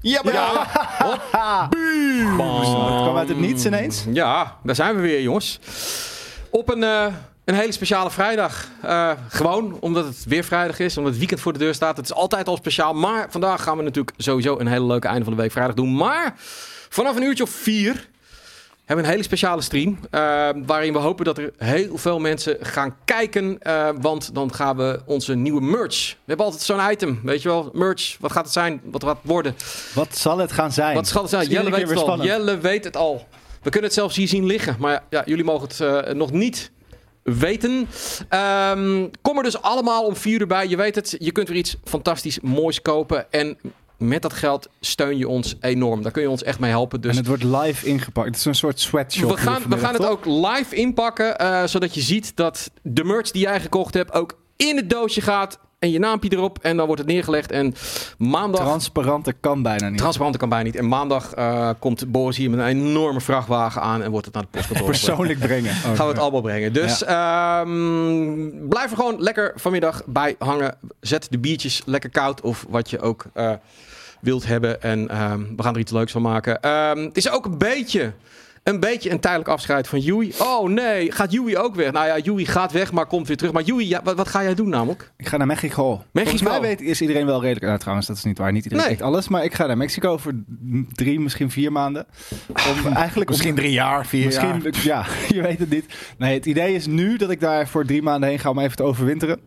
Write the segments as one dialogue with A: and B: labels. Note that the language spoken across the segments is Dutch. A: Ja, maar ja. Dat kwam uit het niets ineens.
B: Ja, daar zijn we weer, jongens. Op een, eh, een hele speciale vrijdag. Eh, gewoon omdat het weer vrijdag is, omdat het weekend voor de deur staat. Het is altijd al speciaal. Maar vandaag gaan we natuurlijk sowieso een hele leuke einde van de week vrijdag doen. Maar vanaf een uurtje of vier hebben we een hele speciale stream. eh, waarin we hopen dat er heel veel mensen gaan kijken. eh, want dan gaan we onze nieuwe merch. We hebben altijd zo'n item, weet je wel. Merch, wat gaat het zijn? Wat gaat het worden?
A: Wat zal het gaan zijn?
B: Wat schat zijn?
A: Is iedere
B: Jelle
A: keer
B: weet het
A: weer
B: al.
A: spannend.
B: Jelle weet het al. We kunnen het zelfs hier zien liggen. Maar ja, jullie mogen het eh, nog niet weten. Ehm, kom er dus allemaal om vier uur bij. Je weet het, je kunt weer iets fantastisch moois kopen. En met dat geld steun je ons enorm. Daar kun je ons echt mee helpen. Dus
A: En het wordt live ingepakt. Het is een soort sweatshop.
B: we
A: hier
B: gaan, we
A: vanmiddag,
B: gaan het
A: toch?
B: ook live inpakken, eh, zodat je ziet dat de merch die jij gekocht hebt ook in het doosje gaat. En je naampje erop. En dan wordt het neergelegd. En maandag
A: Transparanter kan bijna niet.
B: Transparante kan bij niet. En maandag eh, komt Boris hier met een enorme vrachtwagen aan en wordt het naar de postkantoor. gebracht.
A: Persoonlijk brengen.
B: Gaan we het allemaal brengen. Dus ehm, blijf er gewoon lekker vanmiddag bij hangen. Zet de biertjes lekker koud of wat je ook eh, wilt hebben. En ehm, we gaan er iets leuks van maken. Ehm, het is ook een beetje, een beetje een tijdelijk afscheid van Joey. Oh nee, gaat Joey ook weg? Nou ja, Joey gaat weg, maar komt weer terug. Maar Joey, ja, wat, wat ga jij doen namelijk?
A: Ik ga naar Mexico. Volgens
B: Mexico.
A: mij weet, is iedereen wel redelijk... Nou, trouwens, dat is niet waar. Niet iedereen
B: Nee.
A: weet alles. Maar ik ga naar Mexico voor drie, misschien vier maanden. Om, eigenlijk om-
C: Misschien drie jaar, vier jaar.
A: Misschien, ja, je weet het niet. Nee, het idee is nu dat ik daar voor drie maanden heen ga om even te overwinteren.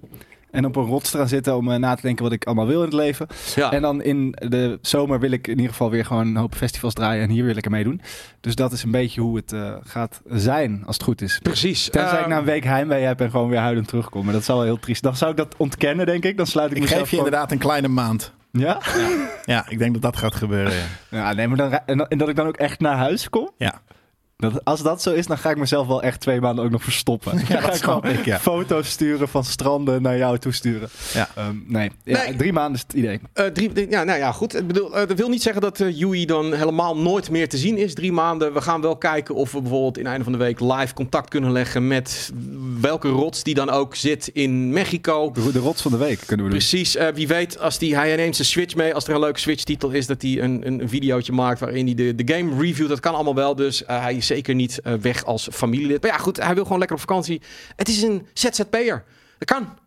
A: En op een rots te gaan zitten om eh, na te denken wat ik allemaal wil in het leven.
B: Ja.
A: En dan in de zomer wil ik in ieder geval weer gewoon een hoop festivals draaien. En hier wil ik er mee doen. Dus dat is een beetje hoe het eh, gaat zijn, als het goed is.
B: Precies.
A: Tenzij ik
B: Ehm,
A: na een week heimwee heb en gewoon weer huilend terugkom. Maar dat zou wel heel triest. Dan zou ik dat ontkennen, denk ik. Dan sluit ik,
C: Ik
A: mezelf
C: geef je
A: gewoon-
C: inderdaad een kleine maand.
A: Ja?
C: Ja, ik denk dat dat gaat gebeuren. ja.
A: ja nee, maar dan, ra- en, dan- en dat ik dan ook echt naar huis kom.
C: Ja.
A: Dat, als dat zo is, dan ga ik mezelf wel echt twee maanden ook nog verstoppen. Dan ga
C: dat
A: ik
C: snap
A: gewoon
C: ik, ja.
A: foto's sturen van stranden naar jou toesturen.
C: Ja.
A: Ehm, nee. Ja,
B: Nee.
A: drie maanden is het idee.
B: Eh, drie, drie- ja, nou ja, goed. Ik bedoel, eh, dat wil niet zeggen dat eh Yui dan helemaal nooit meer te zien is. Drie maanden. We gaan wel kijken of we bijvoorbeeld in het einde van de week live contact kunnen leggen met welke rots die dan ook zit in Mexico.
A: De, de rots van de week kunnen we doen.
B: Precies, eh, wie weet, als die, hij neemt zijn Switch mee, als er een leuke Switch-titel is, dat hij een, een, een videootje maakt waarin hij de, de game reviewt. Dat kan allemaal wel, dus eh, hij is zeker niet eh, weg als familielid. Maar ja, goed, hij wil gewoon lekker op vakantie. Het is een ZZP'er. Dat kan.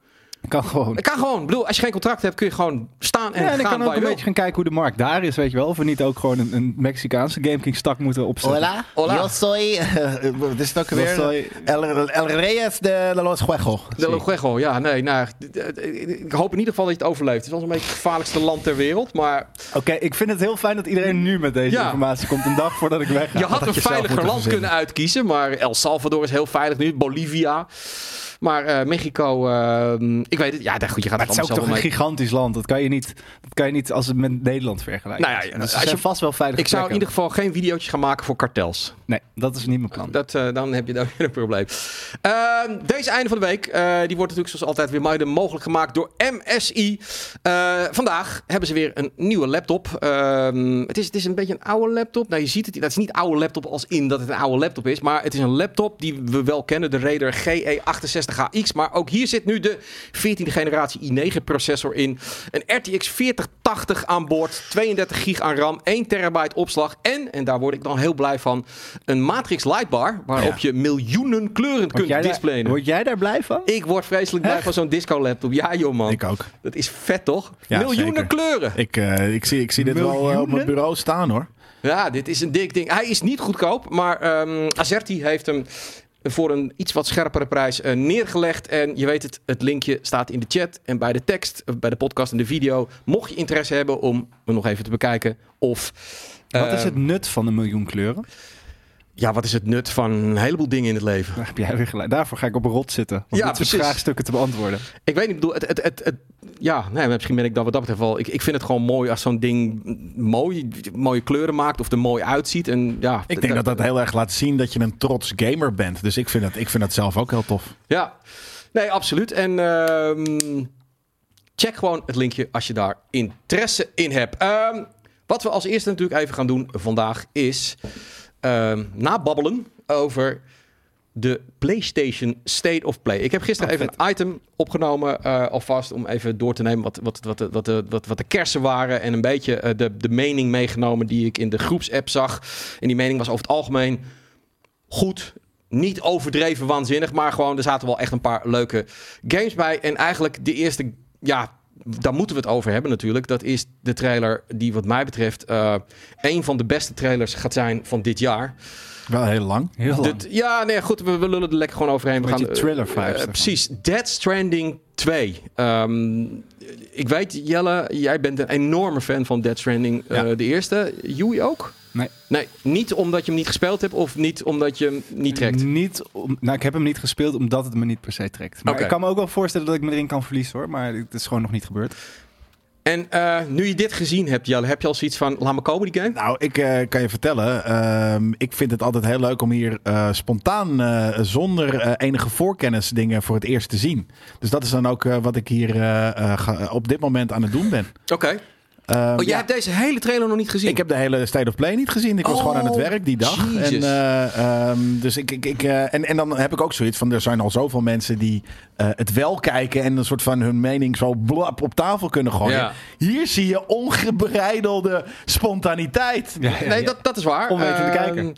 A: Kan gewoon.
B: Dat kan gewoon. Ik bedoel, als je geen contract hebt, kun je gewoon staan en
A: Ja, en ik
B: gaan
A: kan ook
B: waar je
A: een
B: wil.
A: beetje gaan kijken hoe de markt daar is, weet je wel. Of we niet ook gewoon een, een Mexicaanse Game King stak moeten opzetten.
C: Hola.
B: Hola.
C: Yo soy... eh, wat is het ook
A: Yo
C: weer?
A: soy-
C: El, el Reyes de Los Juegos.
B: De Loguejo, ja, nee. Nou, d- d- ik hoop in ieder geval dat je het overleeft. Het is wel een beetje het gevaarlijkste land ter wereld. Maar
A: Oké, ik vind het heel fijn dat iedereen nu met deze
B: Ja.
A: informatie komt. Een dag voordat ik wegga.
B: je had
C: had
B: een
C: je zelf
B: veiliger
C: moeten
B: land
C: verzinnen.
B: kunnen uitkiezen. Maar El Salvador is heel veilig nu. Bolivia. Maar eh, Mexico, eh, ik weet het. Ja, daar- goed, je gaat
A: Maar
B: het
A: het is ook
B: allemaal
A: toch
B: zelf
A: een
B: mee.
A: gigantisch land. Dat kan je niet, dat kan je niet als het met Nederland vergelijken.
B: Nou ja, ja,
A: Dus ze
B: als je-
A: zijn vast wel veilig
B: Ik zou in ieder geval geen videootjes gaan maken voor kartels.
A: Nee, dat is niet mijn plan.
B: Dat, eh, dan heb je daar weer een probleem. Ehm, deze einde van de week, eh, die wordt natuurlijk zoals altijd weer mede mogelijk gemaakt door MSI. Eh, vandaag hebben ze weer een nieuwe laptop. Ehm, het, is, het is een beetje een oude laptop. Nou, je ziet het, dat is niet oude laptop als in dat het een oude laptop is. Maar het is een laptop die we wel kennen, de Raider E GE68HX. Maar ook hier zit nu de 14e generatie i9 processor in. Een RTX 4080 aan boord, 32 gig aan RAM, 1 terabyte opslag. En, en daar word ik dan heel blij van, een Matrix Lightbar waarop je miljoenen kleuren
A: Word jij
B: kunt
A: daar-
B: displayen.
A: Word jij daar blij van?
B: Ik word vreselijk blij van zo'n disco laptop. Ja joh man,
C: Ik ook.
B: dat is vet toch?
C: Ja,
B: miljoenen
C: zeker.
B: kleuren.
C: Ik, eh, ik, zie, ik zie dit wel eh, op mijn
A: Miljoenen?
C: bureau staan hoor.
B: Ja, dit is een dik ding. Hij is niet goedkoop, maar ehm Azerti heeft hem voor een iets wat scherpere prijs eh, neergelegd. En je weet het, het linkje staat in de chat en bij de tekst, eh, bij de podcast en de video. Mocht je interesse hebben om hem nog even te bekijken of...
A: Wat
B: eh,
A: is het nut van een miljoen kleuren?
B: Ja, wat is het nut van een heleboel dingen in het leven?
A: Daar heb jij weer gelijk. Daarvoor ga ik op een rot zitten. Om
B: Ja,
A: dit soort
B: precies.
A: vraagstukken te beantwoorden.
B: Ik weet niet, ik bedoel, het, het, het, het- ja, nee, maar misschien ben ik dat wat dat betreft wel. Ik, ik vind het gewoon mooi als zo'n ding mooi, mooie kleuren maakt of er mooi uitziet. En ja,
C: Ik denk dat dat heel erg laat zien dat je een trots gamer bent. Dus ik vind dat, ik vind dat zelf ook heel tof.
B: Ja, nee, absoluut. En ehm, check gewoon het linkje als je daar interesse in hebt. Ehm, wat we als eerste natuurlijk even gaan doen vandaag is ehm nababbelen over de PlayStation State of Play. Ik heb gisteren
A: Oh,
B: even een item opgenomen, eh, alvast, om even door te nemen wat, wat, wat, de- wat, de- wat, wat de kersen waren. En een beetje eh, de, de mening meegenomen die ik in de groepsapp zag. En die mening was over het algemeen goed. Niet overdreven waanzinnig, maar gewoon er zaten wel echt een paar leuke games bij. En eigenlijk de eerste, ja, daar moeten we het over hebben natuurlijk. Dat is de trailer die wat mij betreft eh, een van de beste trailers gaat zijn van dit jaar.
C: Wel heel lang.
A: Heel lang.
B: Dit- ja, nee, goed, we, we lullen er lekker gewoon overheen. We
A: Beetje
B: gaan,
A: thriller vibes,
B: eh, eh,
A: zeg maar.
B: precies, Dead Stranding 2. Ehm, ik weet, Jelle, jij bent een enorme fan van Dead Stranding, eh, de eerste. Joey ook?
A: Nee.
B: Nee, niet omdat je hem niet gespeeld hebt of niet omdat je hem niet trekt.
A: Niet om, nou, ik heb hem niet gespeeld omdat het me niet per se trekt. Maar
B: Oké.
A: ik kan me ook wel voorstellen dat ik me erin kan verliezen hoor. Maar het is gewoon nog niet gebeurd.
B: En eh, nu je dit gezien hebt, Jelle, heb je al zoiets van, laat me komen die game?
C: Nou, ik eh, kan je vertellen, ehm, ik vind het altijd heel leuk om hier eh, spontaan, eh, zonder eh, enige voorkennis, dingen voor het eerst te zien. Dus dat is dan ook eh, wat ik hier eh, eh, ga- op dit moment aan het doen ben.
B: Oké.
C: Ehm,
B: Oh, jij
C: ja,
B: hebt deze hele trailer nog niet gezien?
C: Ik heb de hele State of Play niet gezien. Ik was
B: Oh,
C: gewoon aan het werk die dag.
B: Jesus.
C: En, eh, ehm, dus ik, ik, ik, eh, en, en dan heb ik ook zoiets van... er zijn al zoveel mensen die eh, het wel kijken... en een soort van hun mening zo blap op tafel kunnen gooien.
B: Ja.
C: Hier zie je ongebreidelde spontaniteit.
A: Ja, ja,
B: nee,
A: ja.
B: Dat, dat is waar.
A: Onwetende
B: Ehm,
A: kijker.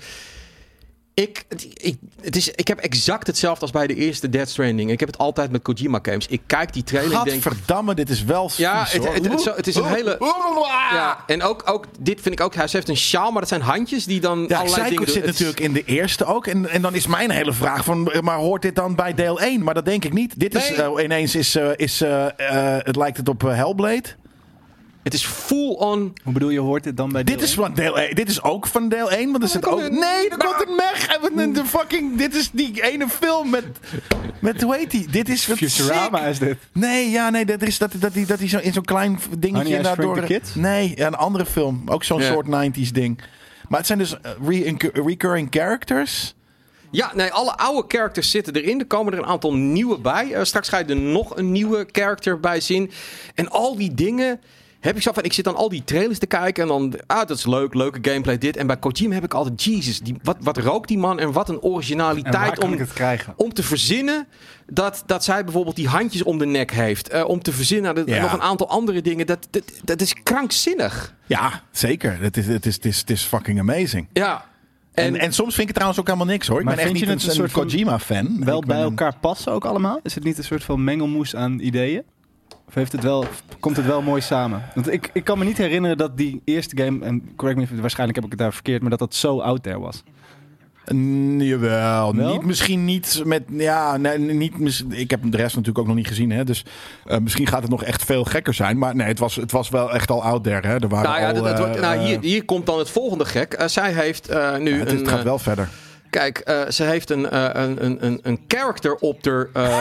B: Ik, het- ik, het is, ik heb exact hetzelfde als bij de eerste Dead Stranding. Ik heb het altijd met Kojima games. Ik kijk die trailer en ik denk...
C: Gadverdamme, dit is wel
B: Ja,
C: vies,
B: het,
C: hoor.
B: het, het, zo- het is een hele...
C: ah!
B: Ja, en ook, ook, dit vind ik ook... Hij heeft een sjaal, maar dat zijn handjes die dan
C: Ja,
B: allerlei dingen
C: Psycho
B: doen.
C: zit
B: Het is-
C: natuurlijk in de eerste ook. En, en dan is mijn hele vraag van, maar hoort dit dan bij deel 1? Maar dat denk ik niet. Dit is
B: Nee.
C: eh, ineens, is, eh, is, eh, eh, het lijkt het op eh, Hellblade.
B: Het is full on...
A: Hoe bedoel je, hoort dit dan bij
C: Dit is, van deel 1. dit is ook van deel 1, want er zit
B: Oh, komt
C: ook...
B: een-
C: Nee, er komt een mech! En wat een- De fucking... Dit is die ene film met... Met, hoe heet die? Dit is wat
A: Futurama
C: sick.
A: is dit.
C: Nee, ja, nee, dat is dat dat die, dat die zo in zo'n klein
A: Honey, I
C: dingetje
A: Shrunk
C: daardoor...
A: the Kids?
C: Nee, ja, een andere film. Ook zo'n
B: Ja.
C: soort 90s ding. Maar het zijn dus eh, re- recurring characters.
B: Ja, nee, alle oude characters zitten erin. Er komen er een aantal nieuwe bij. Eh, straks ga je er nog een nieuwe character bij zien. En al die dingen heb ik zo van... Ik zit dan al die trailers te kijken en dan... Ah, dat is leuk, leuke gameplay, dit. En bij Kojima heb ik altijd... Jezus, die, wat, wat rookt die man en wat een
A: En waar
B: originaliteit
A: kan
B: om,
A: ik het krijgen?
B: om te verzinnen... Dat, dat zij bijvoorbeeld die handjes om de nek heeft. Eh, om te verzinnen dat,
C: Ja.
B: nog een aantal andere dingen. Dat, dat, dat is krankzinnig.
C: Ja, zeker. Het is, het is, het is, het is fucking amazing.
B: Ja.
C: En, en, soms vind ik het trouwens ook helemaal niks hoor. Ik
A: Maar
C: ben echt
A: vind
C: niet
A: je
C: een,
A: het een soort
C: soort
A: van-
C: Kojima-fan.
A: Wel
C: Ik ben
A: bij
C: een-
A: elkaar passen ook allemaal? Is het niet een soort van mengelmoes aan ideeën? Of heeft het wel, komt het wel mooi samen? Want ik, ik kan me niet herinneren dat die eerste game, en correct me if waarschijnlijk heb ik het daar verkeerd, maar dat dat zo out there was.
C: Mm, jawel,
A: Wel?
C: Niet, misschien niet met. Ja, nee, niet, mis- ik heb de rest natuurlijk ook nog niet gezien. Hè, dus eh, misschien gaat het nog echt veel gekker zijn. Maar nee, het was, het was wel echt al out there. Hè. Er waren
B: Nou ja,
C: al,
B: dat- dat
C: eh,
B: wordt- nou, hier,
C: eh,
B: hier komt dan het volgende gek. Eh, zij heeft eh, nu
C: het,
B: een...
C: het
B: eh,
C: gaat wel verder.
B: Kijk, eh, ze heeft een, eh, een, een, een, een character op de, eh,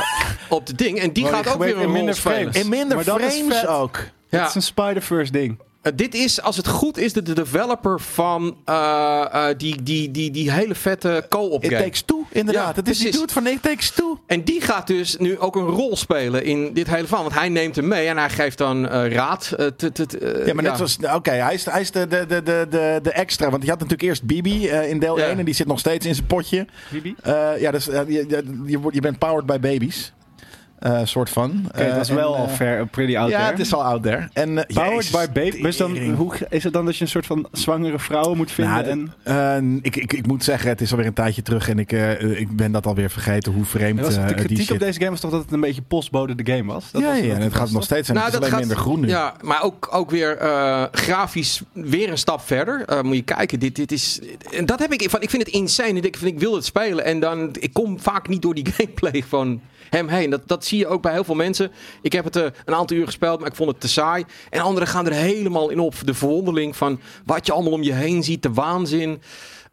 B: op de ding. En die
A: Maar
B: gaat
A: ik
B: ook weer
A: gebruik
B: een
A: in minder
B: minder spelen.
A: frames.
C: In minder
A: Maar dat is
C: frames
A: vet.
C: ook.
A: Het
B: Ja.
A: is een Spider-Verse ding.
B: Eh, dit is, als het goed is, de, de developer van eh, eh, die, die, die, die hele vette co-op
C: It
B: game.
C: takes two, inderdaad.
B: Ja,
C: het is die
B: precies.
C: dude van It takes two.
B: En die gaat dus nu ook een rol spelen in dit hele verhaal. Want hij neemt hem mee en hij geeft dan eh, raad. eh, te- te- te- eh,
C: Ja, maar net zoals... nou, Oké, hij is, hij is de, de, de, de, de, de extra. Want je had natuurlijk eerst Bibi eh, in deel
B: Ja.
C: 1. En die zit nog steeds in zijn potje.
A: Bibi?
C: Eh, ja, dus, eh, je, je, je, wordt- je bent powered by babies. Eh, soort van.
A: Oké, dat is
C: Eh,
A: wel
C: en,
A: al
C: eh,
A: ver, pretty out
C: ja,
A: there.
C: het is al out there. En, eh,
A: Powered
C: Jezus,
A: by baby. Dus dan,
C: tering.
A: hoe is het dan dat je een soort van zwangere vrouwen moet vinden?
C: Nou,
A: en...
C: eh, ik, ik, ik moet zeggen, het is alweer een tijdje terug en ik, eh, ik ben dat alweer vergeten hoe vreemd
A: Was,
C: eh,
A: de
C: die
A: kritiek
C: shit...
A: op deze game was toch dat het een beetje postbode de game was? Dat
C: ja,
A: was
C: ja, en het gaat nog steeds zijn. het is alleen minder groen nu.
B: Nou, Ja, maar ook, ook weer eh, grafisch weer een stap verder. Eh, moet je kijken, dit, dit is... En dat heb ik... Van, ik vind het insane. Ik, vind, ik wil het spelen. En dan... Ik kom vaak niet door die gameplay van hem heen. Dat, dat zie je ook bij heel veel mensen. Ik heb het eh, een aantal uur gespeeld, maar ik vond het te saai. En anderen gaan er helemaal in op. De verwonderling van wat je allemaal om je heen ziet. De waanzin.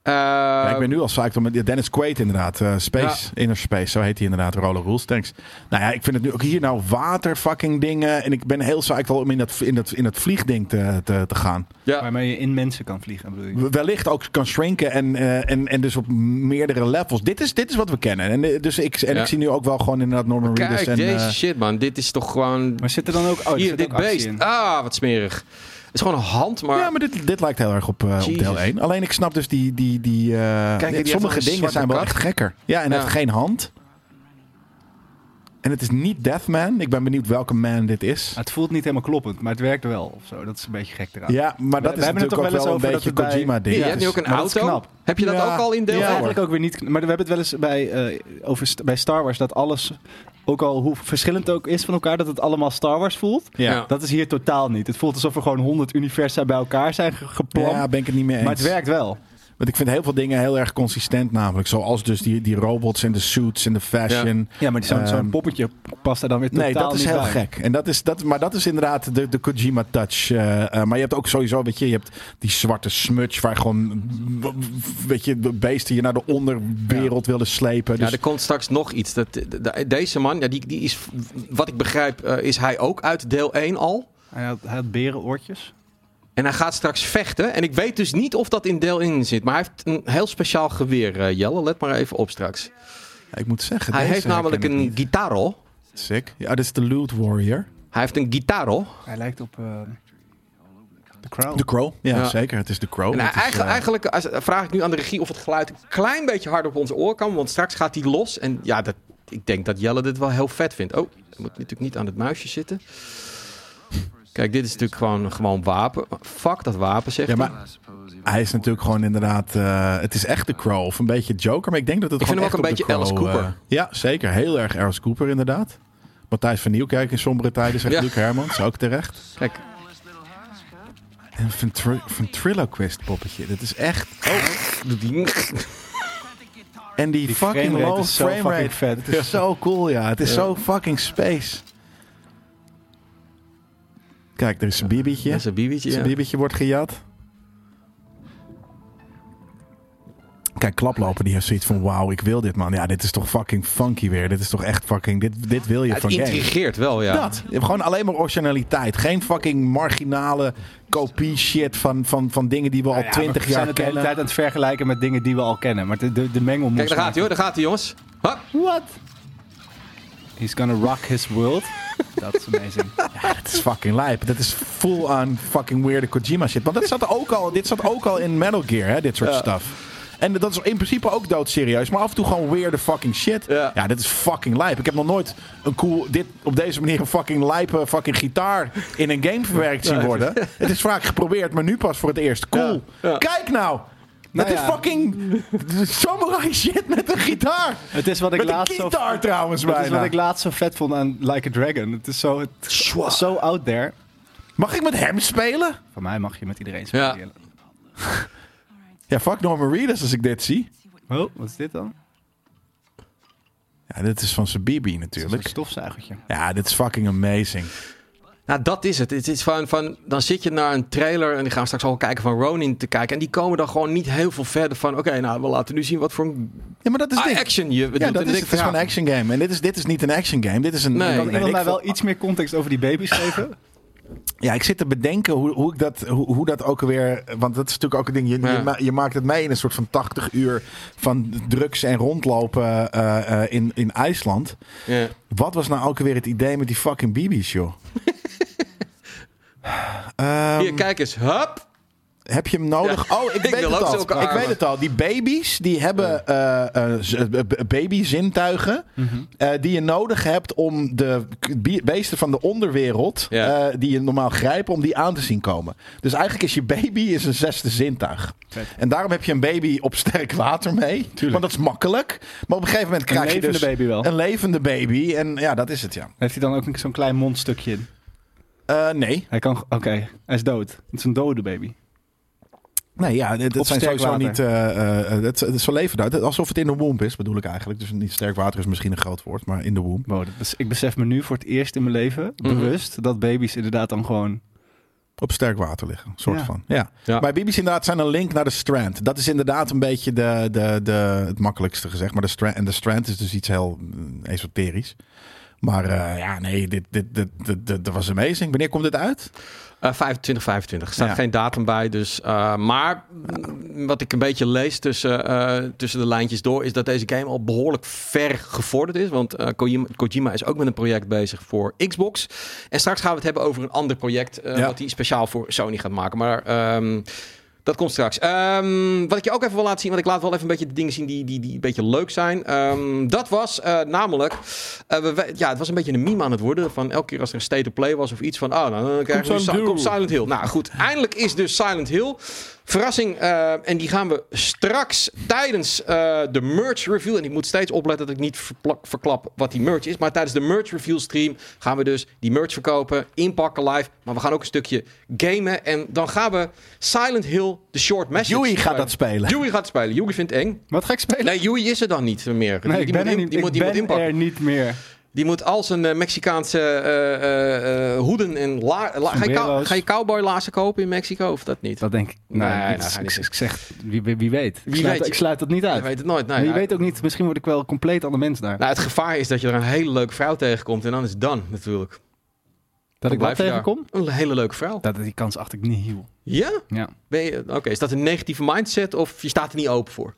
B: Eh,
C: Ja, ik ben nu al psyched om met Dennis Quaid inderdaad. eh, Space, Inner Space, zo heet hij inderdaad. Roller Rules, thanks. Nou ja, ik vind het nu ook hier nou water fucking dingen. En ik ben heel psyched al om in dat, in dat, in dat vliegding te, te, te gaan.
B: ja.
A: Waarmee je in mensen kan vliegen, bedoel je?
C: Wellicht ook kan shrinken en, eh, en, en dus op meerdere levels. Dit is, dit is wat we kennen. En, eh, dus ik, en
B: Ja.
C: ik zie nu ook wel gewoon inderdaad Norman Reedus.
B: Kijk,
C: En,
B: deze
C: eh,
B: shit, man. Dit is toch gewoon...
A: Maar zit er dan ook... Oh, er
B: Hier,
A: zit
B: dit
A: ook actie
B: beest.
A: in.
B: Ah, wat smerig. Het is gewoon een hand, maar...
C: ja, maar dit, dit lijkt heel erg op, eh, op
B: Jezus.
C: deel 1. Alleen ik snap dus die... die, die, eh,
B: die heeft
C: sommige
B: wel een
C: dingen zijn wel
B: zwarte
C: echt gekker. Ja, en hij
B: Ja.
C: heeft geen hand. En het is niet Deathman. Ik ben benieuwd welke man dit is.
A: Het voelt niet helemaal kloppend, maar het werkt wel of zo. Dat is een beetje gek eraan.
C: Ja, maar dat
A: we
C: is
A: hebben het
C: natuurlijk
A: toch
C: ook
A: wel eens
C: wel een
A: over dat
C: beetje
A: het bij-
C: Kojima-ding.
B: je
A: Ja,
B: hebt nu ook een
A: maar dat is
B: auto.
A: knap.
B: Heb je dat
C: Ja.
B: ook al in deel
A: Ja,
C: Ja,
B: 1?
A: eigenlijk ook weer niet. Maar we hebben het wel eens bij, eh, over st- bij Star Wars dat alles, ook al hoe verschillend het ook is van elkaar, dat het allemaal Star Wars voelt.
B: Ja.
C: Ja.
A: Dat is hier totaal niet. Het voelt alsof er gewoon honderd universa bij elkaar zijn ge- geplant.
C: ja, ben ik het niet mee eens.
A: maar het werkt wel.
C: Want ik vind heel veel dingen heel erg consistent namelijk. Zoals dus die, die robots en de suits en de fashion.
A: Ja, maar zo'n
C: Ehm,
A: zo'n poppetje past daar dan weer totaal
C: Nee, dat is
A: niet
C: heel
A: bij.
C: gek. En dat is, dat, maar dat is inderdaad de, de Kojima touch. eh, eh, maar je hebt ook sowieso, weet je, je hebt die zwarte smudge waar gewoon, weet je, de beesten je naar de onderwereld willen slepen.
B: Ja,
C: Dus,
B: er komt straks nog iets. Dat, de- de- deze man, ja, die, die is, wat ik begrijp, eh, is hij ook uit deel 1 al.
A: Hij had, hij had berenoortjes.
B: En hij gaat straks vechten. En ik weet dus niet of dat in deel 1 zit. Maar hij heeft een heel speciaal geweer, eh, Jelle. Let maar even op straks.
C: ik moet zeggen,
B: Hij
C: deze
B: heeft namelijk
C: herken ik
B: een
C: niet.
B: guitarro.
C: sick. Ja, dit is de Loot Warrior.
B: Hij heeft een guitarro.
A: Hij lijkt op eh, The Crown.
C: De Crow. Ja,
B: Ja.
C: zeker. Het is de Crow.
B: En
C: Het
B: hij-
C: is,
B: eigenlijk,
C: eh,
B: Nou, eigenlijk als- vraag ik nu aan de regie of het geluid een klein beetje harder op onze oor kan. Want straks gaat hij los. En ja, dat, ik denk dat Jelle dit wel heel vet vindt. Oh, hij moet natuurlijk niet aan het muisje zitten. Kijk, dit is natuurlijk gewoon, gewoon wapen. Fuck dat wapen, zegt
C: Ja,
B: hij.
C: maar hij is natuurlijk gewoon inderdaad. eh, het is echt de Crow of een beetje Joker. Maar ik denk dat het
B: Ik vind
C: gewoon
B: hem ook
C: echt
B: een
C: op de
B: beetje
C: Crow,
B: Alice Cooper.
C: eh, ja, zeker. Heel erg Alice Cooper, inderdaad. Matthijs van Nieuwkerk in sombere tijden, zegt
B: Ja.
C: Luc Hermans. Ook terecht.
B: Kijk,
C: En van, tri van Triloquist poppetje. Dat is echt. oh,
B: doet hij.
C: En die,
A: Die
C: fucking
A: framerate
C: low
A: is zo
C: frame rate.
A: fucking vet.
C: Het is zo cool, ja. Het is zo fucking space. Kijk, er is een bibietje.
B: Dat is een bibietje.
C: Zijn
B: ja.
C: biebertje wordt gejat. Kijk, klaplopen die heeft zoiets van: wauw, ik wil dit man. Ja, dit is toch fucking funky weer. Dit is toch echt fucking. Dit, dit wil je
B: Het
C: van games.
B: intrigeert wel, ja.
C: Dat. Je hebt gewoon alleen maar originaliteit. Geen fucking marginale kopie shit van, van, van dingen die we al
A: Nou Ja,
C: twintig
A: we zijn
C: jaar
A: het de hele
C: kennen.
A: tijd aan het vergelijken met dingen die we al kennen. Maar de, de, de mengel
B: Kijk,
A: moest
B: daar gaat hij hoor, daar gaat hij jongens. Hup.
A: What? He's gonna rock his world. Dat is amazing.
C: Het is fucking lijp. Dat is full on fucking weirde Kojima shit. Want dat zat er ook al, dit zat ook al in Metal Gear, hè, dit soort stuff. En dat is in principe ook doodserieus, maar af en toe gewoon weirde fucking shit.
B: Ja.
C: Ja, dit is fucking lijp. Ik heb nog nooit een cool, dit, op deze manier een fucking lijpe fucking gitaar in een game verwerkt zien worden. Het is vaak geprobeerd, maar nu pas voor het eerst. Cool.
B: Ja. Ja.
C: Kijk nou!
A: Nou
C: het
A: ja.
C: is fucking samurai shit met een gitaar.
A: Het is wat ik
C: Met een
A: laatst zo-
C: gitaar trouwens
A: Dat
C: bijna.
A: is wat ik laatst zo vet vond aan Like a Dragon. Het is zo, het,
B: Zwaar.
A: zo out there.
C: Mag ik met hem spelen?
A: Van mij mag je met iedereen
B: Ja.
A: spelen.
C: Ja, fuck Norman Reedus als ik dit zie.
A: Oh, wat is dit dan?
C: Ja, dit is van zijn bibi
A: Dat is een
C: natuurlijk.
A: stofzuigertje.
C: Ja, dit is fucking amazing.
B: Nou, dat is het. Het is van, van, dan zit je naar een trailer en die gaan straks al kijken van Ronin te kijken. En die komen dan gewoon niet heel veel verder van, oké, nou, we laten nu zien wat voor een
C: Ja, maar dat is
B: ah,
C: dit.
B: action je
C: Ja,
B: doet.
C: dat
B: En ik
C: is, het is
B: van,
C: gewoon een action game. En dit is, dit is niet een action game. Dit is een...
B: Nee.
C: een-
B: Kan
A: Kan
C: weet
A: iemand
C: ik
A: mij
C: veel-
A: wel iets meer context over die baby's geven?
C: Ja, ik zit te bedenken hoe, hoe, ik dat, hoe, hoe dat ook weer... Want dat is natuurlijk ook een ding. Je,
B: Ja.
C: je, ma- je maakt het mee in een soort van 80 uur van drugs en rondlopen eh, eh, in, in IJsland.
B: Ja.
C: Wat was nou ook weer het idee met die fucking bibi's, joh? Ehm,
B: Hier, kijk eens. Hup.
C: Heb je hem nodig?
B: Ja.
C: Oh, ik,
B: Ik
C: weet
B: wil
C: het
B: ook
C: al.
B: zulke
C: Ik
B: armen.
C: weet het al. Die baby's, die hebben eh, eh, z- eh, b- babyzintuigen
B: Hm.
A: Mhm.
C: eh, die je nodig hebt om de k- bie- beesten van de onderwereld,
B: Ja.
C: eh, die je normaal grijpen, om die aan te zien komen. Dus eigenlijk is je baby is een zesde zintuig.
A: Vet.
C: En daarom heb je een baby op sterk water mee. Want dat is makkelijk. Maar op een gegeven moment krijg je
A: levende
C: dus
A: baby wel.
C: een levende baby. En ja, dat is het ja.
A: Heeft hij dan ook zo'n klein mondstukje in?
C: Eh, nee.
A: Hij kan... ge- Oké, hij is dood. Het is een dode baby.
C: Nee, ja, dit- dit
A: Op
C: zijn
A: sterk
C: sowieso
A: water.
C: niet. eh, eh, eh, het, het is zo leven uit. Alsof het in de womb is, bedoel ik eigenlijk. Dus niet sterk water is misschien een groot woord, maar in de womb.
A: Wow, dat is- ik besef me nu voor het eerst in mijn leven
B: Mhm.
A: bewust dat baby's inderdaad dan gewoon...
C: Op sterk water liggen, soort
A: Ja.
C: van. Ja.
B: Ja.
C: Maar baby's inderdaad zijn een link naar de strand. Dat is inderdaad een beetje de, de, de, het makkelijkste gezegd. Maar de strand, en de strand is dus iets heel mm, esoterisch. Maar eh, ja, nee, dit, dit, dit, dit, dit- dit was amazing. Wanneer komt dit uit?
B: Eh 25, 25. Er staat
C: Ja.
B: geen datum bij. Dus, eh, maar mm, wat ik een beetje lees tussen, eh, tussen de lijntjes door... is dat deze game al behoorlijk ver gevorderd is. Want eh, Kojima, Kojima is ook met een project bezig voor Xbox. En straks gaan we het hebben over een ander project... eh,
C: Ja.
B: wat hij speciaal voor Sony gaat maken. Maar... ehm, dat komt straks. Ehm, wat ik je ook even wil laten zien, want ik laat wel even een beetje de dingen zien die, die, die een beetje leuk zijn. Ehm, dat was eh, namelijk, eh, we, we- ja, het was een beetje een meme aan het worden. Van elke keer als er een state of play was of iets van, oh, dan, dan krijgen we
C: Silent
B: Silent,
C: Hill.
B: komt Silent Hill. Nou goed, eindelijk is dus Silent Hill. Verrassing, eh, en die gaan we straks tijdens eh, de merge review. En ik moet steeds opletten dat ik niet verplak- verklap wat die merge is. Maar tijdens de merge review stream gaan we dus die merge verkopen, inpakken live. Maar we gaan ook een stukje gamen. En dan gaan we Silent Hill, de short message.
C: Joey gaat dat spelen.
B: Joey gaat spelen. Joey vindt het eng.
A: Wat ga ik spelen?
B: Nee, Joey is er dan niet meer. Die-
A: Nee,
B: die
A: ik ben,
B: moet
A: er
B: in-
A: niet,
B: die
A: ik
B: moet, die moet
A: ben
B: inpakken.
A: er niet meer.
B: Die moet als een eh, Mexicaanse eh, eh, eh, hoeden en la- la- ga, je cou-
A: Sombrero's.
B: ga je cowboy lazen kopen in Mexico of dat niet?
A: Dat denk ik. Nou,
B: Nee,
A: ik,
B: dat gaat niet.
A: ik, ik zeg, wie, wie- wie weet. Ik,
B: Wie
A: sluit,
B: weet.
A: ik sluit dat niet
B: Je
A: uit.
B: weet het nooit. Nee,
A: Maar je
B: nou,
A: weet ook niet, misschien word ik wel een compleet ander mens daar.
B: nou, het gevaar is dat je er een hele leuke vrouw tegenkomt en dan is het dan natuurlijk.
A: dat ik
B: Dan
A: wat
B: blijf je daar.
A: tegenkom?
B: Een hele leuke vrouw.
A: Dat, die kans acht ik niet heel.
B: Ja?
A: Ja.
B: Ben je- Oké, is dat een negatieve mindset of je staat er niet open voor?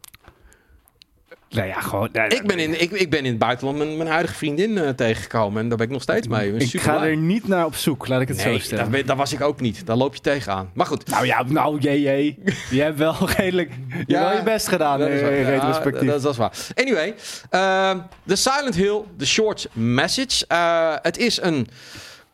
A: Nou ja, gewoon. nee,
B: Ik ben in, ik, ik ben in het buitenland mijn, mijn huidige vriendin eh, tegengekomen en daar ben ik nog steeds mee.
A: Ik
B: Super
A: ga er niet naar op zoek, laat ik het zo
B: Nee,
A: stellen.
B: daar, ben- daar was ik ook niet. Daar loop je tegenaan. Maar goed.
A: Nou ja, nou jee, jee. Je hebt wel redelijk je,
B: Ja,
A: hebt wel je best gedaan eh,
B: Dat
A: in
B: is waar. Ja,
A: retrospectief.
B: dat, dat is waar. Anyway, ehm, de Silent Hill, de short message. Eh, het is een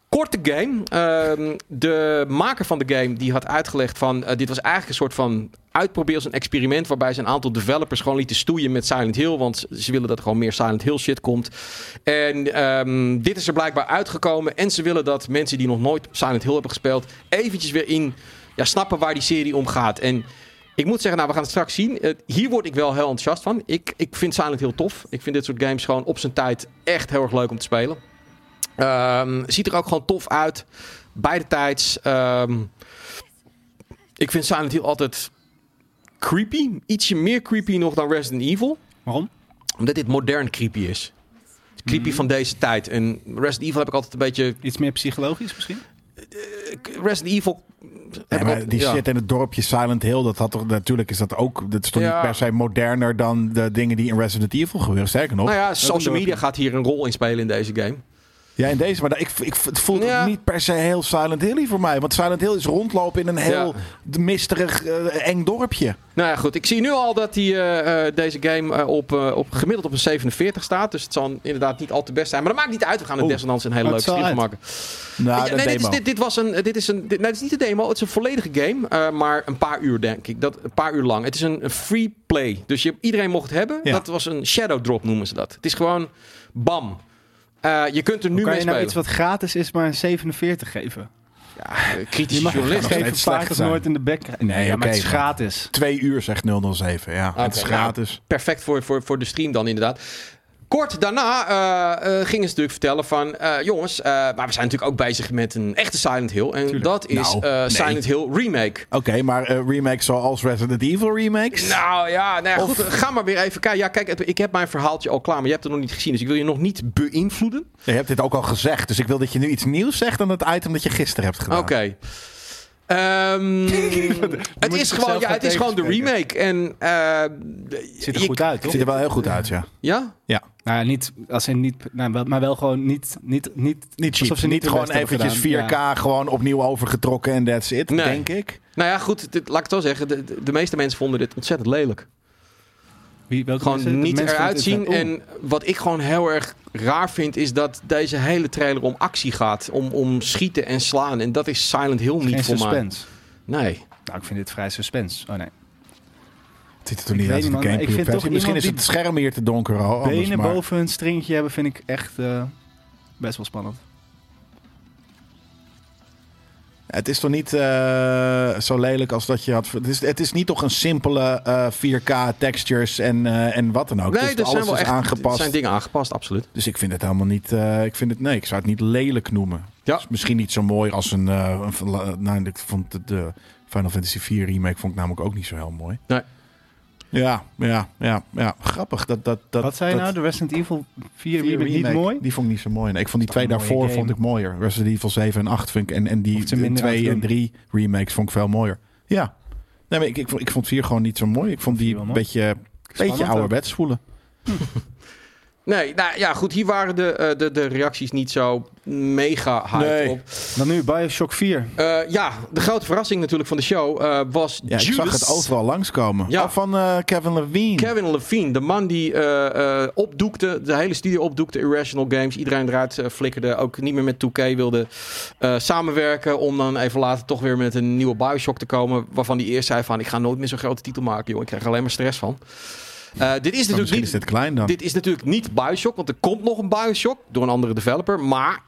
B: korte game. Ehm, de maker van de game die had uitgelegd van... eh, dit was eigenlijk een soort van uitprobeer, een experiment... waarbij ze een aantal developers gewoon lieten stoeien met Silent Hill... want ze willen dat er gewoon meer Silent Hill shit komt. En ehm, dit is er blijkbaar uitgekomen. En ze willen dat mensen die nog nooit Silent Hill hebben gespeeld... eventjes weer in ja, snappen waar die serie om gaat. En ik moet zeggen, nou, we gaan het straks zien. Eh, hier word ik wel heel enthousiast van. Ik, ik vind Silent heel tof. Ik vind dit soort games gewoon op zijn tijd echt heel erg leuk om te spelen. Ehm, ziet er ook gewoon tof uit. Beide tijds. Ehm, ik vind Silent Hill altijd creepy. Ietsje meer creepy nog dan Resident Evil
A: Waarom?
B: omdat dit modern creepy is.
C: Mhm.
B: Creepy van deze tijd. En Resident Evil heb ik altijd een beetje.
A: Iets meer psychologisch misschien?
B: Resident Evil.
C: Ja, maar die
B: Ja.
C: shit in het dorpje Silent Hill, dat had toch, natuurlijk is dat ook, dat is toch
B: Ja.
C: niet per se moderner dan de dingen die in Resident Evil gebeuren. Sterker nog,
B: Nou ja, social
A: dorpje.
B: media gaat hier een rol in spelen in deze game.
C: ja, in deze, maar ik, ik, het voelt
B: Ja.
C: niet per se heel Silent Hill voor mij. Want Silent Hill is rondlopen in een heel misterig, eh, eng dorpje.
B: Nou ja, goed. Ik zie nu al dat die, eh, eh, deze game eh, op, eh, op, gemiddeld op een 47 staat. Dus het zal inderdaad niet al te best zijn. Maar dat maakt niet uit. We gaan er
C: Oeh.
B: desondanks een hele
A: Maar
B: leuke
A: het
B: stream van
A: zal
B: maken.
C: Nou,
B: Ja,
C: de
B: nee, dit is,
C: demo.
B: dit, dit was een. Dit is, een dit, nee, dit is niet de demo. Het is een volledige game. eh, maar een paar uur, denk ik. Dat, een paar uur lang. Het is een, een free play. Dus je, iedereen mocht het hebben.
C: Ja.
B: Dat was een shadow drop, noemen ze dat. Het is gewoon bam. Eh, je kunt er nu
A: Nu kan
B: mee
A: je nou
B: spelen.
A: iets wat gratis is, maar een 47 geven?
B: Eh, kritische
A: Je mag
B: journalist.
C: nog
A: geen
C: steeds slecht
A: paard
C: zijn.
A: nooit in de bek krijgen.
C: Nee,
A: ja,
C: oké,
A: maar het is
C: maar-
A: gratis.
C: Twee uur, zegt 007. Ja, het is
B: Oké,
C: gratis.
B: perfect voor, voor, voor de stream dan inderdaad. Kort daarna eh, eh, gingen ze natuurlijk vertellen van... eh, jongens, eh, maar we zijn natuurlijk ook bezig met een echte Silent Hill. En dat is
C: Nou,
B: eh,
C: nee.
B: Silent Hill Remake.
C: Oké, maar eh, remakes zoals Resident Evil remakes?
B: Nou ja, nou ja,
C: Of-
B: goed, ga maar weer even kijken. Ja, kijk, het- ik heb mijn verhaaltje al klaar, maar je hebt het nog niet gezien. Dus ik wil je nog niet beïnvloeden.
C: Je hebt dit ook al gezegd, dus ik wil dat je nu iets nieuws zegt dan het item dat je gisteren hebt gedaan.
B: Oké. Ehm, het,
A: je
B: is
A: zichzelf
B: gewoon, ja,
A: gaan
B: het is gewoon de
A: tegenspreken.
B: remake. En, eh,
A: Ziet er
B: je-
A: goed uit,
C: Het
A: toch?
C: ziet er wel heel goed uit, ja.
B: Ja?
A: Nou, ja, niet, als in niet, nou, wel- maar wel gewoon niet, niet, niet,
C: Niet cheap.
A: alsof ze
C: niet,
A: hun
C: gewoon
A: best hebben
C: eventjes 4K
A: gedaan. Ja.
C: gewoon opnieuw overgetrokken en that's it,
B: Nee.
C: denk ik.
B: Nou ja, goed, dit, laat ik het wel zeggen. De, de, de meeste mensen vonden dit ontzettend lelijk.
A: Wie, welke mensen?
B: gewoon
A: De
B: niet
A: mensen van het
B: eruit zien.
A: internet. Oeh.
B: En wat ik gewoon heel erg raar vind, is dat deze hele trailer om actie gaat. Om, om schieten en slaan. En dat is Silent Hill niet
A: Geen
B: voor
A: suspense.
B: mij. Nee.
A: Nou, ik vind dit vrij suspense. Oh nee.
C: Het ziet er toch
A: Ik
C: niet
A: weet niet,
C: uit als de
A: man, maar ik vind
C: Gamecube
A: toch
C: Misschien is
A: iemand
C: het scherm hier te donker al. anders,
A: Benen
C: maar-
A: boven een stringetje hebben vind ik echt eh, best wel spannend.
C: Het is toch niet eh, zo lelijk als dat je had... Het is, het is niet toch een simpele eh, 4K textures en, eh, en wat dan ook.
B: nee,
C: Dus alles is
B: er
C: aangepast.
B: zijn dingen aangepast, absoluut.
C: Dus ik vind het helemaal niet... eh, ik vind het, nee, ik zou het niet lelijk noemen.
B: Ja.
C: Het is misschien niet zo mooi als een... eh, een van- nou, ik vond de, de Final Fantasy IV remake vond ik namelijk ook niet zo heel mooi. Ja, ja, ja, ja. Grappig. Dat, dat, dat,
A: Wat zei je
C: dat,
A: nou? De Resident Evil 4
C: die
A: remake niet
C: remake,
A: mooi?
C: Die vond ik niet zo mooi. Nee, ik vond die
A: Dat
C: twee
A: is een mooie
C: daarvoor
A: game.
C: vond ik mooier. Resident Evil 7 en 8 vind ik. En, en die
A: Hoeft ze minder aan te
C: 2 en
A: doen.
C: 3 remakes vond ik veel mooier. Ja. Nee, maar ik, ik, vond- ik vond 4 gewoon niet zo mooi. Ik vond die
A: wel
C: een
A: mooi.
C: beetje, beetje
A: Spannend
C: ouderwets voelen.
B: Nee, nou ja, goed. Hier waren de, eh, de, de reacties niet zo mega high
C: Nee.
B: op.
A: ook. Dan nu Bioshock 4.
B: Eh, ja, de grote verrassing natuurlijk van de show eh, was
C: Ja, ik
B: Judas.
C: zag het overal langskomen.
B: Ja.
C: Al van eh, Kevin Levine.
B: Kevin Levine, de man die eh, eh, opdoekte, de hele studio opdoekte, Irrational Games, iedereen eruit eh, flikkerde, ook niet meer met 2K wilde eh, samenwerken, om dan even later toch weer met een nieuwe Bioshock te komen, waarvan hij eerst zei van, ik ga nooit meer zo'n grote titel maken, joh, ik krijg er alleen maar stress van. Eh, dit is
C: Maar
B: natuurlijk
C: misschien
B: niet,
C: is dit klein dan.
B: dit is natuurlijk niet Bioshock, want er komt nog een Bioshock door een andere developer, maar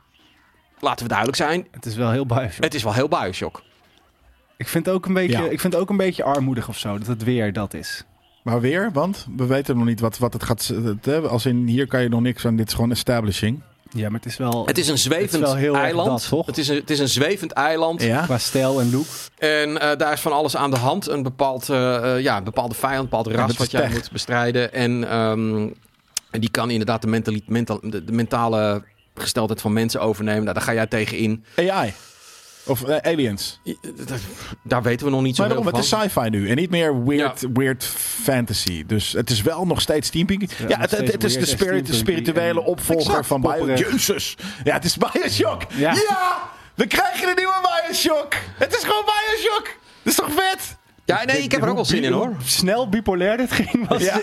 B: laten we duidelijk zijn,
A: Het is wel heel Bioshock.
B: het is wel heel Bioshock.
A: Ik vind, ook een beetje,
C: Ja.
A: ik vind het ook een beetje armoedig of zo, dat het weer dat is.
C: Maar weer, want we weten nog niet wat, wat het gaat... het, eh, Als in, hier kan je nog niks aan. Dit is gewoon establishing.
A: Ja, maar het is wel...
B: Het is een zwevend
A: wel heel erg
B: eiland.
A: dat, toch?
B: Het, is een, het is een zwevend eiland.
C: Ja.
A: Qua stijl en look.
B: En eh, daar is van alles aan de hand. Een, bepaald, eh, eh, ja, een bepaalde vijand, een bepaald ras
C: het
B: wat
C: is
B: jij
C: tech.
B: moet bestrijden. En ehm, en die kan inderdaad de, mentali- mental- de, de mentale gesteldheid van mensen overnemen. Nou, daar ga jij tegen in.
C: AI. Of eh, aliens.
B: I- d- Daar weten we nog niet zo
C: Maar
B: heel
C: daarom, het
B: veel
C: is
B: van.
C: sci-fi nu en niet meer weird, weird fantasy. Dus het is wel nog steeds steampunk. Ja,
A: nog
C: het, het,
A: steeds
C: het is de
A: weird en
C: spirit,
A: steampunky
C: spirituele
A: en-
C: opvolger
A: Exact,
C: van Bioshock.
A: popperig.
C: Jezus! Ja, het is Bioshock! Ja.
A: Ja.
C: We krijgen een nieuwe Bioshock! Het is gewoon Bioshock! Dat is toch vet?
B: Ja, nee, ik heb er ook wel zin in hoor.
A: Snel bipolair dit ging was.
C: Ja,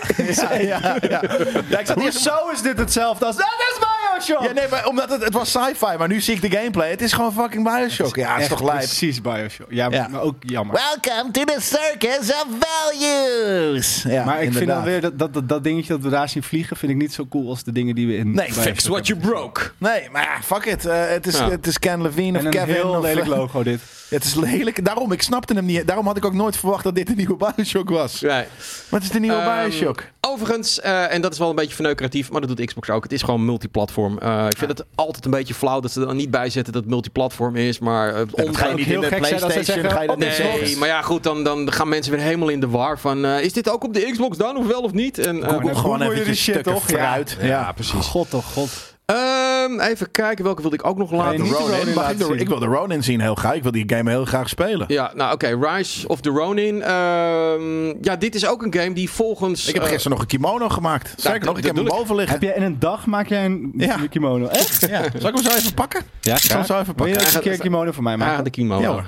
C: ja, ja, ja. ja ik zat eerst
A: Hoezo is dit hetzelfde als... Dat is Bioshock!
C: Ja, nee, maar omdat het, het was sci-fi, maar nu zie ik de gameplay. Het is gewoon fucking Bioshock. Ja, het is
A: Echt
C: toch lijp.
A: Precies Bioshock. Ja, maar,
C: Ja.
A: maar ook jammer.
C: Welcome to the circus of values! Ja,
A: maar ik vind
C: inderdaad.
A: alweer dat, dat, dat, dat dingetje dat we daar zien vliegen, vind ik niet zo cool als de dingen die we in
C: Nee,
A: Bioshock
B: Fix what you broke.
C: Nee, maar ja, fuck it. Eh, het, is,
B: Ja.
C: het is Ken Levine of
A: hebben. En een
C: Kevin.
A: heel
C: of, eh,
A: lelijk logo dit.
C: Het is lelijk. Daarom, ik snapte hem niet. Daarom had ik ook nooit verwacht dat dit een nieuwe Bioshock was.
B: Nee.
C: Wat is de nieuwe
B: Ehm,
C: Bioshock?
B: Overigens, eh, en dat is wel een beetje verneukeratief, maar dat doet Xbox ook. Het is gewoon multiplatform. Eh, ik vind het altijd een beetje flauw dat ze er dan niet bij zetten dat het multiplatform is, maar eh,
C: Ja, dat
B: om-
C: ga je
A: ook
C: niet
A: heel
C: in de
A: gek zijn als ze
C: PlayStation.
A: zeggen,
C: ga je dat
A: op
C: niet
A: de
B: Nee,
C: zeggen.
B: maar ja, goed, dan, dan gaan mensen weer helemaal in de war van... eh, is dit ook op de Xbox dan of wel of niet? En, eh,
A: Google.
C: gewoon
A: Google
C: even
A: jullie shit,
C: stukken
A: toch? Ja.
C: fruit. Ja,
B: precies.
A: God, toch god.
B: ehm, even kijken, welke wilde ik ook nog laten
A: Nee, niet de
B: Ronin.
A: Ronin.
C: Mag ik,
A: laten
C: de,
A: zien.
C: ik wil de Ronin zien heel graag. Ik wil die game heel graag spelen.
B: Ja, nou oké, Rise of the Ronin. Ehm, ja, dit is ook een game die volgens...
C: Ik heb
B: eh,
C: gisteren nog een kimono gemaakt. Zeker
B: dat-
C: nog, ik
B: dat
C: heb hem
B: bedoel
C: boven liggen.
A: Heb jij in een dag maak jij een
C: Ja.
A: kimono? Echt?
C: Ja. Zal ik hem zo even pakken?
A: Ja,
C: Ik zal hem zo even
A: Wil je
C: pakken.
A: ook eens een keer een kimono voor mij
B: Ah,
A: maken?
B: de Kimo.
C: Ja hoor.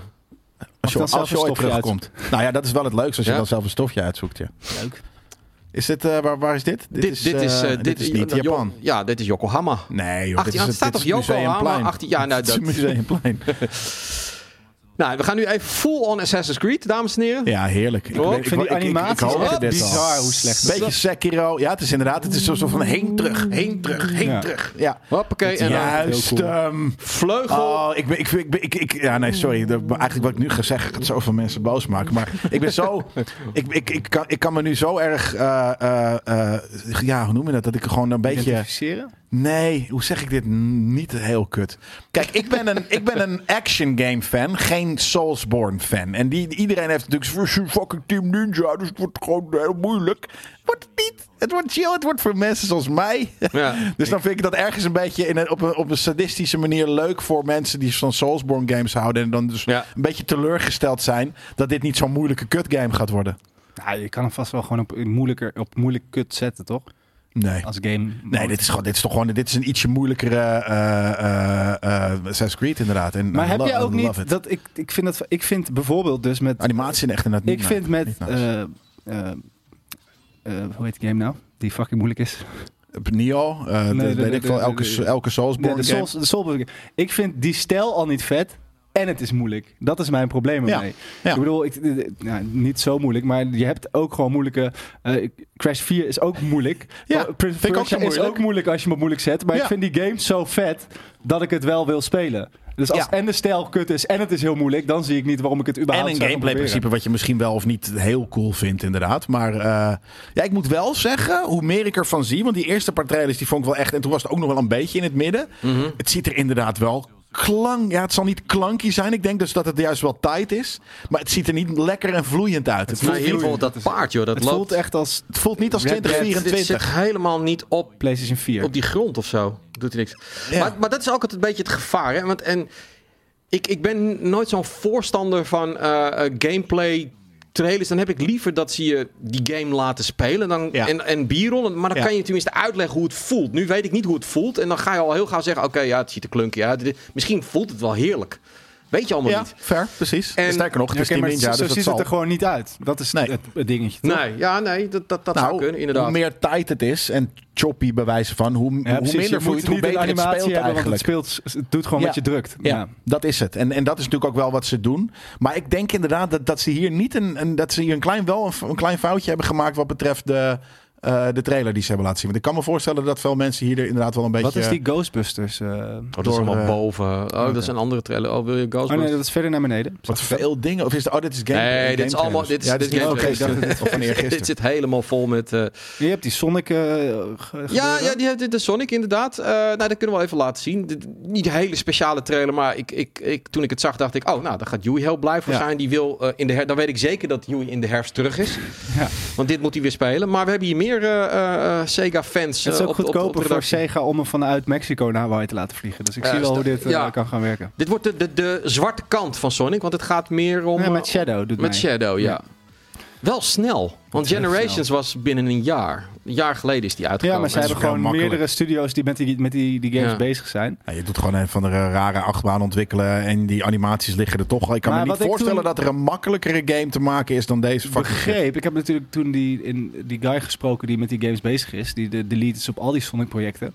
C: Als je,
A: dan zelf
C: als je
A: een
C: ooit
A: stofje
C: terugkomt. Nou ja, dat is wel het leukste als je
B: Ja?
C: dan zelf een stofje uitzoekt. Ja.
A: Leuk.
C: Is dit, eh, waar, waar is dit?
B: Dit, dit, is,
C: eh,
B: eh,
C: dit is niet
B: eh, Jo-
C: Japan.
B: Ja, dit is Yokohama.
C: Nee, joh.
B: 18,
C: dit is,
B: het staat
C: dit
B: op
C: is Museumplein.
B: Yokohama. 18, ja, nou,
C: Het is
B: dat,
C: een Museumplein.
B: nou, we gaan nu even full on Assassin's Creed, dames en heren.
C: Ja, heerlijk.
B: Oh,
C: weet-
B: ik
A: vind die
C: ik- ik- ik
A: animaties
C: hoorde
B: echt
C: dit al.
A: bizar hoe slecht het
C: Beetje Sekiro. Ja, het is inderdaad. Het is zo zo van heen terug, heen terug, heen
A: Ja.
C: terug. Ja.
B: Hoppakee, en dan
C: Juist.
A: heel cool.
C: ehm,
B: vleugel.
C: oh, ik ben, ik, ik, ik, ik- ja, nee, sorry. Dat- maar Eigenlijk wat ik nu ga zeggen gaat zoveel mensen boos maken. Maar ik ben zo, ik, ik, ik, kan, ik kan me nu zo erg, eh, eh, eh, ja, hoe noem je dat? Dat ik gewoon een beetje,
A: Identificeren?
C: Nee, hoe zeg ik dit? N- Niet heel kut. Kijk, ik ben een, ik ben een action game fan, geen Soulsborne fan. En die, iedereen heeft natuurlijk zo'n fucking Team Ninja, dus het wordt gewoon heel moeilijk. Wordt het niet. Het wordt chill, het wordt voor mensen zoals mij.
B: Ja.
C: Dus dan vind ik dat ergens een beetje in een, op, een, op een sadistische manier leuk voor mensen die van Soulsborne games houden. En dan dus
B: Ja.
C: een beetje teleurgesteld zijn dat dit niet zo'n moeilijke kut game gaat worden.
A: Nou, je kan hem vast wel gewoon op, moeilijker, op moeilijk kut zetten, toch?
C: Nee.
A: Als game.
C: Nee, dit is, gewoon, dit is toch gewoon dit is een ietsje moeilijkere eh eh eh Assassin's Creed inderdaad. En
A: Maar
C: I
A: heb
C: lo-
A: jij
C: I
A: ook
C: love
A: niet
C: it.
A: dat ik, ik vind dat ik vind bijvoorbeeld dus met
C: Animatie in echt inderdaad niet
A: ik
C: nice.
A: vind met
C: Niet nice.
A: eh, eh, eh, hoe heet die game nou? Die fucking moeilijk is.
C: Nio, eh, dat
A: nee,
C: weet
A: nee,
C: ik
A: nee,
C: veel,
A: nee,
C: elke,
A: nee.
C: elke Soulsborne
A: De, de,
C: game.
A: Souls- de Soulsborne game. Ik vind die stijl al niet vet. En het is moeilijk. Dat is mijn probleem
C: Ja,
A: ermee.
C: ja.
A: Ik bedoel, ik, eh, eh, nou, niet zo moeilijk, maar je hebt ook gewoon moeilijke. eh, Crash 4 is ook moeilijk.
C: Ja,
A: Prince
C: vind ik ook
A: Persia
C: zo
A: is
C: moeilijk.
A: ook moeilijk als je hem op moeilijk zet. Maar
C: Ja.
A: ik vind die game zo vet dat ik het wel wil spelen. Dus als
C: Ja.
A: en de stijl kut is en het is heel moeilijk, dan zie ik niet waarom ik het
C: En
A: überhaupt
C: een
A: zou gaan
C: gameplay
A: proberen.
C: principe wat je misschien wel of niet heel cool vindt inderdaad. Maar eh, ja, ik moet wel zeggen, hoe meer ik
A: Mhm.
C: ervan zie, want die eerste paar trailers die vond ik wel echt, en toen was het ook nog wel een beetje in het midden. Het ziet er inderdaad wel klank. Ja, het zal niet klanky zijn. Ik denk dus dat het juist wel tight is. Maar het ziet er niet lekker en vloeiend uit. Het
B: Maar
C: voelt,
B: in ieder geval Nou, dat paard, joh. Dat
A: Het
B: loopt,
A: voelt echt als
C: het voelt niet als
A: Red Dead,
B: Dit
C: 2024.
B: zit helemaal niet op
A: PlayStation 4.
B: op die grond of zo. Doet hij niks.
C: Ja.
B: Maar, maar dat is ook altijd een beetje het gevaar. Hè? Want en ik, ik ben nooit zo'n voorstander van eh, eh, gameplay trailers. Dan heb ik liever dat ze je die game laten spelen dan,
C: Ja.
B: en, en bierrollen. Maar dan
C: Ja.
B: kan je tenminste uitleggen hoe het voelt. Nu weet ik niet hoe het voelt. En dan ga je al heel gauw zeggen, oké, ja, het ziet er klunky uit. Dit- Misschien voelt het wel heerlijk. Weet je allemaal
C: Ja,
B: niet.
C: fair, precies.
B: En-
C: Sterker nog, het
A: Ja, oké,
C: is Team
A: maar
C: Ninja,
A: zo, zo
C: dus dat
A: ziet het
C: zal...
A: er gewoon niet uit. Dat is
C: Nee.
A: het, het dingetje. toch?
B: Nee, Nou, ja, nee, dat, dat, dat zou kunnen, inderdaad.
C: Nou, hoe meer tijd het is en choppy bij wijze van, hoe,
A: Ja,
C: hoe
A: precies. Je
C: minder
A: moet
C: vloeit, hoe
A: niet een
C: beter het
A: animatie
C: speelt
A: hebben, want
C: eigenlijk.
A: het, speelt, het doet gewoon
C: Ja.
A: wat je drukt.
C: Ja,
A: Ja.
C: dat is het. En, en dat is natuurlijk ook wel wat ze doen. Maar ik denk inderdaad dat, dat ze hier niet een, een- dat ze hier een klein, wel een, f- een klein foutje hebben gemaakt wat betreft de, eh, de trailer die ze hebben laten zien. Want ik kan me voorstellen dat veel mensen hier inderdaad wel een beetje.
A: Wat is die Ghostbusters? eh?
B: Oh, dat is
C: door,
B: allemaal
C: eh,
B: boven. Oh, dat is een andere trailer. Oh, wil je
A: oh nee,
B: Ghostbusters?
A: dat is verder naar beneden.
C: Wat veel dingen. Of is de, oh, dit is game.
B: Nee,
C: game
B: dit is
C: trailers.
B: allemaal- dit is-
C: ja,
B: dit is
C: game
B: game
C: trailers.
B: trailers.
C: Oké, ik dacht dat- Of wanneer
B: Dit
C: gisteren.
B: zit helemaal vol met... eh,
A: Je hebt die Sonic... eh, ge-
B: Ja,
A: gebeuren.
B: ja, die heeft de Sonic inderdaad. Eh, nou, dat kunnen we wel even laten zien. Dit- niet een hele speciale trailer, maar ik, ik, ik, toen ik het zag, dacht ik, oh, nou, daar gaat Joey heel blij voor
A: Ja.
B: zijn. Die wil eh, in de her- dan weet ik zeker dat Joey in de herfst terug is.
A: Ja.
B: Want dit moet hij weer spelen. Maar we hebben hier meer eh, eh, eh, Sega-fans.
A: Het is
B: eh,
A: ook
B: op de- op de- op de
A: goedkoper voor
B: redactie.
A: Sega om hem vanuit Mexico naar Hawaii te laten vliegen. Dus ik
B: Ja,
A: zie wel
B: is
A: hoe
B: dat-
A: dit eh,
B: ja.
A: kan gaan werken.
B: Dit wordt de, de, de zwarte kant van Sonic, want het gaat meer om...
A: Ja,
B: eh,
A: met Shadow doet
B: met
A: mij.
B: Shadow, ja.
A: Ja.
B: Wel snel, want
A: Heel
B: Generations was binnen een jaar. Een jaar geleden is die
A: Ja,
B: uitgekomen.
A: maar ze
C: is
A: hebben
C: vrij
A: gewoon
C: makkelijk.
A: meerdere studio's die met die, met die, die games
B: Ja.
A: bezig zijn.
C: Ja, je doet gewoon een van de rare achtbaan ontwikkelen en die animaties liggen er toch al. Ik kan
A: Maar
C: me
A: wat
C: niet
A: ik
C: voorstellen
A: toen-
C: dat er een makkelijkere game te maken is dan deze. fucking shit.
A: begreep. Ik heb natuurlijk toen die, in, die guy gesproken die met die games bezig is. Die de, de lead is op al die Sonic-projecten.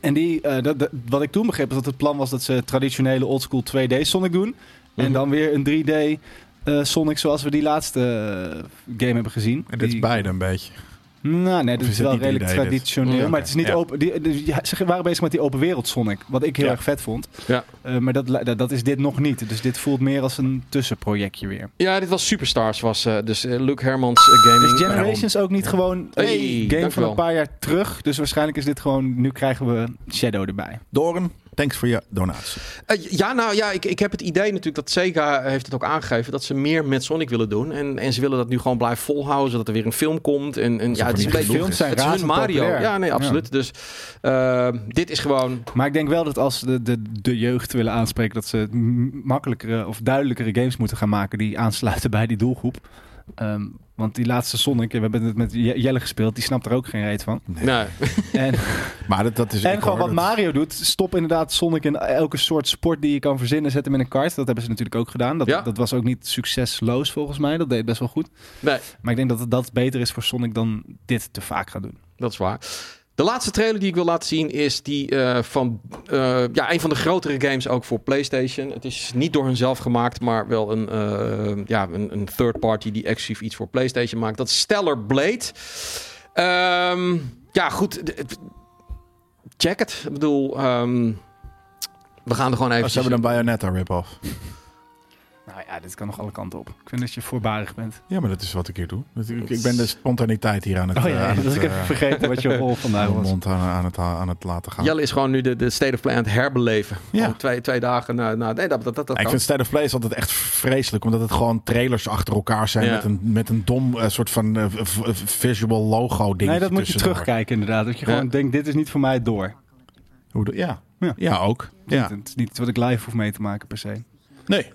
A: En die, eh, dat, dat- wat ik toen begreep, is dat het plan was dat ze traditionele oldschool 2D Sonic doen.
B: Mhm.
A: En dan weer een 3D eh, Sonic zoals we die laatste eh, game hebben gezien.
C: En dit is
A: Die-
C: beide een beetje.
A: Nou, nee, dit
C: Of is
A: is,
C: het
A: wel
C: niet
A: redelijk
C: 3D dit?
A: traditioneel.
B: Ja, oké.
A: Maar het is niet
C: Ja.
A: open. Die, die- ja, ze waren bezig met die open wereld Sonic, wat ik heel
C: Ja.
A: erg vet vond.
B: Ja.
A: Eh, maar dat, dat, dat is dit nog niet. Dus dit voelt meer als een tussenprojectje weer.
B: Ja, dit was Superstars, was eh, dus eh, Luc Hermans eh, Gaming.
A: Is Generations ook niet gewoon een
B: Hey,
A: game van
B: dankjewel.
A: een paar jaar terug? Dus waarschijnlijk is dit gewoon, nu krijgen we Shadow erbij.
C: Doren, thanks voor je donatie.
B: Eh, ja, nou ja, ik, ik heb het idee natuurlijk dat Sega heeft het ook aangegeven dat ze meer met Sonic willen doen. En, en ze willen dat nu gewoon blijven volhouden, zodat er weer een film komt. En, en
C: is
B: ja,
C: ook
B: het is een
C: niet
B: beetje
C: genoeg,
A: Films
C: hè?
A: zijn
B: het is hun
A: razend
B: Mario.
A: populair.
B: Ja, nee, absoluut. Dus eh, dit is gewoon.
A: Maar ik denk wel dat als ze de, de, de jeugd willen aanspreken, dat ze m- makkelijkere of duidelijkere games moeten gaan maken die aansluiten bij die doelgroep. Ehm, want die laatste Sonic, we hebben het met Je- Jelle gespeeld, die snapt er ook geen reet van.
B: Nou,
A: En,
C: Maar dat, dat is
A: en
C: ik
A: gewoon
C: hoor
A: wat
C: dat- Oh,
A: Mario doet, stop inderdaad Sonic in elke soort sport die je kan verzinnen, zet hem in een kart. Dat hebben ze natuurlijk ook gedaan. Dat,
B: Ja.
A: dat was ook niet succesloos volgens mij, dat deed best wel goed.
B: nee,
A: Maar ik denk dat het- dat beter is voor Sonic dan dit te vaak gaan doen.
B: dat is waar. De laatste trailer die ik wil laten zien is die eh, van eh, ja, een van de grotere games ook voor PlayStation. Het is niet door hunzelf gemaakt, maar wel een, eh, ja, een, een third party die exclusief iets voor PlayStation maakt. Dat is Stellar Blade. Ehm, ja, goed. d- d- Check het. Ik bedoel, ehm, we gaan er gewoon
C: Oh,
B: even.
C: Ze hebben een Bayonetta rip-off.
A: Nou ja, dit kan nog alle kanten op. Ik vind dat je voorbarig bent.
C: Ja, maar dat is wat ik hier doe. Dat- Ik, ik ben de spontaniteit hier aan het,
A: Oh
C: eh,
A: ja,
C: aan
A: dat
C: het,
A: was ik
C: eh,
A: even vergeten wat je rol vandaag
C: aan het
A: was.
C: mond aan, aan het, aan het laten gaan.
B: Jelle is gewoon nu de, de State of Play aan het herbeleven.
C: Ja.
B: Gewoon Twee, twee dagen na. na nee, dat, dat, dat, dat
C: ik
B: kan.
C: vind State of Play is altijd echt vreselijk, omdat het gewoon trailers achter elkaar zijn
B: Ja.
C: met, een, met een dom eh, soort van eh, v- v- visual logo ding.
A: Nee, dat moet je terugkijken inderdaad. Dat je
B: Ja.
A: gewoon denkt, dit is niet voor mij door.
C: ja.
A: Ja.
C: Ja. ook. Ja.
A: Het is niet iets wat ik live hoef mee te maken per se.
C: Nee.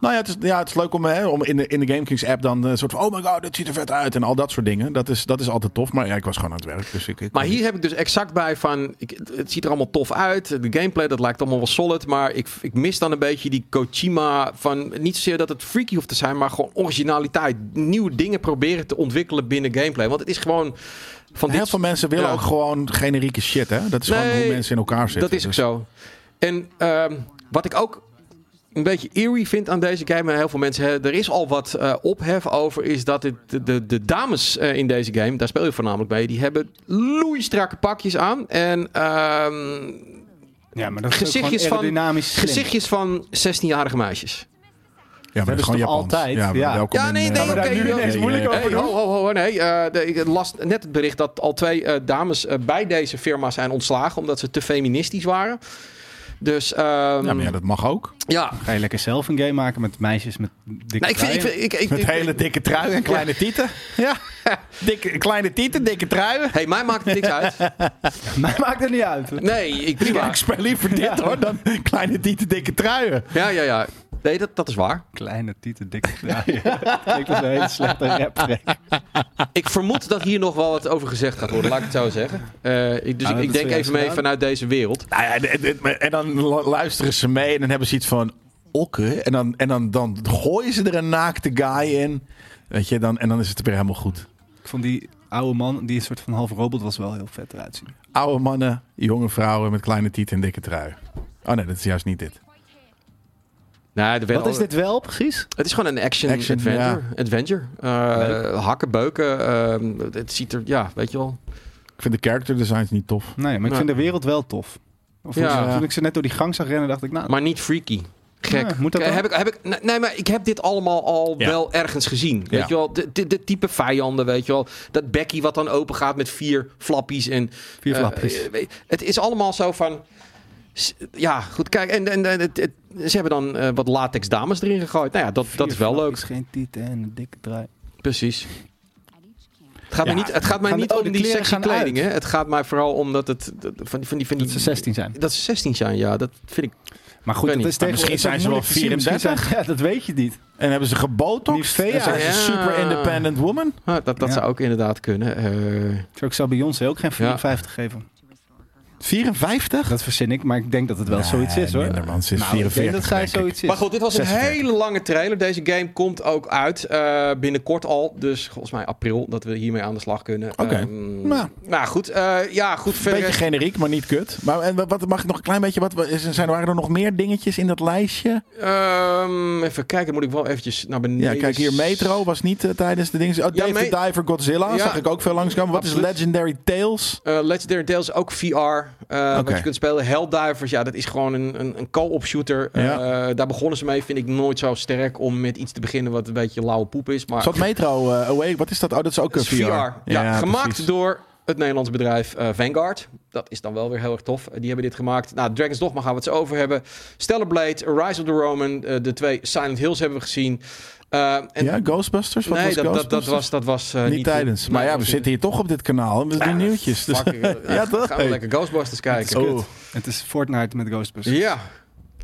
C: Nou ja, het is, ja, het is leuk om, hè, om in, de, in de GameKings app dan een soort van... Oh my god, dit ziet er vet uit en al dat soort dingen. Dat is, dat is altijd tof, maar ja, ik was gewoon aan het werk. Dus ik, ik-
B: Maar hier heb ik dus exact bij van, ik, het- het ziet er allemaal tof uit. De gameplay, dat lijkt allemaal wel solid. Maar ik, ik mis dan een beetje die Kojima van, niet zozeer dat het freaky hoeft te zijn, maar gewoon originaliteit. Nieuwe dingen proberen te ontwikkelen binnen gameplay. Want het is gewoon van
C: Heel
B: dit...
C: veel mensen willen
B: ja.
C: ook gewoon generieke shit, hè? Dat is gewoon
B: Nee,
C: hoe mensen in elkaar zitten.
B: Dat is ook
C: Dus-
B: zo. En ehm, wat ik ook een beetje eerie vind aan deze game, en heel veel mensen, hè, er is al wat eh, ophef over, is dat het, de, de, de dames eh, in deze game, daar speel je voornamelijk bij, die hebben loeistrakke pakjes aan. En ehm,
A: Ja, maar dat is
B: Gezichtjes
A: gezichtjes
B: van-
A: van dynamisch gezicht.
B: gezichtjes van 16-jarige meisjes.
C: Ja, maar dat
A: is
C: is gewoon
A: toch
C: Japans.
A: altijd?
C: Ja, maar
A: Ja.
C: welkom
B: Ja,
C: in,
B: nee,
C: eh,
B: nee,
A: Gaan we daar
B: oké,
A: nu
B: ja.
A: ineens
C: Nee,
A: moeilijk
C: nee,
A: over
B: Hey,
A: doen?
B: ho, ho, ho, oh, nee. eh, de- ik las net het bericht dat al twee eh, dames eh, bij deze firma zijn ontslagen omdat ze te feministisch waren. Dus ehm,
C: Ja, maar ja, dat mag ook.
B: ja.
A: Ga je lekker zelf een game maken met meisjes met dikke
B: Nou, ik vind, ik,
A: truien?
B: vind- ik, ik,
C: Met
B: ik-
C: hele dikke trui en kleine tieten. Ja. Dikke, kleine tieten, dikke truien.
B: Hey, mij maakt het niks uit.
A: Mij maakt het niet uit.
B: Nee, ik
C: Ja,
B: prima.
C: ik speel liever dit hoor dan kleine tieten, dikke truien.
B: Ja, ja, ja. Nee, dat, dat is waar.
A: Kleine tieten, dikke truien. Dat klinkt als een hele slechte rap.
B: Ik vermoed dat hier nog wel wat over gezegd gaat worden, laat ik het zo zeggen. Eh, ik, dus
A: Nou,
B: ik,
A: dat
B: ik
A: is
B: denk
A: zojuist
B: even mee
A: gedaan.
B: vanuit deze wereld.
C: Nou ja, en, en- en dan lu- luisteren ze mee en dan hebben ze iets van okken. En dan, en dan, dan gooien ze er een naakte guy in. Weet je, dan, en dan is het weer helemaal goed.
A: Ik vond die oude man, die een soort van half robot was, wel heel vet eruit zien.
C: Oude mannen, jonge vrouwen met kleine tieten en dikke trui. Oh nee, dat is juist niet dit.
B: Nee, er werden
A: Wat is
B: al-
A: dit wel precies?
B: Het is gewoon een action,
C: Action,
B: adventure. adventure. Eh, hakken, beuken. eh, het ziet er, ja, weet je wel.
C: Ik vind de character designs niet tof.
A: Nee, maar ik
B: Nou.
A: vind de wereld wel tof. Of
B: Ja.
A: toen- Toen ik ze net door die gang zag rennen, dacht ik, nou,
B: Maar niet freaky. Gek.
A: Ja, moet dat
B: Kijk,
A: dan?
B: heb ik, heb ik, nee, nee, maar ik heb dit allemaal al
C: Ja.
B: wel ergens gezien.
C: Ja.
B: Weet je wel, dit- dit dit type vijanden, weet je wel. Dat Becky wat dan open gaat met vier flappies en...
A: vier
B: eh,
A: flapjes.
B: eh, weet- het is allemaal zo van... s- Ja, goed, kijk. En, en, en het- het- ze hebben dan eh, wat latex dames erin gegooid. Nou ja, dat, dat is wel leuk.
A: geen tieten en een dikke draai.
B: Precies. Het gaat,
C: Ja,
B: mij niet, het gaat mij
A: gaan-
B: niet
A: oh,
B: om
A: de
B: die
A: kleren
B: sexy
A: gaan
B: kleding.
A: uit.
B: Hè? Het gaat mij vooral om dat het... dat- Van, die- van die, van die,
A: Dat ze 16 zijn.
B: Dat ze 16 zijn, ja. Dat vind ik...
A: Maar goed,
B: Ik
A: dat
B: weet
A: is tegen
C: misschien zijn ze wel
A: 34. Ja, dat weet je niet.
C: En hebben ze gebotox?
A: Nivea,
C: En zijn ze
B: ja.
C: super independent woman?
B: ah, dat dat
A: Ja.
B: zou ook inderdaad kunnen. Eh,
A: Zo, Ik zou Beyoncé ook geen 54 geven.
C: 54?
A: Dat verzin ik, maar ik denk dat het wel zoiets is hoor.
C: Minder, man. Ze is
A: Nou, ik
C: 44.
A: denk dat zij
C: denk ik.
A: zoiets is.
B: maar goed, dit was een
C: 46.
B: hele lange trailer. Deze game komt ook uit eh, binnenkort al. Dus volgens mij april dat we hiermee aan de slag kunnen.
C: Oké.
B: Ehm,
C: Nou.
B: nou goed, eh, ja, goed. Verder
C: Beetje generiek, maar niet kut. Maar en wat, mag ik nog een klein beetje... Wat, is- zijn, waren er nog meer dingetjes in dat lijstje?
B: Ehm, even kijken, moet ik wel eventjes naar beneden.
C: Ja, kijk hier. Metro was niet eh, tijdens de dingen. Oh, Dave
B: dus- me-
C: the Diver Godzilla
B: Ja.
C: zag ik ook veel langskomen. Wat
B: Absoluut.
C: is Legendary Tales?
B: Eh, Legendary Tales ook VR. eh Wat
C: Oké.
B: je kunt spelen. Helldivers, ja, dat is gewoon een, een, een co-op shooter.
C: Ja.
B: Eh, daar begonnen ze mee. Vind ik nooit zo sterk om met iets te beginnen wat een beetje lauwe poep is. Maar
C: Zat Metro eh, Away? Wat is dat? Oh, dat is ook een
B: Het is
C: VR.
B: Ja, gemaakt
C: precies.
B: door het Nederlandse bedrijf eh, Vanguard. Dat is dan wel weer heel erg tof. Eh, die hebben dit gemaakt. Nou, Dragon's Dogma gaan we het zo over hebben. Stellar Blade, Rise of the Roman. eh, de twee Silent Hills hebben we gezien. Eh, en
C: Ja, Ghostbusters? Wat
B: nee,
C: was
B: dat, dat, dat
C: Ghostbusters?
B: was, dat was eh,
C: niet,
B: niet
C: tijdens.
B: nee,
C: maar ja,
B: dat
C: we
B: was-
C: zitten hier toch op dit kanaal en we doen nieuwtjes. Dus
B: Fuck, eh,
C: Ja, toch?
B: Gaan we lekker Ghostbusters kijken.
C: Oh.
A: Het is Fortnite met Ghostbusters.
B: Ja.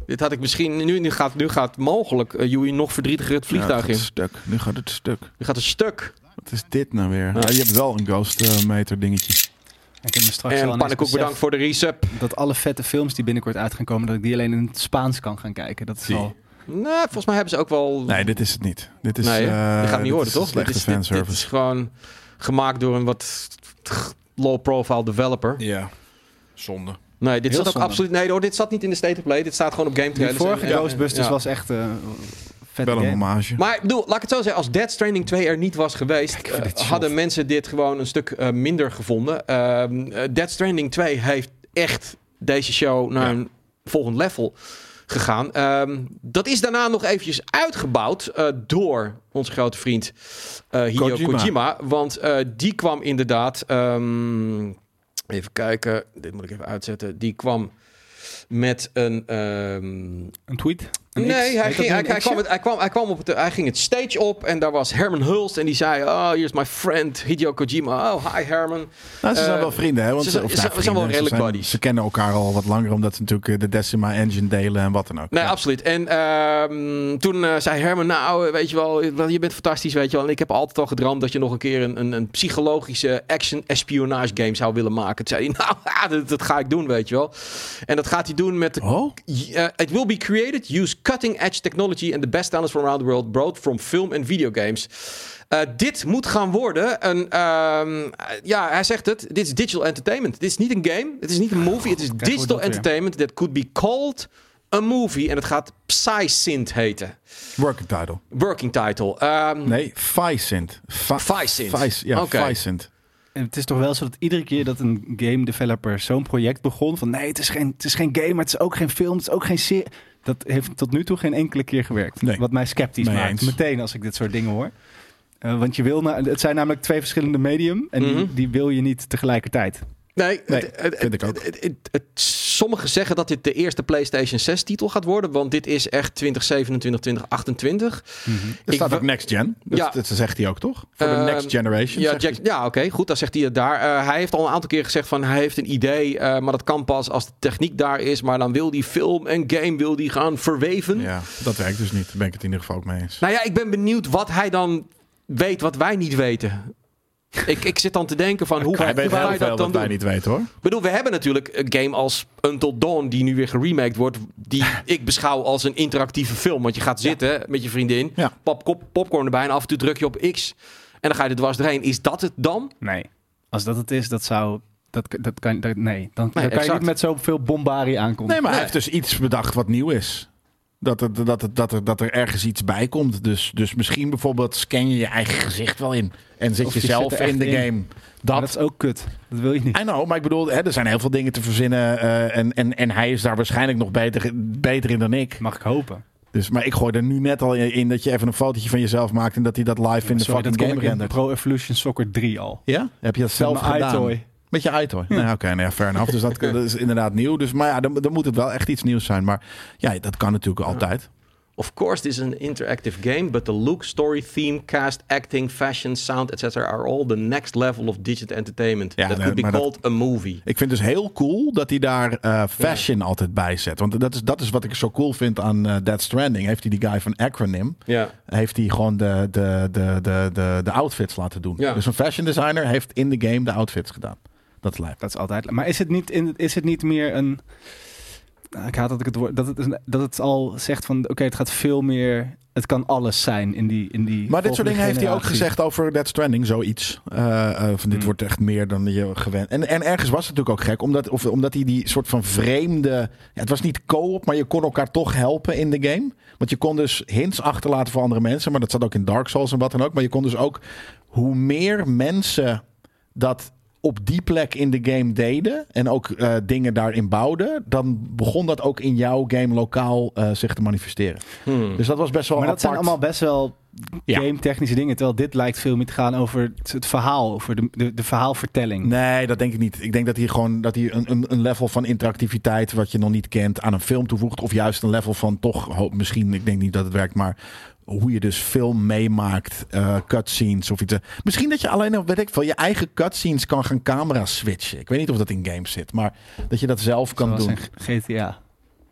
B: Dit had ik misschien... Nu, nu, gaat, nu gaat mogelijk eh, Joey nog verdrietiger het
C: Ja, het
B: vliegtuig
C: gaat
B: in.
C: stuk. Nu gaat het stuk.
B: Nu gaat het stuk.
C: Wat is dit nou weer? Ah, je hebt wel een Ghost eh, meter dingetje.
A: Ik heb me straks wel
B: En
A: ineens
B: Pannenkoek,
A: beseft
B: bedankt voor de resub.
A: dat alle vette films die binnenkort uit gaan komen, dat ik die alleen in het Spaans kan gaan kijken. Dat is
C: Zie.
A: al...
B: Nou, volgens mij hebben ze ook wel...
C: Nee, dit is het niet. Dit is.
B: nee, hè?
C: eh,
B: je gaat het
C: dit
B: niet horen,
C: is
B: toch? Dit
C: Slechte
B: is, dit, dit is
C: fanservice.
B: gewoon gemaakt door een wat low-profile developer.
C: Ja. Zonde.
B: Nee, dit
A: Heel
B: zat ook
A: zonde.
B: absoluut... Nee hoor, dit zat niet in de State of Play. Dit staat gewoon op Game
A: Die
B: Trailers.
A: vorige
B: en- en-
A: Ghostbusters
B: dus, ja.
A: was echt eh vet.
C: Wel een hommage.
B: Maar ik bedoel, laat ik het zo zeggen. Als Dead Stranding 2 er niet was geweest...
A: vind
B: eh,
A: dit zot.
B: hadden mensen dit gewoon een stuk eh, minder gevonden. Ehm eh, Dead Stranding 2 heeft echt deze show naar
C: Ja.
B: een volgend level gegaan. Ehm, dat is daarna nog eventjes uitgebouwd eh, door onze grote vriend eh Hideo Kojima.
C: Kojima.
B: Want eh, die kwam inderdaad... ehm, even kijken, dit moet ik even uitzetten. Die kwam met een... ehm,
A: Een tweet? Een X?
B: Nee, hij,
A: Heet
B: ging,
A: dat
B: hij,
A: nu een
B: hij
A: X'je?
B: kwam, het- hij, kwam, hij, kwam op het, hij ging het stage op en daar was Herman Hulst. En die zei, oh, here's my friend Hideo Kojima. Oh, hi Herman.
C: Nou, ze zijn
B: Eh,
C: wel vrienden, hè? Want
B: ze zijn-
C: of
B: ze
C: nou,
B: zijn wel
C: vrienden,
B: redelijk
C: ze
B: buddies.
C: Ze kennen elkaar al wat langer, omdat ze natuurlijk eh, de Decima Engine delen en wat dan ook.
B: Nee,
C: Ja.
B: absoluut. En ehm, toen eh, zei Herman, nou, eh, weet je wel, je- je bent fantastisch, weet je wel. En ik heb altijd al gedroomd dat je nog een keer een, een, een psychologische action-espionage game zou willen maken. Toen zei hij, nou, ja, dat, dat ga ik doen, weet je wel. En dat gaat hij doen met de
C: Oh?
B: Uh, it will be created, use cutting edge technology and the best talents from around the world brought from film en videogames. Eh, dit moet gaan worden. Een, ehm, eh, ja, hij zegt het. Dit is digital entertainment. Dit is niet een game. Het is niet een movie. Het is
A: we
B: digital
A: dat weer.
B: entertainment that could be called a movie. En het gaat PsySynth heten.
C: Working title.
B: Working title. Ehm,
C: Nee, Vicent.
B: Vicent.
C: Ja,
B: Oké.
C: Vicent.
A: En Het is toch wel zo dat iedere keer dat een game developer zo'n project begon. van nee, het is, geen, het is geen game, maar het is ook geen film, het is ook geen serie. Dat heeft tot nu toe geen enkele keer gewerkt.
C: Nee.
A: Wat mij sceptisch
C: Mee
A: maakt.
C: eens.
A: Meteen als ik dit soort dingen hoor. Eh, want je wil na- het zijn namelijk twee verschillende medium. en die-
B: Mhm.
A: die, wil je niet tegelijkertijd.
B: Nee,
C: Nee,
B: het- het-
C: vind ik ook.
B: het- het- het- sommigen zeggen dat dit de eerste PlayStation 6 titel gaat worden, want dit is echt 2027, 2028.
A: Mhm.
C: Er
B: Ik
C: staat
B: wa-
C: ook next gen. Dat,
B: Ja.
C: dat zegt hij ook, toch? Voor de
B: Ehm,
C: next generation.
B: Ja,
C: zegt
B: Jack-
C: hij.
B: ja oké, goed. Dat zegt hij het daar. Eh, hij heeft al een aantal keer gezegd van hij heeft een idee, eh, maar dat kan pas als de techniek daar is. Maar dan wil die film en game wil die gaan verweven.
C: ja, dat werkt dus niet. Daar ben ik het in ieder geval ook mee eens.
B: Nou ja, ik ben benieuwd wat hij dan weet wat wij niet weten. Ik, ik zit dan te denken van hoe ga
C: Hij weet
B: hoe ga
C: heel
B: je
C: veel
B: dat
C: dat,
B: dan
C: wij
B: doen?
C: niet weten, hoor.
B: Ik bedoel, we hebben natuurlijk een game als Until Dawn, die nu weer geremaked wordt, die ik beschouw als een interactieve film. Want je gaat zitten met je vriendin,
C: Ja.
B: pap, kop- popcorn erbij en af en toe druk je op X en dan ga je er dwars doorheen. Is dat het dan?
A: Nee. Als dat het is, dat zou... Dat, dat kan, dat- nee, dan, dan kan je
B: exact.
A: niet met zoveel bombarie aankomen.
C: Nee, maar hij
B: Nee.
C: heeft dus iets bedacht wat nieuw is. Dat er, dat, er, dat, er, dat er ergens iets bij komt. Dus, dus misschien bijvoorbeeld scan je je eigen gezicht wel in. En zit
A: Of je
C: jezelf
A: zit er echt
C: in de
A: in.
C: game.
A: Maar
C: Dat,
A: dat is ook kut. Dat wil je niet.
C: I know, maar ik bedoel, hè, er zijn heel veel dingen te verzinnen. eh, en, en, en hij is daar waarschijnlijk nog beter, beter in dan ik.
A: Mag ik hopen.
C: Dus, maar ik gooi er nu net al in, in dat je even een fotootje van jezelf maakt. En dat hij dat live in de
A: Sorry, dat
C: fucking
A: kon
C: game
A: ik in
C: rendert.
A: Pro Evolution Soccer 3 al.
C: Ja? Heb je dat zelf
A: Zelf
C: gedaan?
A: iToy.
C: Met je iToy. Nou, oké, nou ja, fair enough. Dus dat, dat is inderdaad nieuw. Dus, maar ja, dan, dan moet het wel echt iets nieuws zijn. Maar ja, dat kan natuurlijk altijd.
B: Of course, this is an interactive game, but the look, story, theme, cast, acting, fashion, sound, etc. are all the next level of digital entertainment.
C: Ja,
B: that
C: nee,
B: could be
C: maar dat-
B: called a movie.
C: Ik vind het dus heel cool dat hij daar eh, fashion altijd bij zet. Want dat is, dat is wat ik zo cool vind aan eh Dead Stranding. Heeft hij die guy van Acronym,
B: Ja.
C: heeft hij gewoon de, de, de, de, de, de outfits laten doen.
B: Ja.
C: Dus een fashion designer heeft in de game de outfits gedaan. Dat is lijp.
A: Dat is altijd. Maar is het niet, in, is het niet meer een. Nou, Ik haat dat ik het woord. Dat het, een- dat het al zegt van. Oké, het gaat veel meer. Het kan alles zijn in die. In die
C: Maar dit soort
A: volgende
C: dingen heeft hij ook
A: generatie.
C: gezegd over Dead Stranding, zoiets. Eh, eh, van dit
A: Hmm.
C: wordt echt meer dan je gewend. En, en ergens was het natuurlijk ook gek, omdat, of, omdat hij die soort van vreemde... Ja, het was niet co-op, maar je kon elkaar toch helpen in de game. Want je kon dus hints achterlaten voor andere mensen, maar dat zat ook in Dark Souls en wat dan ook. Maar je kon dus ook, hoe meer mensen dat op die plek in de game deden en ook eh, dingen daarin bouwden, dan begon dat ook in jouw game lokaal eh, zich te manifesteren.
B: Hmm.
C: Dus dat was best wel
A: Maar dat
C: apart.
A: zijn allemaal best wel
C: Ja.
A: game-technische dingen. Terwijl dit lijkt veel meer te gaan over het, het verhaal. Over de, de, de verhaalvertelling.
C: Nee, dat denk ik niet. Ik denk dat hij gewoon dat hij een, een, een level van interactiviteit, wat je nog niet kent, aan een film toevoegt. Of juist een level van toch, ho- misschien, ik denk niet dat het werkt, maar hoe je dus film meemaakt, eh, cutscenes of iets. eh. Misschien dat je alleen, nog, weet ik veel, je eigen cutscenes kan gaan camera switchen. Ik weet niet of dat in games zit, maar dat je dat zelf kan
A: Zoals
C: doen.
A: in G- GTA.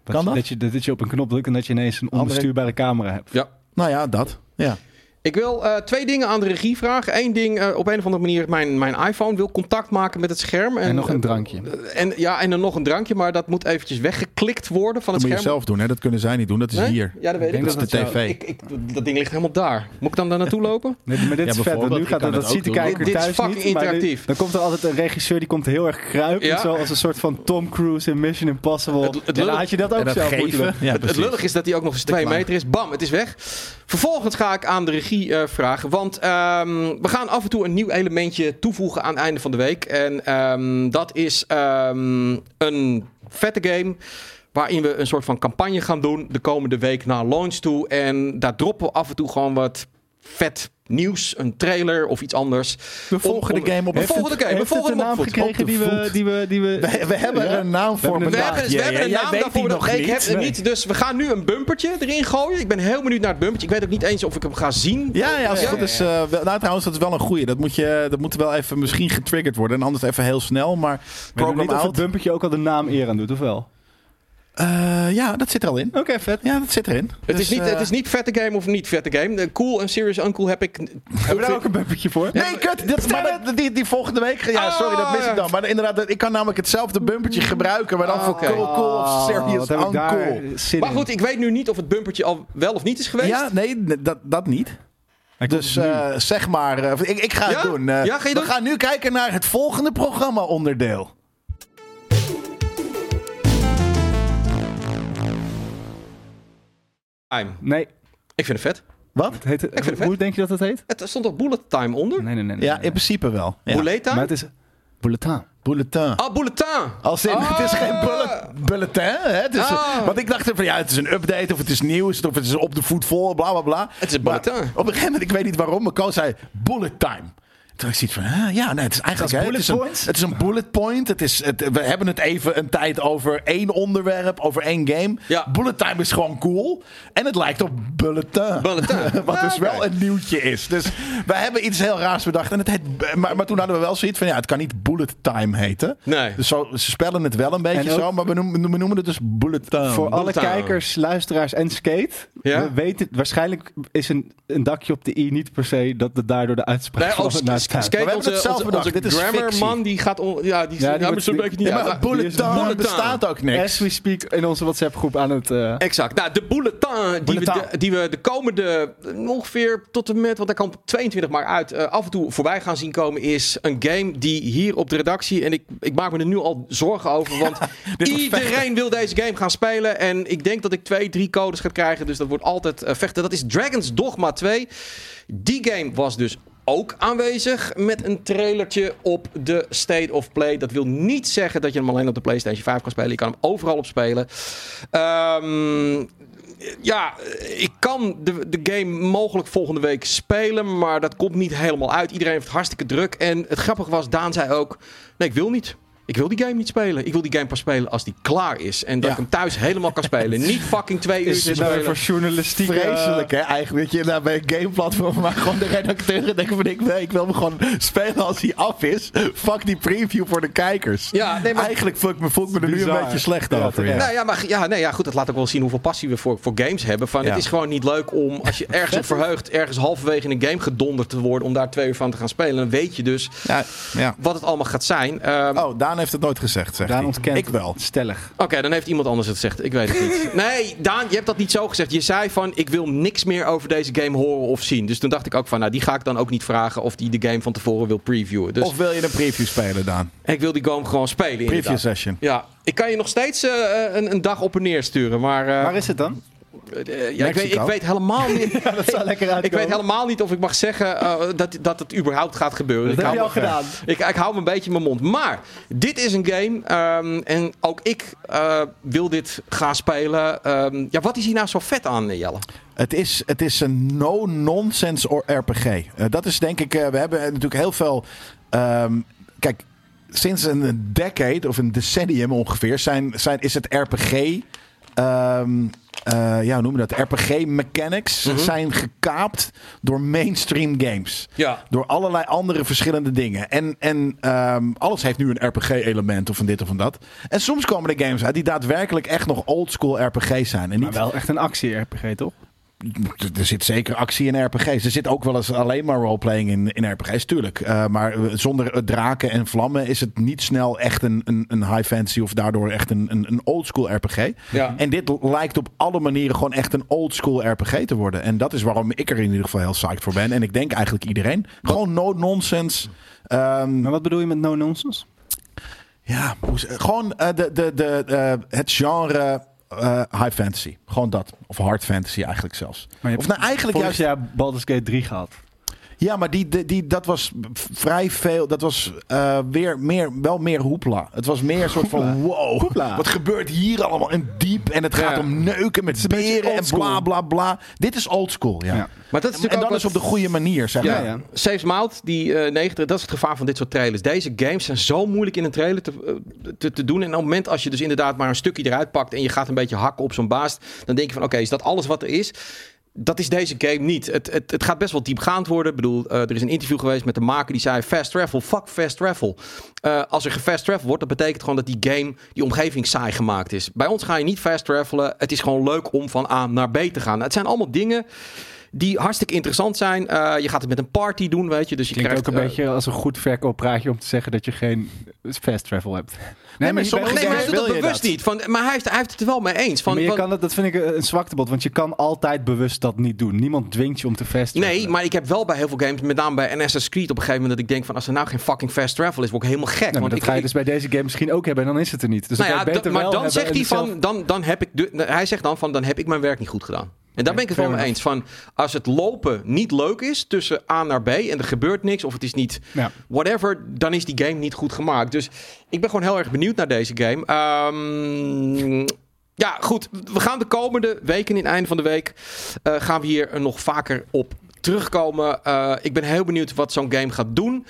A: Dat,
C: Kan
A: je-
C: dat?
A: Dat je, dat, je op een knop drukt en dat je ineens een
C: Andere-
A: onbestuurbare camera hebt.
B: Ja.
C: Nou ja, dat. Ja.
B: Ik wil eh, twee dingen aan de regie vragen. Eén ding, eh, op een of andere manier, mijn, mijn iPhone wil contact maken met het scherm. eh,
A: En, nog een drankje.
B: En ja, en dan nog een drankje, maar dat moet eventjes weggeklikt worden van het
C: Dat moet je
B: scherm.
C: zelf doen, hè? dat kunnen zij niet doen. Dat is
B: Nee?
C: hier.
B: Ja, dat weet
A: Ik
B: ik.
A: denk
C: Dat is
A: dat
C: de
A: dat
C: tv.
B: Ik, ik, dat ding ligt helemaal daar. Moet ik dan daar naartoe lopen?
A: Nee, maar dit
C: Ja,
A: is vet. want
C: bijvoorbeeld,
A: Nu
C: ik
A: gaat
C: kan
A: dat, dat
C: het ook
A: ziet de
C: doen.
A: kijker
B: Dit- dit is
A: thuis
B: fucking
A: niet, maar nu-
B: interactief.
A: dan komt er altijd een regisseur die komt heel erg kruipend.
B: Ja.
A: Zo als een soort van Tom Cruise in Mission Impossible.
B: Het- het
A: en dan
B: lullig-
A: had je dat ook
C: en dat
A: zelf moeten
C: geven.
A: doen.
C: Ja,
B: het, het
C: precies.
B: lullig is dat hij ook nog eens twee meter is. Bam, het is weg. Vervolgens ga ik aan de regie eh, vragen. Want ehm, we gaan af en toe een nieuw elementje toevoegen aan het einde van de week. En ehm, dat is ehm, een vette game. Waarin we een soort van campagne gaan doen de komende week naar launch toe. En daar droppen we af en toe gewoon wat vet nieuws. Een trailer of iets anders.
C: We volgen
B: Om-
C: de game op
B: We
C: een
B: volgen de game. We
A: Heeft het
B: volgen
A: een
B: hem
A: naam
B: op voet.
A: gekregen
C: Op de
A: die we,
C: voet.
A: die we... Die we,
C: We, we hebben
A: Ja?
C: een naam voor
A: hebben een
B: We
C: bedacht.
B: hebben, we
C: Ja,
B: hebben
C: ja,
B: een
C: jij
B: naam
C: weet die
B: daarvoor.
C: nog
B: Nee, ik
C: niet.
B: heb het
A: Nee.
B: niet. Dus we gaan nu een bumpertje erin gooien. Ik ben heel benieuwd naar het bumpertje. Ik weet ook niet eens of ik hem ga zien.
C: Ja, ja, als het
B: Ja.
C: goed is. eh, wel- nou, trouwens, dat is wel een goeie. Dat moet, je, dat moet wel even misschien getriggerd worden. En anders even heel snel. Maar
A: Ik weet
C: program
A: niet of het
C: out.
A: bumpertje ook al de naam eer aan doet, of wel?
C: Eh, ja, dat zit er al in.
A: Oké, vet.
C: Ja, dat zit erin.
B: Het, is niet,
C: eh,
B: het is niet vette game of niet vette game. De Cool en Serious Uncle heb ik...
A: Hebben we daar ook een bumpertje voor?
C: Nee, kut. Dit, maar dat- die, die volgende week. Ja,
B: Ah.
C: sorry, dat mis ik dan. Maar inderdaad, dat- ik kan namelijk hetzelfde bumpertje gebruiken. Maar dan
B: Ah,
C: voor
B: oké.
C: Cool Cool of Serious
A: wat heb ik daar
C: Uncool.
A: zin
B: Maar
A: in.
B: goed, ik weet nu niet of het bumpertje al wel of niet is geweest.
C: Ja, nee, n- dat, dat niet.
A: Hij komt
C: Dus
A: nu.
C: eh, zeg maar, eh, ik, ik ga het
B: Ja?
C: doen. Eh,
B: Ja, ga je
C: we
B: doen?
C: gaan nu kijken naar het volgende programma-onderdeel.
B: Time.
A: Nee,
B: Ik vind het vet.
C: Wat?
A: het heet,
B: vind het
A: hoe
B: vet.
A: denk je dat het heet?
B: Het er stond toch Bullet Time onder?
A: Nee, nee, nee. nee,
C: Ja,
A: nee.
C: in principe wel. Ja.
B: Bullet Time?
A: Maar het is... Bulletin.
C: Bulletin.
B: Ah, Bullet Time.
C: Als in,
B: Ah.
C: het is geen bullet, bulletin. Hè? Het is,
B: Ah.
C: Want ik dacht van ja, het is een update of het is nieuws of het is op de voet vol, bla bla bla.
B: Het is een
C: Maar
B: bulletin.
C: Op een gegeven moment, ik weet niet waarom, maar Koos zei bullet time. Toen had ik zoiets van, huh, ja, nee, het is eigenlijk...
A: Het
C: hè,
A: is
C: het,
A: bullet
C: is
A: points?
C: een, het is een bullet point. Het is, het, we hebben het even een tijd over één onderwerp, over één game.
B: Ja.
C: Bullet time is gewoon cool. En het lijkt op bulletin.
B: Bulletin.
C: Wat
B: Ah,
C: dus
B: oké.
C: wel een nieuwtje is. Dus wij hebben iets heel raars bedacht. En het heet, maar, maar toen hadden we wel zoiets van, ja, het kan niet bullet time heten.
B: Nee.
C: Dus zo, ze spellen het wel een
A: En
C: beetje
A: ook-
C: zo, maar we noemen, we noemen het dus bulletin.
A: Voor alle
B: Bullet Time.
A: kijkers, luisteraars en skate.
B: Ja?
A: We weten, waarschijnlijk is een, een dakje op de i niet per se dat het daardoor de uitspraak
B: Nee,
A: van
B: als
A: het naast staat.
B: skate,
C: Maar we hebben
B: onze,
C: nou het zelf
B: onze-
C: bedacht.
B: onze
C: Dit is
B: grammar
C: fictie.
B: man, die gaat... On, ja, die,
A: Ja,
B: ja,
A: die
B: die
A: wordt-
B: zo'n beetje niet
C: Ja,
B: uit.
C: maar
A: die is-
C: bulletin
B: bulletin.
C: Eh, bestaat ook niks.
A: As we speak in onze WhatsApp-groep aan het... eh,
B: Exact. Nou, de bulletin die,
A: Bulletin.
B: We de, die we de komende eh, ongeveer tot en met, want daar komt 22 maar uit, eh, af en toe voorbij gaan zien komen, is een game die hier op de redactie, en ik, ik maak me er nu al zorgen over, want iedereen wil deze game gaan spelen en ik denk dat ik twee, drie codes ga krijgen, dus dat wordt altijd eh, vechten. Dat is Dragon's Dogma 2. Die game was dus ook aanwezig met een trailertje op de State of Play. Dat wil niet zeggen dat je hem alleen op de PlayStation 5 kan spelen. Je kan hem overal op spelen. Ehm, ja, ik kan de, de game mogelijk volgende week spelen, maar dat komt niet helemaal uit. Iedereen heeft het hartstikke druk. En het grappige was, Daan zei ook, nee, ik wil niet. Ik wil die game niet spelen. Ik wil die game pas spelen als die klaar is. En dat
C: Ja.
B: ik hem thuis helemaal kan spelen. niet fucking twee uur
A: is
B: zitten
A: nou weer
B: spelen.
A: voor journalistiek... eh,
C: Vreselijk, hè? Eigenlijk dat je daar bij een gameplatform, maar gewoon de redacteuren denken van ik, nee, ik wil hem gewoon spelen als hij af is. Fuck die preview voor de kijkers.
B: Ja, nee, maar
C: Eigenlijk voel ik me, voel ik me er nu
A: Bizar.
C: een beetje slecht
A: Ja,
C: over.
A: terecht.
B: Nou ja, maar ja, nee, ja, goed, dat laat ook wel zien hoeveel passie we voor, voor games hebben. Van,
C: Ja.
B: Het is gewoon niet leuk om, als je ergens op verheugt, ergens halverwege in een game gedonderd te worden, om daar twee uur van te gaan spelen. Dan weet je dus
C: Ja, ja.
B: wat het allemaal gaat zijn. Ehm,
C: Oh, Daan heeft het nooit gezegd, zegt
A: Daan
C: hij.
A: ontkent.
C: Ik wel.
A: Stellig.
B: Oké, dan heeft iemand anders het gezegd. Ik weet het niet. Nee, Daan, je hebt dat niet zo gezegd. Je zei van, ik wil niks meer over deze game horen of zien. Dus toen dacht ik ook van, nou, die ga ik dan ook niet vragen of die de game van tevoren wil previewen. Dus
C: Of wil je een preview spelen, Daan?
B: ik wil die game gewoon spelen
C: Preview
B: inderdaad.
C: session.
B: Ja, ik kan je nog steeds eh, eh, een, een dag op en neer sturen, maar... eh,
A: Waar is het dan?
B: eh, ja, ik, weet, ik
C: Mexico?
B: weet helemaal niet...
A: dat zou lekker
B: Ik
A: uitkomen.
B: weet helemaal niet of ik mag zeggen eh, dat, dat het überhaupt gaat gebeuren.
A: Dat
B: ik
A: heb
B: hou
A: je al
B: me-
A: gedaan.
B: ik, ik hou me een beetje in mijn mond. Maar dit is een game. ehm, en ook ik eh, wil dit gaan spelen. Ehm, ja, wat is hier nou zo vet aan, eh, Jelle?
C: Het is, het is een no-nonsense or- RPG. Eh, dat is denk ik, eh, we hebben natuurlijk heel veel. ehm, kijk, sinds een decade of een decennium ongeveer zijn, zijn, is het RPG. ehm, eh, ja, hoe noem je dat? RPG-mechanics
B: Mhm.
C: zijn gekaapt door mainstream games.
B: Ja.
C: Door allerlei andere verschillende dingen. En, en ehm, alles heeft nu een RPG-element of van dit of van dat. En soms komen er games uit die daadwerkelijk echt nog oldschool RPG's zijn. En
A: Maar
C: niet
A: wel echt een actie-RPG, toch?
C: er er zit zeker actie in RPG's. Er zit ook wel eens alleen maar roleplaying in, in RPG's, tuurlijk. Eh, maar eh, zonder eh, draken en vlammen is het niet snel echt een, een, een high fantasy of daardoor echt een, een, een oldschool RPG.
B: Ja.
C: En dit lijkt op alle manieren gewoon echt een oldschool RPG te worden. En dat is waarom ik er in ieder geval heel psyched voor ben. En ik denk eigenlijk iedereen. Gewoon no nonsense. Ehm,
A: Maar wat bedoel je met no-nonsense?
C: ja, hoe ze- gewoon eh, de, de, de, eh, het genre eh, high fantasy. Gewoon dat. Of hard fantasy eigenlijk zelfs.
A: Maar je hebt
C: Of nou eigenlijk
A: vorig
C: juist...
A: jaar Baldur's Gate 3 gehad.
C: Ja, maar die, die, die- dat was v- vrij veel. Dat was eh, weer meer, wel meer hoepla. Het was meer een soort van wow.
A: Hoepla.
C: Wat gebeurt hier allemaal? En diep. En het gaat
B: Ja.
C: om neuken met
A: beetje
C: beren en
A: oldschool.
C: bla bla bla. Dit is oldschool. Ja.
A: Ja.
B: Maar dat is
C: En, en
B: natuurlijk
C: dat
B: ook
C: is op de goede manier, zeg
B: Ja,
C: maar.
A: ja.
B: Saves Mouth, die eh 90, dat is het gevaar van dit soort trailers. Deze games zijn zo moeilijk in een trailer te, eh, te, te doen. En op het moment als je dus inderdaad maar een stukje eruit pakt... en je gaat een beetje hakken op zo'n baas... dan denk je van, oké, is dat alles wat er is? Dat is deze game niet. Het, het, het gaat best wel diepgaand worden. Ik bedoel, eh, er is een interview geweest met de maker die zei... fast travel, fuck fast travel. Eh, als er gefast travel wordt, dat betekent gewoon dat die game... die omgeving saai gemaakt is. Bij ons ga je niet fast travelen. Het is gewoon leuk om van A naar B te gaan. Nou, het zijn allemaal dingen die hartstikke interessant zijn. Eh, je gaat het met een party doen, weet je. Dus je
A: Klinkt ook
B: krijgt
A: een
B: eh,
A: beetje als een goed verkooppraatje om te zeggen dat je geen fast travel hebt. Nee,
C: maar sommige
B: Nee, maar
C: games
B: hij doet
C: wil
B: het
C: je
B: bewust
C: dat.
B: niet. Van, maar hij heeft, hij heeft het er wel mee eens. Van,
A: maar je
B: van-
A: kan dat, dat vind ik een een zwakte bot, want je kan altijd bewust dat niet doen. Niemand dwingt je om te fast travelen.
B: nee, maar ik heb wel bij heel veel games, met name bij NSS Creed op een gegeven moment... dat ik denk van, als er nou geen fucking fast travel is, word ik helemaal gek.
A: Nee, maar
B: want
A: dat
B: ik,
A: ga je
B: ik-
A: dus bij deze game misschien ook hebben en dan is het er niet. Dus
B: nou
A: dan
B: ja,
A: kan je
B: dat-
A: beter
B: maar
A: wel
B: dan
A: hebben
B: zegt
A: en
B: hij
A: het zelf-
B: van, dan, dan heb ik... de- hij zegt dan van, dan heb ik mijn werk niet goed gedaan. En daar ben ik het wel
A: fair
B: mee eens. Van, als het lopen niet leuk is tussen A naar B en er gebeurt niks... of het is niet
A: Ja.
B: whatever, dan is die game niet goed gemaakt. Dus ik ben gewoon heel erg benieuwd naar deze game. Ehm, ja, goed. We gaan de komende weken, in het einde van de week, eh, gaan we hier nog vaker op terugkomen. Eh, ik ben heel benieuwd wat zo'n game gaat doen.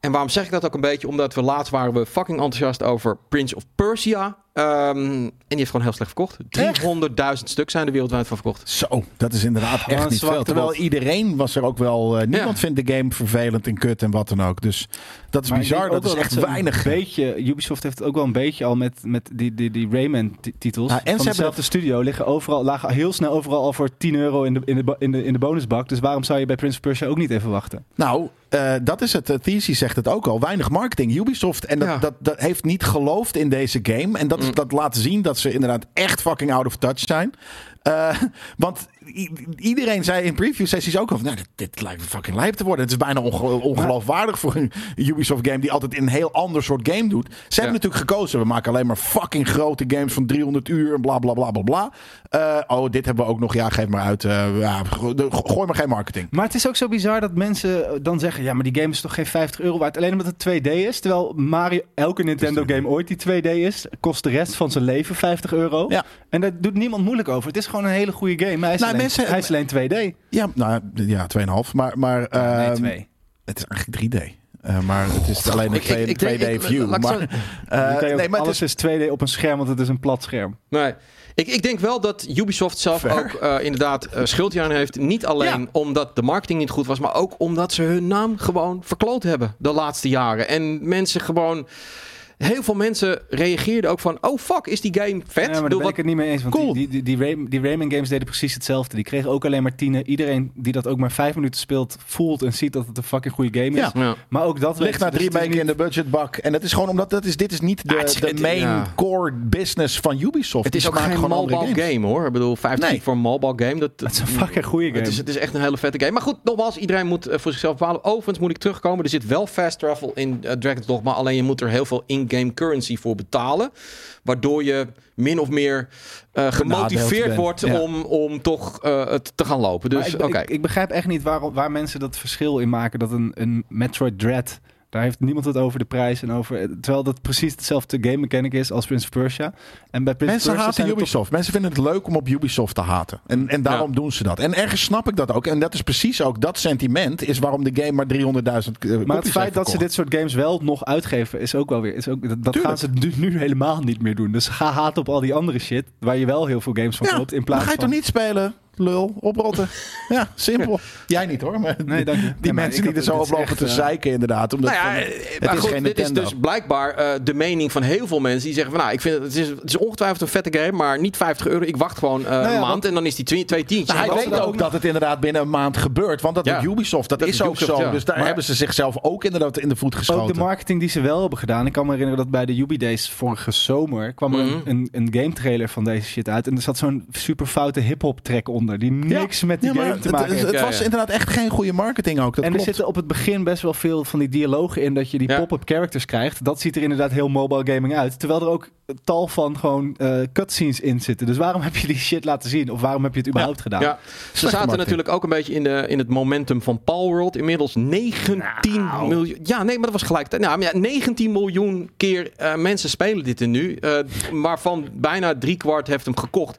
B: En waarom zeg ik dat ook een beetje? Omdat we laatst waren we fucking enthousiast over Prince of Persia. Ehm, en die heeft gewoon heel slecht verkocht. 300.000 stuk zijn er wereldwijd van verkocht.
C: Zo, dat is inderdaad
A: een
C: echt niet
A: zwakte
C: veel. Terwijl
A: bot.
C: iedereen was er ook wel... eh, niemand
B: Ja.
C: vindt de game vervelend en kut en wat dan ook. Dus dat is
A: Maar ik
C: bizar.
A: denk ook
C: Dat is
A: wel
C: echt
A: ze een
C: weinig.
A: Beetje, Ubisoft heeft het ook wel een beetje al met, met die, die, die Rayman-titels.
C: Ja, Nou, en
A: en
C: ze hebben
A: van dezelfde studio liggen overal, lagen heel snel overal al voor 10 euro in de, in, de, in, de, in de bonusbak. Dus waarom zou je bij Prince of Persia ook niet even wachten?
C: Nou, eh, dat is het. Eh, Thesis zegt het ook al. Weinig marketing. Ubisoft. En dat,
B: Ja.
C: dat, dat heeft niet geloofd in deze game. En dat, is,
B: Mm.
C: dat laat zien dat ze inderdaad echt fucking out of touch zijn. Eh, want i- iedereen zei in preview sessies ook al van... Nou, dit, dit lijkt fucking lijp te worden. Het is bijna onge- ongeloofwaardig voor een Ubisoft game... die altijd een heel ander soort game doet. Ze hebben natuurlijk gekozen. We maken alleen maar fucking grote games van 300 uur... en bla bla bla bla bla. Eh, oh, dit hebben we ook nog. Ja, geef maar uit. Eh, ja, go- gooi maar geen marketing.
A: Maar het is ook zo bizar dat mensen eh, dan zeggen... ja, maar die game is toch geen 50 euro waard? Alleen omdat het 2D is. Terwijl Mario, elke Nintendo-game ooit die 2D is... kost de rest van zijn leven 50 euro.
C: Ja.
A: En daar doet niemand moeilijk over. Het is gewoon een hele goede game. maar Hij is,
C: Nou,
A: alleen,
C: mensen-
A: hij is alleen 2D.
C: Ja, nou ja, 2,5. Maar, maar ehm,
A: nee, 2.
C: het is eigenlijk 3D. Eh, maar het is alleen een
B: Oh, ik- ik-
C: 2,
B: ik denk- ik-
C: 2D view.
B: laat ik
C: Maar,
B: zo-
C: eh,
A: kan je ook-
C: nee, maar het
A: Ehm, alles is...
C: is,
A: 2D op een scherm, want het is een plat scherm.
B: Nee. Ik, ik denk wel dat Ubisoft zelf
C: Fair.
B: ook eh, inderdaad eh, schuld hieraan heeft. Niet alleen
C: Ja.
B: omdat de marketing niet goed was, maar ook omdat ze hun naam gewoon verkloot hebben de laatste jaren. En mensen gewoon. Heel veel mensen reageerden ook van: oh fuck, is die game vet?
A: Ja, maar daar
B: Bedoel,
A: ben ik het niet mee eens. Want
C: Cool.
A: die, die, die, die, Ray- die Rayman games deden precies hetzelfde. Die kregen ook alleen maar tienen. Iedereen die dat ook maar vijf minuten speelt, voelt en ziet dat het een fucking goede game is.
C: Ja.
B: wat- Ja.
A: Maar ook dat
C: ligt
A: weet-
C: na
A: dus
C: drie
A: het is
C: weken in de budgetbak. En dat is gewoon omdat dat is, dit is niet de,
B: Ah, het is-
C: de
B: het-
C: main
B: ja.
C: core business van Ubisoft.
B: Het is
C: Ze
B: ook
C: maken
B: geen
C: gewoon andere
B: mobile
C: games.
B: game hoor. Ik bedoel, 50
C: Nee.
B: voor een mobile game. Dat,
A: Het is een fucking goede game.
B: Het is, het is echt een hele vette game. Maar goed, nogmaals, iedereen moet eh, voor zichzelf bepalen. Overigens moet ik terugkomen. Er zit wel fast travel in eh, Dragon's Dogma. Alleen je moet er heel veel in-game currency voor betalen. Waardoor je min of meer eh, gemotiveerd
C: bent.
B: wordt
C: Ja.
B: om, om toch eh, het te gaan lopen.
A: Maar
B: Dus
A: ik,
B: oké.
A: be- ik, ik begrijp echt niet waar, waar mensen dat verschil in maken. Dat een, een Metroid Dread, daar heeft niemand het over de prijs en over. eh, Terwijl dat precies hetzelfde game mechanic is als Prince of Persia. En bij Prince
B: dus
C: Mensen
A: of Persia
C: haten
A: zijn er toch-
C: Ubisoft. Mensen vinden het leuk om op Ubisoft te haten. En, en daarom
B: Ja.
C: doen ze dat. En ergens snap ik dat ook. En dat is precies ook dat sentiment is waarom de game maar 300.000 eh,
A: Maar
C: kopies
A: het
C: heeft
A: feit dat ze
C: verkocht.
A: dit soort games wel nog uitgeven, is ook wel weer. Is ook, dat dat
C: Tuurlijk.
A: gaan ze nu, nu helemaal niet meer doen. Dus ga haat op al die andere shit, waar je wel heel veel games van
C: Ja,
A: klopt. In
C: dan
A: plaats
C: ga je
A: van.
C: toch niet spelen, lul, oprotten. ja, simpel. Jij niet hoor, maar
A: Nee, dank je.
C: die
A: Nee, maar ik
C: mensen die
A: had-
C: er zo
A: dit
C: op
A: is
C: lopen
A: echt,
C: te
A: eh,
C: zeiken inderdaad. Omdat
B: Nou ja,
C: van,
B: eh,
C: het
B: maar
C: is
B: goed,
C: geen
B: dit is
C: Nintendo.
B: dus blijkbaar eh, de mening van heel veel mensen die zeggen van nou, ik vind het, het, is, het is ongetwijfeld een vette game, maar niet 50 euro. Ik wacht gewoon eh,
A: ja,
B: een maand
A: want-
B: en dan is die twee, twee tientjes.
C: Nou, hij
B: En dat-
C: weet ook dat het inderdaad binnen een maand gebeurt. Want dat
B: Ja.
C: doet Ubisoft. Dat,
B: Dat
C: is
B: doet
C: ook
B: Ubisoft,
C: zo.
B: ja.
C: Dus daar
B: Maar-
C: hebben ze zichzelf ook inderdaad in de voet
A: Ook de
C: geschoten.
A: marketing die ze wel hebben gedaan. Ik kan me herinneren dat bij de Ubi Days vorige zomer kwam er
B: Mhm.
A: een, een, een game trailer van deze shit uit. En er zat zo'n super foute hip-hop track onder. Die
C: Ja.
A: niks met die
C: Ja, maar
A: game te
C: het-
A: maken heeft.
C: Het, het
B: Ja,
C: was
B: ja.
C: inderdaad echt geen goede marketing ook.
A: en
C: Dat
A: er
C: klopt.
A: zitten op het begin best wel veel van die dialogen in dat je die
B: Ja.
A: pop-up characters krijgt. Dat ziet er inderdaad heel mobile gaming uit. Terwijl er ook een tal van gewoon eh, cutscenes in zitten. Dus waarom heb je die shit laten zien? Of waarom heb je het überhaupt gedaan?
B: Ja, ze zaten
C: marketing.
B: natuurlijk ook een beetje in, de, in het momentum van Palworld. Inmiddels 19
C: Nou.
B: miljoen. Ja, nee, maar dat was gelijk. Nou, maar ja, 19 miljoen keer eh, mensen spelen dit er nu. eh, waarvan bijna driekwart heeft hem gekocht.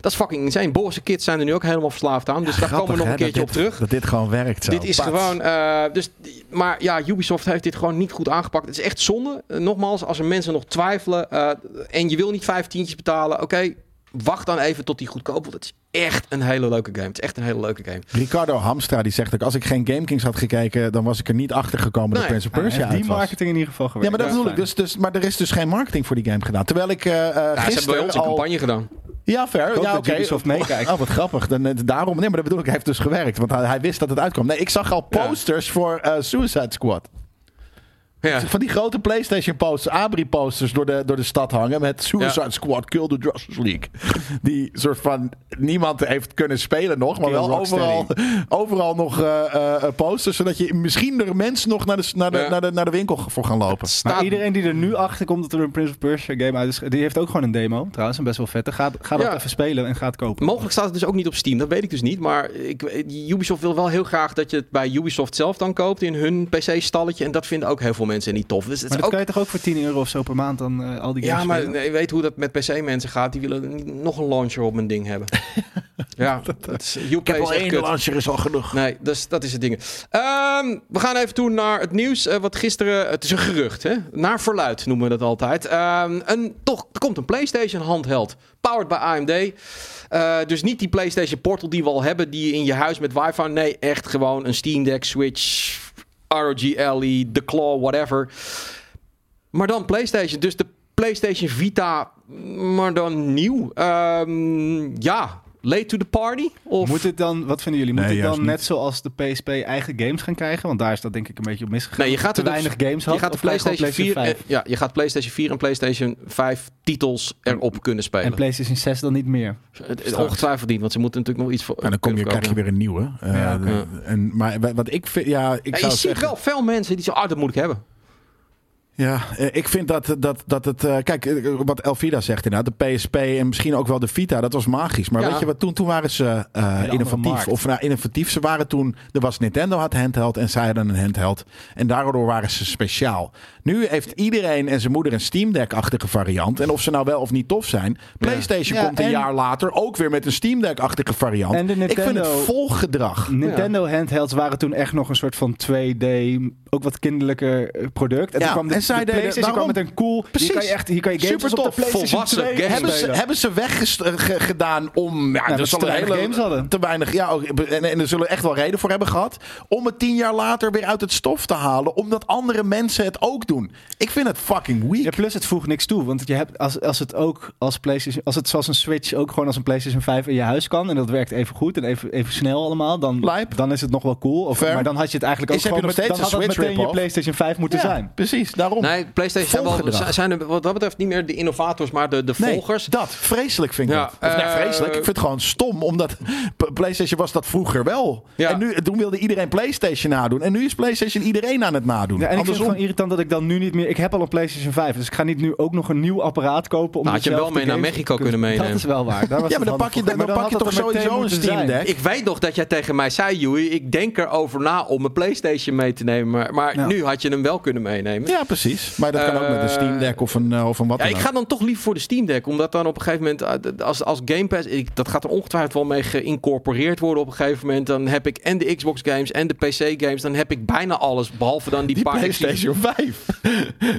B: Dat is fucking insane. Boze kids zijn er nu ook helemaal verslaafd aan. Dus daar
C: Grappig,
B: komen we nog
C: hè,
B: een
C: dat
B: keertje op
C: dit-
B: terug.
C: Dat dit gewoon werkt zo.
B: Dit is
C: Pats.
B: gewoon. eh, dus, maar ja, Ubisoft heeft dit gewoon niet goed aangepakt. Het is echt zonde. Eh, Nogmaals, als er mensen nog twijfelen eh, en je wil niet vijf tientjes betalen, oké, wacht dan even tot die goedkoop wordt. Het is echt een hele leuke game. Het is echt een hele leuke game.
C: Ricardo Hamstra die zegt ook... als ik geen GameKings had gekeken... dan was ik er niet achter gekomen dat
B: Nee.
C: Prince of
A: Ah, Hij heeft
C: Persia uit
A: die
C: was.
A: marketing in ieder geval
C: Ja,
A: gewerkt.
C: maar dat bedoel ik.
A: fijn.
C: Dus, dus, maar er is dus geen marketing voor die game gedaan. Terwijl ik eh eh,
B: Ja, ze hebben bij
C: gisteren
B: ons een
C: al...
B: campagne gedaan.
C: Ja, fair.
A: hoop
C: Ja,
A: dat
C: oké.
A: Ubisoft meekijkt.
C: Oh, wat grappig. Dan, eh, daarom, nee, maar dat bedoel ik, hij heeft dus gewerkt. Want hij, hij wist dat het uitkwam. Nee, ik zag al
B: Ja.
C: posters voor eh, Suicide Squad.
B: Ja.
C: Van die grote PlayStation posters, Abri posters door de, door de stad hangen. Met Suicide Squad, Kill the Justice League. Die soort van niemand heeft kunnen spelen nog. Maar
A: Kill
C: wel
A: Rocksteady.
C: overal, overal nog eh, eh, posters. Zodat je misschien er mensen nog naar de, naar de,
B: Ja.
C: naar de, naar de winkel voor gaan lopen.
A: Maar
B: Staat-
A: iedereen die er nu achter komt dat er een Prince of Persia game uit is, die heeft ook gewoon een demo trouwens. En best wel vette. Ga, ga dat
B: Ja.
A: even spelen en ga het kopen.
B: Mogelijk staat het dus ook niet op Steam, dat weet ik dus niet. Maar ik, Ubisoft wil wel heel graag dat je het bij Ubisoft zelf dan koopt in hun PC-stalletje. En dat vinden ook heel veel mensen niet tof. Dus het
A: maar
B: is
A: dat
B: ook
A: kan je toch ook voor 10 euro of zo per maand dan eh, al die games
B: Ja, maar
A: spelen?
B: nee, je weet hoe dat met PC-mensen gaat. Die willen niet nog een launcher op mijn ding hebben. Ja, dat is, UK
C: Ik heb
B: is
C: al
B: echt
C: één
B: kut.
C: launcher, is al genoeg.
B: Nee, dus dat is het ding. Ehm, we gaan even toe naar het nieuws. eh, wat gisteren. Het is een gerucht, hè? Naar verluid noemen we dat altijd. Ehm, een, toch, er komt een PlayStation handheld. Powered by AMD. Eh, dus niet die PlayStation Portal die we al hebben. Die je in je huis met wifi. Nee, echt gewoon een Steam Deck, Switch, ROG Ally, E, The Claw, whatever. Maar dan PlayStation. Dus de PlayStation Vita, maar dan nieuw. Ehm, ja, late to the party? Of...
A: Moet dit dan, wat vinden jullie, moet
C: Nee,
A: dit
C: juist
A: dan net zoals de PSP eigen games gaan krijgen? Want daar is dat denk ik een beetje op misgegaan.
B: Nee, je gaat
A: te
B: er dus-
A: weinig games had,
B: je gaat de
A: of krijg gewoon
B: PlayStation 4,
A: PlayStation
B: eh, ja, je gaat PlayStation 4 en PlayStation 5 titels erop kunnen spelen.
A: En PlayStation 6 dan niet meer.
B: Het is ongetwijfeld niet, want ze moeten natuurlijk nog iets voor.
C: En dan kom je, krijg je weer een nieuwe. Eh,
A: Ja, oké.
C: de- en, maar wa- wat ik vind, ja, ik
B: Ja, je
C: zou
B: ziet
C: zeggen,
B: wel veel mensen die zeggen, ah, dat moet ik hebben.
C: ja, eh, ik vind dat, dat, dat het, eh, kijk, eh, wat Elvira zegt inderdaad, de PSP en misschien ook wel de Vita, dat was magisch. Maar
B: Ja.
C: weet je wat, toen, toen waren ze eh,
A: markt.
C: innovatief. Of nou, innovatief, ze waren toen, er was Nintendo had handheld en zij hadden een handheld. En daardoor waren ze speciaal. Nu heeft iedereen en zijn moeder een Steam Deck-achtige variant. En of ze nou wel of niet tof zijn, PlayStation
A: Ja,
C: komt een
A: en-
C: jaar later ook weer met een Steam Deck-achtige variant.
A: En de
C: Ik vind
A: Nintendo-
C: het volgedrag.
A: Nintendo handhelds waren toen echt nog een soort van 2D, ook wat kinderlijker eh, product. En
C: Ja,
A: toen kwam de,
C: en zij
A: de
C: deden-
A: PlayStation kwam
C: daarom-
A: met een cool...
C: Precies.
A: Hier kan je, echt, hier kan je games als
C: Supertof,
A: op de PlayStation
B: volwassen
A: 2
B: games.
C: Hebben ze,
A: spelen.
C: hebben ze weggedaan om. Ja,
A: dat
C: er
A: ze te
C: zullen
A: weinig
C: hele
A: games hadden.
C: Te weinig. Ja, ook- en, en er zullen echt wel reden voor hebben gehad. Om het tien jaar later weer uit het stof te halen. Omdat andere mensen het ook doen. Ik vind het fucking weak.
A: Ja, plus het voegt niks toe. Want je hebt, als, als het ook als PlayStation, als het zoals een Switch ook gewoon als een PlayStation 5 in je huis kan. En dat werkt even goed en even, even snel allemaal. Dan,
C: Lijp.
A: dan is het nog wel cool. Of,
C: Fair.
A: maar dan had je het eigenlijk ook
C: Is- heb
A: gewoon
C: je nog
A: met- dan
C: steeds
A: had
C: een
A: dat
C: Switch
A: meteen je
C: rip-off?
A: PlayStation 5 moeten
C: Ja,
A: zijn.
C: Precies, daarom.
B: Nee, PlayStation hebben wel-
C: Volgedrag.
B: zijn er wat dat betreft niet meer de innovators, maar de, de
C: Nee,
B: volgers.
C: dat. Vreselijk vind ik
B: Ja,
C: dat. Of, nee,
B: eh,
C: vreselijk. Ik vind het gewoon stom. Omdat P- PlayStation was dat vroeger wel.
B: Ja.
C: En nu, toen wilde iedereen PlayStation nadoen. En nu is PlayStation iedereen aan het nadoen.
A: Ja, en ik vind het
C: Andersom.
A: gewoon irritant dat ik dan nu niet meer... Ik heb al een PlayStation 5, dus ik ga niet nu ook nog een nieuw apparaat kopen. Om
B: Nou, had je
A: dezelfde
B: wel mee naar
A: games te
B: Mexico kunnen meenemen.
A: Dat is wel waar. Daar was het
C: Ja, maar dan pak
A: handig
C: je,
A: voor. Maar
C: dan, pak
A: had
C: je toch
A: dat er meteen
C: sowieso een
A: moeten
C: Steam
A: zijn.
C: Deck.
B: Ik weet nog dat jij tegen mij zei, Joey, ik denk erover na om mijn PlayStation mee te nemen. Maar, maar
C: Nou.
A: Ja.
B: nu had je hem wel kunnen meenemen.
C: Ja, precies. Maar dat kan ook met een Steam Deck of een, eh, of een wat
B: Ja,
C: dan
B: ik
C: ook.
B: ga dan toch liever voor de Steam Deck. Omdat dan op een gegeven moment, eh, d- als, als Game Pass, ik, dat gaat er ongetwijfeld wel mee geïncorporeerd worden op een gegeven moment. Dan heb ik en de Xbox games en de PC games. Dan heb ik bijna alles, behalve dan die,
C: Die
B: paar...
C: PlayStation 5.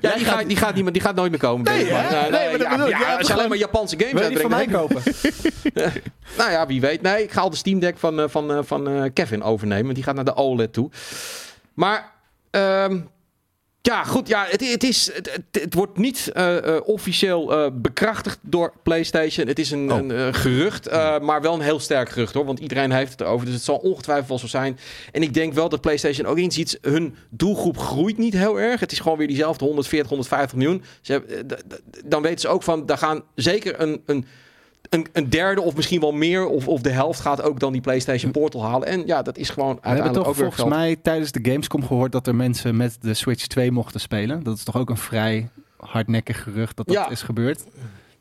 B: Ja, die, gaat, die, gaat niet, meer- die gaat nooit meer komen. denk ik.
C: hè?
B: Maar, nou,
C: Nee,
B: nou,
C: maar dat
B: ja,
C: bedoel ik.
B: ja,
C: Jij hebt
B: als je alleen maar Japanse games
A: Wil je die van
B: uitbrengt,
A: mij
B: dan-
A: kopen?
B: Nou ja, wie weet. Nee, ik ga al de Steam Deck van, eh, van, eh, van eh, Kevin overnemen. want Die gaat naar de OLED toe. Maar... ehm, ja, goed. Ja, het, het, is, het, het, het wordt niet eh, eh, officieel eh, bekrachtigd door PlayStation. Het is een,
C: Oh.
B: een eh, gerucht, eh, maar wel een heel sterk gerucht hoor. Want iedereen heeft het erover. Dus het zal ongetwijfeld wel zo zijn. En ik denk wel dat PlayStation ook eens iets. Hun doelgroep groeit niet heel erg. Het is gewoon weer diezelfde 140, 150 miljoen. Ze hebben, eh, d- d- dan weten ze ook van. Daar gaan zeker een. een een, een derde of misschien wel meer, of, of de helft gaat ook dan die PlayStation Portal halen. En ja, dat is gewoon
A: We hebben
B: uiteindelijk
A: toch
B: ook weer
A: volgens
B: geld.
A: mij tijdens de Gamescom gehoord dat er mensen met de Switch 2 mochten spelen. Dat is toch ook een vrij hardnekkig gerucht dat dat
B: Ja.
A: is gebeurd.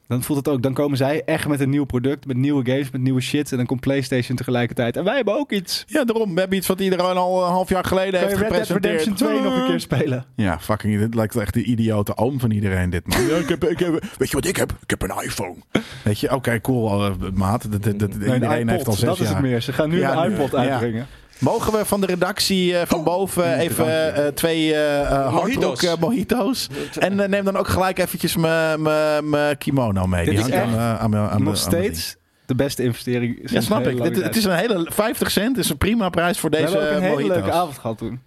A: Dan voelt het ook, dan komen zij echt met een nieuw product, met nieuwe games, met nieuwe shit. En dan komt PlayStation tegelijkertijd. En wij hebben ook iets.
C: Ja, daarom. We hebben iets wat iedereen al een half jaar
A: Kan
C: geleden
A: je
C: heeft
A: Red Dead
C: gepresenteerd.
A: Redemption 2 nog een keer spelen?
C: Ja, fucking. Dit lijkt echt de idiote oom van iedereen, dit man. Ja, ik heb, ik heb, weet je wat ik heb? Ik heb een iPhone. Weet je, oké, cool, eh, maat. Dat, dat, dat,
A: Nee, een
C: iedereen heeft al
A: iPod,
C: zes
A: Dat
C: jaar.
A: is het meer. Ze gaan nu
C: Ja,
A: een
C: nu.
A: iPod
C: Ja.
A: uitbrengen.
C: Mogen we van de redactie eh,
A: Oh,
C: van boven even eh, twee eh, eh hardrock
B: Mojito's.
C: eh, mojito's. En eh, neem dan ook gelijk eventjes mijn- mijn mijn eh, kimono mee.
A: Dit
C: Die
A: is
C: hangt aan
A: echt
C: mijn- aan mijn- aan mijn-
A: Nog
C: aan mijn ding.
A: steeds de beste investering. sinds
C: Ja, snap
A: een hele
C: ik.
A: lange
C: Het, het
A: tijd.
C: is een hele 50 cent is een prima prijs voor deze
A: We hebben ook een hele
C: mojitos.
A: leuke avond gehad toen.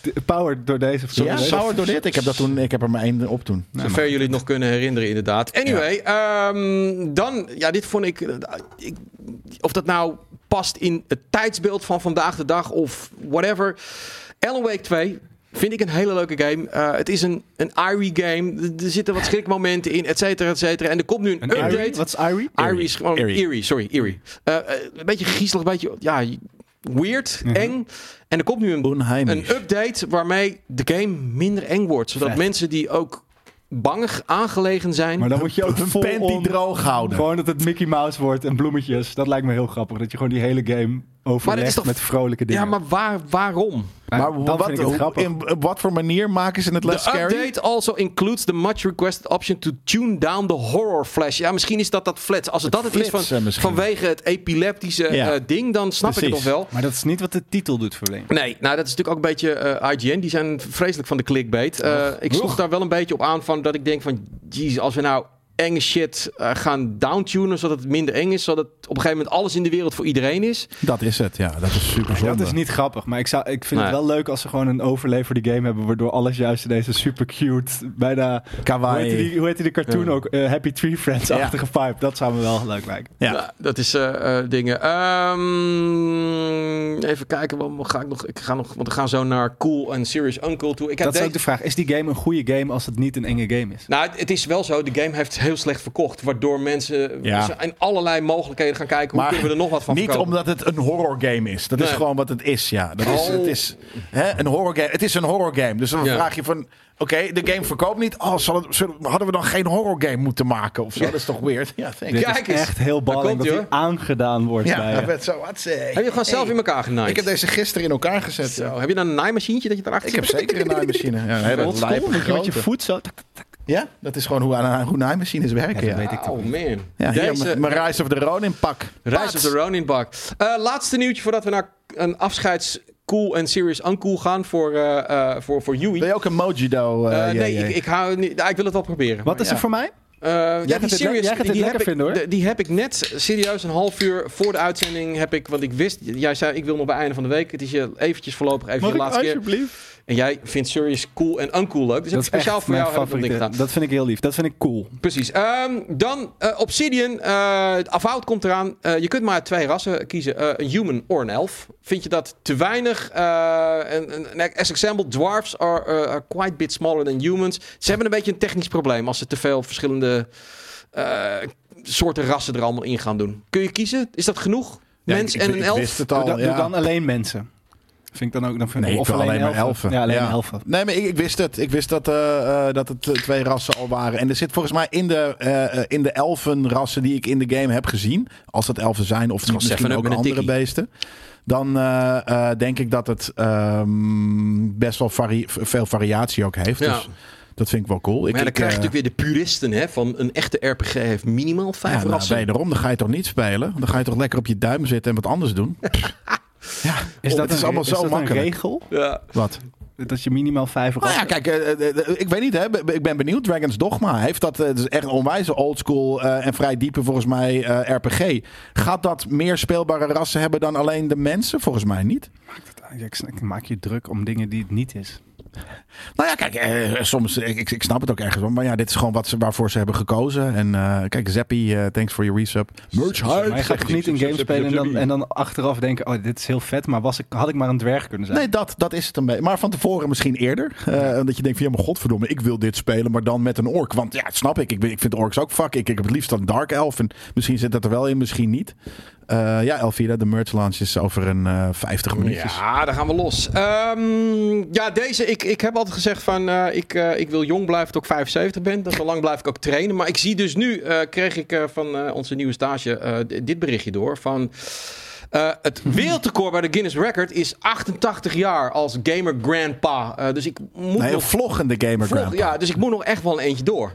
A: De- Powered door deze
C: Ja,
A: vrienden.
C: sour door dit. Ik heb, dat toen, ik heb er maar één op toen.
B: Zover jullie het nog kunnen herinneren, inderdaad. Anyway, ehm, dan, ja, dit vond ik, eh, ik. Of dat nou past in het tijdsbeeld van vandaag de dag of whatever. Alan Wake 2 vind ik een hele leuke game. Eh, het is een, een Irie game. Er- Er zitten wat schrikmomenten in, et cetera, et cetera. En er komt nu een, update.
A: Irie? Wat is Irie?
B: Irie is gewoon eerie,
C: Eerie.
B: sorry, eerie. Eh, eh, een beetje griezelig, een beetje ja, weird,
A: Mhm.
B: eng. En er komt nu een, een
C: Onheimisch.
B: update waarmee de game minder eng wordt. Zodat
A: Vet.
B: mensen die ook bangig aangelegen zijn...
A: Maar dan moet je ook
C: Hun
A: vol
C: panty
A: on-
C: droog houden.
A: Gewoon dat het Mickey Mouse wordt en bloemetjes. Dat lijkt me heel grappig. Dat je gewoon die hele game overlegd
B: toch-
A: met vrolijke dingen.
B: Ja, maar waar, waarom?
C: Maar
A: dan
C: wat,
A: vind ik het
C: hoe-
A: grappig.
C: in, op wat voor manier maken ze het
B: The
C: less scary?
B: update also includes the much requested option to tune down the horror flash. Ja, misschien is dat dat flats. Als het dat het is van,
C: flitsen misschien.
B: vanwege het epileptische
C: Ja.
B: eh, ding, dan snap ik het
C: Precies.
B: nog wel.
A: Maar dat is niet wat de titel doet voor Wayne.
B: Nee, nou dat is natuurlijk ook een beetje eh, IGN. Die zijn vreselijk van de clickbait. Eh, ik sloeg daar wel een beetje op aan van dat ik denk van... Jeez, als we nou enge shit eh, gaan downtunen zodat het minder eng is. Zodat op een gegeven moment alles in de wereld voor iedereen is.
C: Dat is het, ja. Dat is super zonde.
A: Dat is niet grappig, maar ik, zou, ik vind
B: Nee.
A: het wel leuk als ze gewoon een overlay voor die game hebben, waardoor alles juist in deze super cute, bijna... Hoe heette
C: kawaii.
A: die, hoe heette die cartoon ook? Eh, Happy Tree Friends-achtige vibe. Dat zou me wel leuk lijken.
C: Ja.
B: Nou, dat is eh, eh, dingen. Ehm, even kijken, wat- wat ga ik nog? Ik ga nog, want we gaan zo naar Cool en Serious Uncle toe. Ik heb
A: dat is
B: deze-
A: ook de vraag. Is die game een goede game als het niet een enge game is?
B: Nou, het is wel zo. De game heeft heel slecht verkocht. Waardoor mensen
C: Ja.
B: ze in allerlei mogelijkheden gaan kijken. Hoe
C: Maar
B: kunnen we er nog wat van
C: Niet
B: verkopen?
C: omdat het een horror game is. Dat is
B: Nee.
C: gewoon wat het is, ja. Dat is,
B: Oh.
C: het, is, hè, een horror game. het is een horror game. Dus dan
B: Ja.
C: vraag je van... Oké, de game verkoopt niet. Oh, zal het, zullen- hadden we dan geen horror game moeten maken of zo? Dat is toch weird? Ja, thanks.
A: Dit
B: Kijk
A: is
B: eens.
A: echt heel balling
B: komt-ie,
A: dat hij aangedaan wordt
C: Ja,
A: bij eh,
C: dat
A: je.
C: werd zo... Wat zeg.
B: Heb je gewoon zelf
C: Hey,
B: in elkaar genaaid?
C: Ik heb deze gisteren in elkaar gezet. ja.
B: Zo, heb je dan een naaimachientje dat je erachter
C: Ik heb zeker een naaimachine. Ja, een hele
A: Oldschool,
C: lijpe
A: moet je met je
C: grote.
A: voet zo...
C: Ja, dat is gewoon hoe, aan- hoe naaimachines werken.
A: Ja,
C: Ja,
A: dat weet
C: ja.
A: ik.
B: Oh man.
C: hier,
B: Deze
C: mijn- mijn Rise of the Ronin pak.
B: Rise of the Ronin bak. Eh, laatste nieuwtje voordat we naar een afscheids cool en serious uncool gaan voor, eh eh, voor, voor Yui.
C: Wil je ook een Mojido? eh,
B: Eh,
C: jij-
B: nee,
C: jij?
B: Ik, ik, hou niet, nou, ik wil het wel proberen.
A: Wat is
C: Ja.
A: er voor mij?
B: Eh, ja,
A: gaat
B: die
A: dit le-
B: serious,
A: jij gaat dit
B: die
A: lekker
B: heb
A: vinden,
B: ik,
A: hoor.
B: de- Die heb ik net serieus een half uur voor de uitzending heb ik, want ik wist, jij zei ik wil nog bij einde van de week. Het is je eventjes voorlopig even
A: Mag
B: je
A: ik
B: laatste keer.
A: alsjeblieft?
B: En jij vindt serious cool en uncool leuk. Dus heb ik speciaal
A: echt
B: voor jou
A: mijn
B: heb ik dat ding
A: favoriete.
B: gedaan.
A: Dat vind ik heel lief. Dat vind ik cool.
B: Precies. Ehm, dan eh, Obsidian. eh Avowed komt eraan. Eh, je kunt maar uit twee rassen kiezen. Eh, een human or een elf. Vind je dat te weinig? Eh, en- en- en as example, dwarfs are, eh, are quite a bit smaller than humans. Ze hebben een beetje een technisch probleem als ze te veel verschillende eh, soorten rassen er allemaal in gaan doen. Kun je kiezen? Is dat genoeg?
C: Ja,
B: Mens
C: ik-
B: en
C: ik-
B: een
C: ik
B: elf?
C: wist het
A: Doe
C: al,
A: dan, doe
C: ja.
A: dan alleen mensen. Vind ik dan ook... Dan vind ik-
C: Nee, ik
A: of
C: wil alleen maar elfen.
A: Ja, alleen
C: Ja.
A: maar elfen.
C: Nee, maar ik, ik wist het. Ik wist dat, eh, eh, dat het eh, twee rassen al waren. En er zit volgens mij in de, eh, eh, in de elfenrassen die ik in de game heb gezien. Als dat elfen zijn of
B: gewoon
C: misschien
B: 7-Up
C: ook
B: met een
C: andere
B: tikkie.
C: beesten. Dan eh, eh, denk ik dat het ehm, best wel vari- veel variatie ook heeft.
B: Ja.
C: Dus dat vind ik wel cool.
B: maar
C: Ik,
B: ja, dan
C: ik,
B: krijg je
C: eh,
B: natuurlijk weer de puristen hè, van een echte RPG heeft minimaal vijf
C: ja, nou,
B: rassen.
C: wederom, dan ga je toch niet spelen? Dan ga je toch lekker op je duim zitten en wat anders doen? ja,
A: Oh, Is dat
C: het is
A: een-
C: allemaal
A: is
C: zo
A: dat een
C: makkelijk.
A: regel?
B: Ja.
C: Wat?
A: Dat je minimaal vijf
C: Nou
A: rassen...
C: ja, kijk, eh, eh, eh, ik weet niet, hè, b- ik ben benieuwd. Dragon's Dogma heeft dat, eh, het is echt een onwijze oldschool eh en vrij diepe, volgens mij, eh, RPG. Gaat dat meer speelbare rassen hebben dan alleen de mensen? Volgens mij niet.
A: Ja, ik snap- ik maak je druk om dingen die het niet is.
C: Nou ja, kijk, eh, soms, eh, ik, ik snap het ook ergens wel, maar ja, dit is gewoon wat ze, waarvoor ze hebben gekozen. En eh, kijk, Zeppie, eh, thanks for your resub. Merch
A: Maar je gaat toch niet een game spelen en dan, en dan achteraf denken... oh, dit is heel vet, maar was ik, had ik maar een dwerg kunnen zijn?
C: Nee, dat, dat is het een beetje. Maar van tevoren misschien eerder. Eh, dat je denkt van, ja, maar godverdomme, ik wil dit spelen, maar dan met een ork. Want ja, dat snap ik. Ik, ben- ik vind orks ook fuck. Ik, ik heb het liefst een dark elf. En misschien zit dat er wel in, misschien niet. Eh, ja, Elvira, de merch launch is over een eh 50 minuutjes.
B: Ja, daar gaan we los. Ehm, ja, deze. Ik, ik heb altijd gezegd van eh, ik, eh, ik wil jong blijven tot ik 75 ben. Dat lang blijf ik ook trainen. Maar ik zie dus nu, eh, kreeg ik eh, van eh, onze nieuwe stage eh, d- dit berichtje door. Van eh, het wereldrecord bij de Guinness Record is 88 jaar als gamer grandpa. Eh, dus ik moet
C: Nee, een
B: nog...
C: vloggende gamer
B: vlog-
C: grandpa.
B: ja, dus ik moet nog echt wel een eentje door.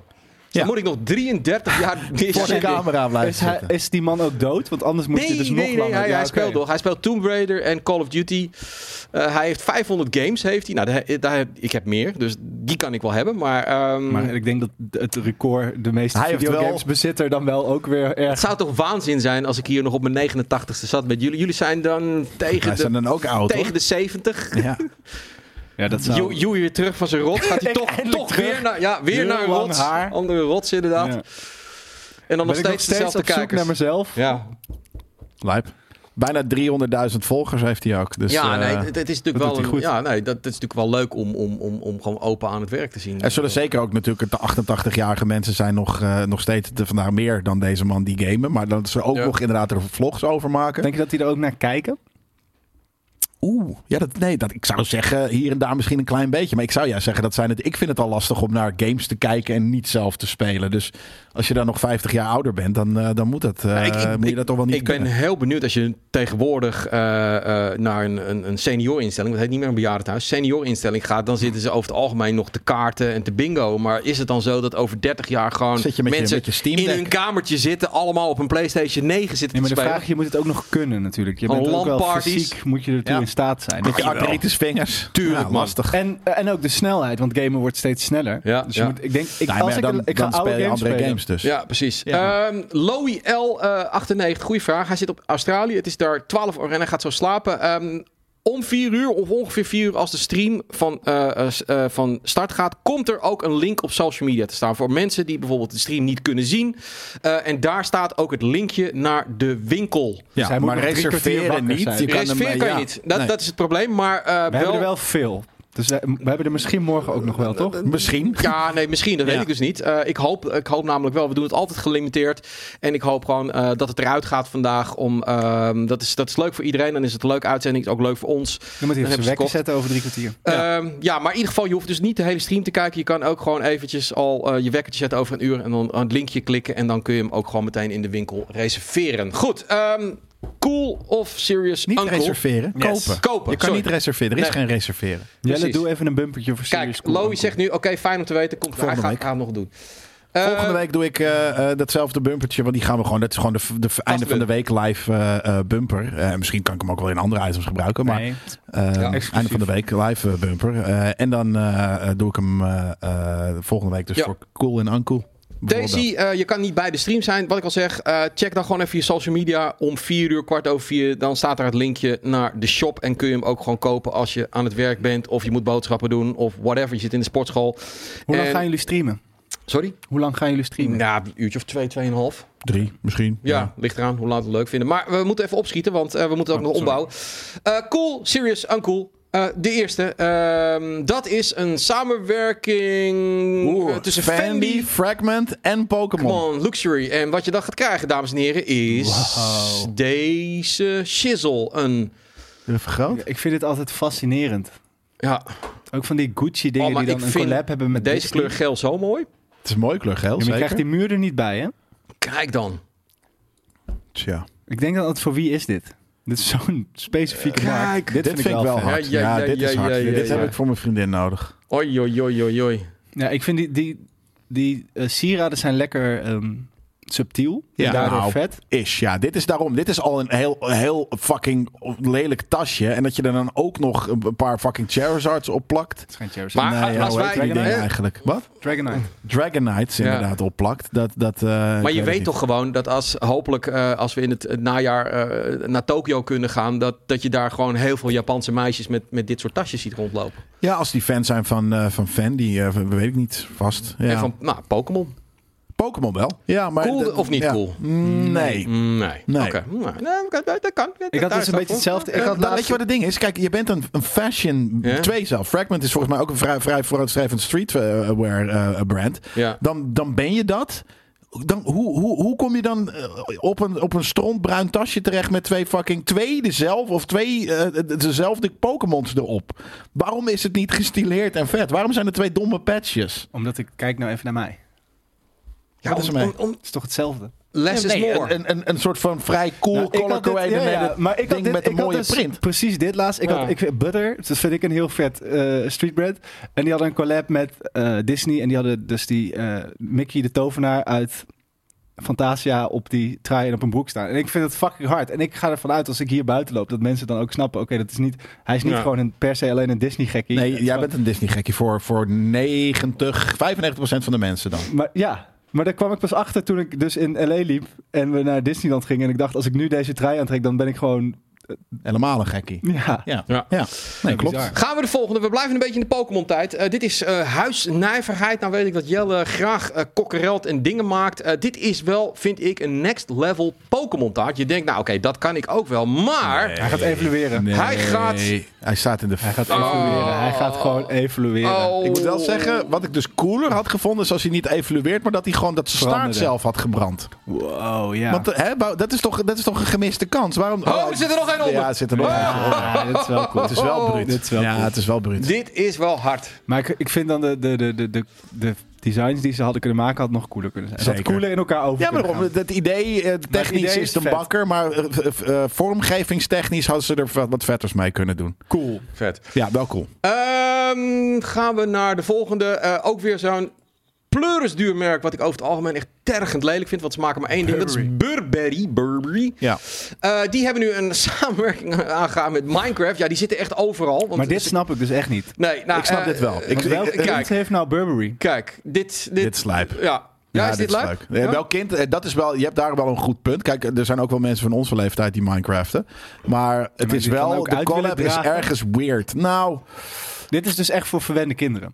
B: Dus dan
C: Ja.
B: moet ik nog 33 jaar...
C: Voor de camera blijven
A: Is, hij,
C: zitten.
A: is die man ook dood? Want anders moet je dus nog
B: nee,
A: langer...
B: hij,
A: Ja,
B: hij
A: oké.
B: speelt nog. Hij speelt Tomb Raider en Call of Duty. Eh, hij heeft 500 games. Heeft hij. Nou, daar, daar- ik heb meer, dus die kan ik wel hebben. Maar, ehm,
A: Maar ik denk dat het record de meeste
C: Hij heeft
A: videogames
C: wel-
A: bezitter dan wel ook weer erg
B: het zou toch waanzin zijn als ik hier nog op mijn 89ste zat met jullie. Jullie zijn dan tegen,
C: Wij
B: de,
C: zijn dan ook oud,
B: tegen
C: hoor.
B: de 70.
C: Ja.
A: Ja, dat
B: Jo- Joe weer terug van zijn rot. Gaat hij
A: Ik
B: toch,
A: Nou. eindelijk
B: toch
A: terug.
B: weer naar, ja, weer
A: Heel
B: naar een
A: lang
B: rots.
A: haar.
B: Andere rots inderdaad.
A: Ja.
B: En
A: Ben
B: dan nog
A: ik
B: steeds,
A: nog steeds
B: dezelfde
A: op zoek
B: kijkers.
A: naar mezelf?
B: ja,
C: Lijp. Bijna 300.000 volgers heeft hij ook. Dus,
B: ja
C: eh,
B: nee, het, het is natuurlijk
A: dat
B: wel
A: doet hij
B: een-
A: goed.
B: ja, nee, dat, dat is natuurlijk wel leuk om, om, om, om gewoon open aan het werk te zien.
C: Er zullen zeker ook natuurlijk de 88-jarige mensen zijn nog, eh, nog steeds de, vandaag meer dan deze man die gamen. Maar dat ze ook
B: Ja.
C: nog inderdaad er vlogs over maken.
A: Denk je dat die er ook naar kijken?
C: Oeh, ja, dat, nee, dat, ik zou zeggen hier en daar misschien een klein beetje. Maar ik zou juist zeggen, dat zijn het, ik vind het al lastig om naar games te kijken en niet zelf te spelen. Dus als je dan nog 50 jaar ouder bent, dan, eh, dan moet, dat, eh,
B: ik- ik-
C: moet je dat toch wel niet
B: Ik ben
C: kunnen.
B: heel benieuwd als je tegenwoordig eh, eh, naar een, een, een seniorinstelling, dat heet niet meer een bejaardentehuis, seniorinstelling gaat, dan zitten ze over het algemeen nog te kaarten en te bingo. Maar is het dan zo dat over 30 jaar gewoon
C: Zit je met je-
B: mensen
C: met je Steam
B: in
C: Deck?
B: hun kamertje zitten, allemaal op een PlayStation 9 zitten
A: Nee, maar de
B: te spelen?
A: vraag is, je moet het ook nog kunnen natuurlijk. Je
B: Van
A: bent ook wel
B: LAN-parties.
A: fysiek, moet je ertoe
C: Ja.
A: in staat zijn.
C: Met je arthritis vingers.
B: Tuurlijk,
C: Ja,
B: man.
C: lastig.
A: En, en ook de snelheid, want gamen wordt steeds sneller.
B: Ja,
A: dus je
B: ja.
A: moet, ik denk, ik,
C: Nee,
A: als
C: maar
A: ik,
C: Nou, dan,
A: ik ga
C: dan
A: oude
C: speel je
A: games
C: andere
A: spelen.
C: games dus.
B: Ja, precies.
A: Ja.
B: Ehm Lowy L98, goede vraag. Hij zit op Australië. Het is daar 12 uur en hij gaat zo slapen. Ehm, om 4 uur of ongeveer 4 uur als de stream van, eh, eh, s- eh, van start gaat... komt er ook een link op social media te staan... voor mensen die bijvoorbeeld de stream niet kunnen zien. Eh, en daar staat ook het linkje naar de winkel.
C: Ja,
A: Zij moet
C: maar
A: nog drie kwartier
C: reserveren
A: wakker
C: niet.
A: zijn.
C: Je kan hem,
B: Reserveren
C: eh,
B: kan je
C: ja.
B: niet. Dat,
C: Nee.
B: dat is het probleem, maar eh,
A: We hebben er wel veel. Dus we, we hebben er misschien morgen ook nog wel, toch?
C: Misschien.
B: Ja, nee, misschien. Dat weet
C: Ja.
B: ik dus niet. Eh, ik, hoop, ik hoop namelijk wel. We doen het altijd gelimiteerd. En ik hoop gewoon eh, dat het eruit gaat vandaag. Om, ehm, dat, is, dat is leuk voor iedereen. Dan is het een leuke uitzending. Het is ook leuk voor ons.
A: Dan moet je
B: Dan
A: even
B: hebben ze
A: wekker
B: gekocht. Eh,
A: zetten over drie kwartier.
B: Ja. ja, maar in ieder geval, je hoeft dus niet de hele stream te kijken. Je kan ook gewoon eventjes al eh, je wekkertje zetten over een uur. En dan aan het linkje klikken. En dan kun je hem ook gewoon meteen in de winkel reserveren. Goed. ehm, cool of serious
C: Niet
B: uncle?
C: reserveren.
A: Yes.
C: Kopen.
B: Kopen,
C: Je kan
B: sorry.
C: niet reserveren. Er is
B: Nee.
C: geen reserveren.
A: Jelle,
B: precies.
A: doe even een bumpertje voor Serious
B: Kijk,
A: Cool
B: Loie
A: Uncle.
B: zegt nu, oké, fijn om te weten. Komt, hij
C: Volgende
B: gaat,
C: week.
B: gaat hem nog doen.
C: Volgende
B: Eh,
C: week doe ik eh, eh, datzelfde bumpertje. Want die gaan we gewoon. Dat is gewoon de, v- de v- einde van de week live eh, eh, bumper. Eh, misschien kan ik hem ook wel in andere items gebruiken. Maar
A: Nee.
C: eh,
A: exclusief.
C: einde van de week live eh, bumper. Eh, en dan eh, eh, doe ik hem eh, eh, volgende week dus
B: Ja.
C: voor Cool en Uncool. bijvoorbeeld.
B: Daisy, eh, je kan niet bij de stream zijn. Wat ik al zeg, eh, check dan gewoon even je social media om 4 uur, kwart over 4. Dan staat daar het linkje naar de shop. En kun je hem ook gewoon kopen als je aan het werk bent. Of je moet boodschappen doen. Of whatever. Je zit in de sportschool.
A: Hoe lang
B: En-
A: gaan jullie streamen?
B: Sorry?
A: Hoe lang gaan jullie streamen?
B: Nou, een uurtje of twee, tweeënhalf.
C: Drie misschien.
B: Ja, ligt eraan hoe laat we het leuk vinden. Maar we moeten even opschieten, want eh, we moeten ook nog ombouwen. Eh, cool, serious, uncool. Eh, de eerste. Ehm, dat is een samenwerking
C: Oeh,
B: eh, tussen
C: Fendi,
B: Fendi,
C: Fragment en Pokémon.
B: Pokémon Luxury. En wat je dan gaat krijgen, dames en heren, is
A: Wauw.
B: deze shizzle. Een,
C: Even vergroot.
A: Ik vind dit altijd fascinerend.
B: ja,
A: Ook van die Gucci dingen
B: Oh, maar
A: die dan
B: ik
A: een
B: vind
A: collab hebben met
B: deze
A: Disney.
B: kleur geel zo mooi.
C: Het is een mooie kleur,
A: Ja,
C: geel.
A: maar je
C: zeker.
A: krijgt die muur er niet bij, hè?
B: Kijk dan.
C: Tja.
A: Ik denk dat het voor wie is dit? Dit is zo'n specifieke
B: Kijk,
A: markt.
C: Dit, vind ik wel
A: vet.
C: hard.
B: Ja,
C: Ja,
B: ja,
C: dit
B: ja,
C: is hard.
B: ja, ja,
C: dit
B: ja.
C: heb ik voor mijn vriendin nodig.
B: Oi, oi, oi, oi, oi.
A: Ja, ik vind die, die, die eh, sieraden zijn lekker ehm, subtiel.
C: Ja,
A: en daardoor
C: nou.
A: vet.
C: Is, ja. Dit is daarom. Dit is al een heel, heel fucking lelijk tasje. En dat je er dan ook nog een paar fucking Charizards op plakt.
A: Het is geen Charizard.
B: Maar
C: Nee,
B: als
C: hoe
B: wij...
C: heet die dingen
B: hè?
C: eigenlijk? Wat?
A: Dragonite.
C: Dragonites
B: Ja.
C: inderdaad opplakt. Dat, dat, eh, ik
B: Maar je
C: het
B: weet
C: niet.
B: toch gewoon dat als hopelijk eh, als we in het, het najaar eh, naar Tokio kunnen gaan, dat, dat je daar gewoon heel veel Japanse meisjes met, met dit soort tasjes ziet rondlopen.
C: Ja, als die fan zijn van, eh van Fendi, eh, van- weet ik niet vast. Ja.
B: En van, nou, Pokémon.
C: Pokémon wel. Ja, maar
B: Cool
C: dat-
B: of niet
C: ja.
B: cool?
C: Mm, Nee.
B: Nee.
C: Nee.
B: Oké. Nou, dat- dat kan.
A: Ik had dus
B: Daar is
A: een
B: dat
A: beetje
B: voor.
A: hetzelfde. Ik
C: Eh,
A: had
C: dan Weet
A: laatst...
C: je wat het ding is? Kijk, je bent een, een fashion
B: Ja.
C: twee zelf. Fragment is volgens mij ook een vrij, vrij vooruitstrevend streetwear eh, brand.
B: Ja.
C: Dan, dan ben je dat. Dan, hoe, hoe, hoe kom je dan eh, op een, op een strontbruin tasje terecht met twee fucking twee dezelfde of twee eh, dezelfde Pokémons erop? Waarom is het niet gestileerd en vet? Waarom zijn er twee domme patches?
A: Omdat ik kijk nou even naar mij.
B: Ja,
C: Wat is
B: om,
C: er mee?
B: om- om-
A: Het is toch hetzelfde?
B: less is
C: Nee, eh,
B: more.
C: een, een, een soort van vrij cool
A: Nou, ik
C: color
A: had dit-
C: coordinated
A: ja, ja, maar ik had
C: ding
A: dit-
C: met een
A: ik had
C: mooie
A: dus
C: print.
A: Precies dit laatst. Ik
B: Ja.
A: had, ik, vind Butter, dus dat vind ik een heel vet eh streetbread. En die hadden een collab met eh, Disney. En die hadden dus die eh, Mickey de tovenaar uit Fantasia op die trui en op een broek staan. En ik vind het fucking hard. En ik ga ervan uit als ik hier buiten loop, dat mensen dan ook snappen... oké, dat is niet... Hij is niet
B: Ja.
A: gewoon een, per se alleen een Disney-gekkie. Het
C: Nee,
A: is
C: jij
A: gewoon-
C: bent een Disney-gekkie voor, voor 90, 95% van de mensen dan.
A: Maar ja, maar daar kwam ik pas achter toen ik dus in L.A. liep... en we naar Disneyland gingen. En ik dacht, als ik nu deze trui aantrek, dan ben ik gewoon...
C: Helemaal een gekkie.
A: Ja,
C: Ja,
B: Ja.
C: ja. nee, klopt.
A: bizar.
B: Gaan we de volgende. We blijven een beetje in de Pokémon-tijd. Eh, dit is eh huisnijverheid. Nou weet ik dat Jelle graag eh kokkerelt en dingen maakt. Eh, dit is wel, vind ik, een next-level Pokémon-taart. Je denkt, nou oké, dat kan ik ook wel. Maar
A: hij gaat evalueren.
C: Nee,
B: Hij gaat-
C: Hij staat in de...
A: Hij gaat evolueren. Hij gaat gewoon evolueren.
B: Oh.
C: Ik moet wel zeggen, wat ik dus cooler had gevonden... is als hij niet evolueert, maar dat hij gewoon dat staart
A: Veranderde.
C: zelf had gebrand.
A: Wow, ja.
C: Want eh, hè, wou- dat, is toch, dat is toch een gemiste kans? Waarom...
B: Oh, er zit er nog meteen onder.
C: Ja, het zit er nog
B: Ah.
C: eentje onder.
A: Ja, dit is wel cool.
C: Het is wel bruut.
A: Oh. Dit is wel
C: ja,
A: cool.
C: het is wel bruut.
B: Dit is wel hard.
A: Maar ik, ik vind dan de, de, de, de, de, de designs die ze hadden kunnen maken, had nog cooler kunnen zijn. Het Had
C: Zeker.
A: cooler in elkaar over
C: Ja, maar
A: kunnen
C: daarom, het idee, eh, technisch
A: idee
C: is
A: is
C: de
A: vet.
C: bakker, maar eh, eh, eh, vormgevingstechnisch hadden ze er wat wat vetters mee kunnen doen.
B: Cool. Vet.
C: Ja, wel cool.
B: Ehm, gaan we naar de volgende. Eh, ook weer zo'n pleurisduur merk, wat ik over het algemeen echt tergend lelijk vind. Want ze maken maar één ding, dat is Burberry. Burberry.
C: Ja.
B: Eh, die hebben nu een samenwerking aangegaan met Minecraft. Ja, die zitten echt overal. Want
A: gaan. Maar dit snap ik dus echt niet.
B: Nee, nou,
C: ik snap
B: eh,
C: dit wel. Ik,
A: Want welk
C: ik-
A: kind
B: kijk.
A: heeft nou Burberry?
B: Kijk, dit... Dit,
C: dit slijp.
B: Ja. Ja, is dit, leuk?
C: Eh,
B: Ja?
C: Wel kind, eh, dat is wel, je hebt daar wel een goed punt. Kijk, eh, er zijn ook wel mensen van onze leeftijd die Minecraften. Maar het
A: die
C: is
A: dan
C: wel,
A: ook
C: de
A: uit willen
C: collab is
A: dragen.
C: ergens weird. Nou,
A: Dit is dus echt voor verwende kinderen.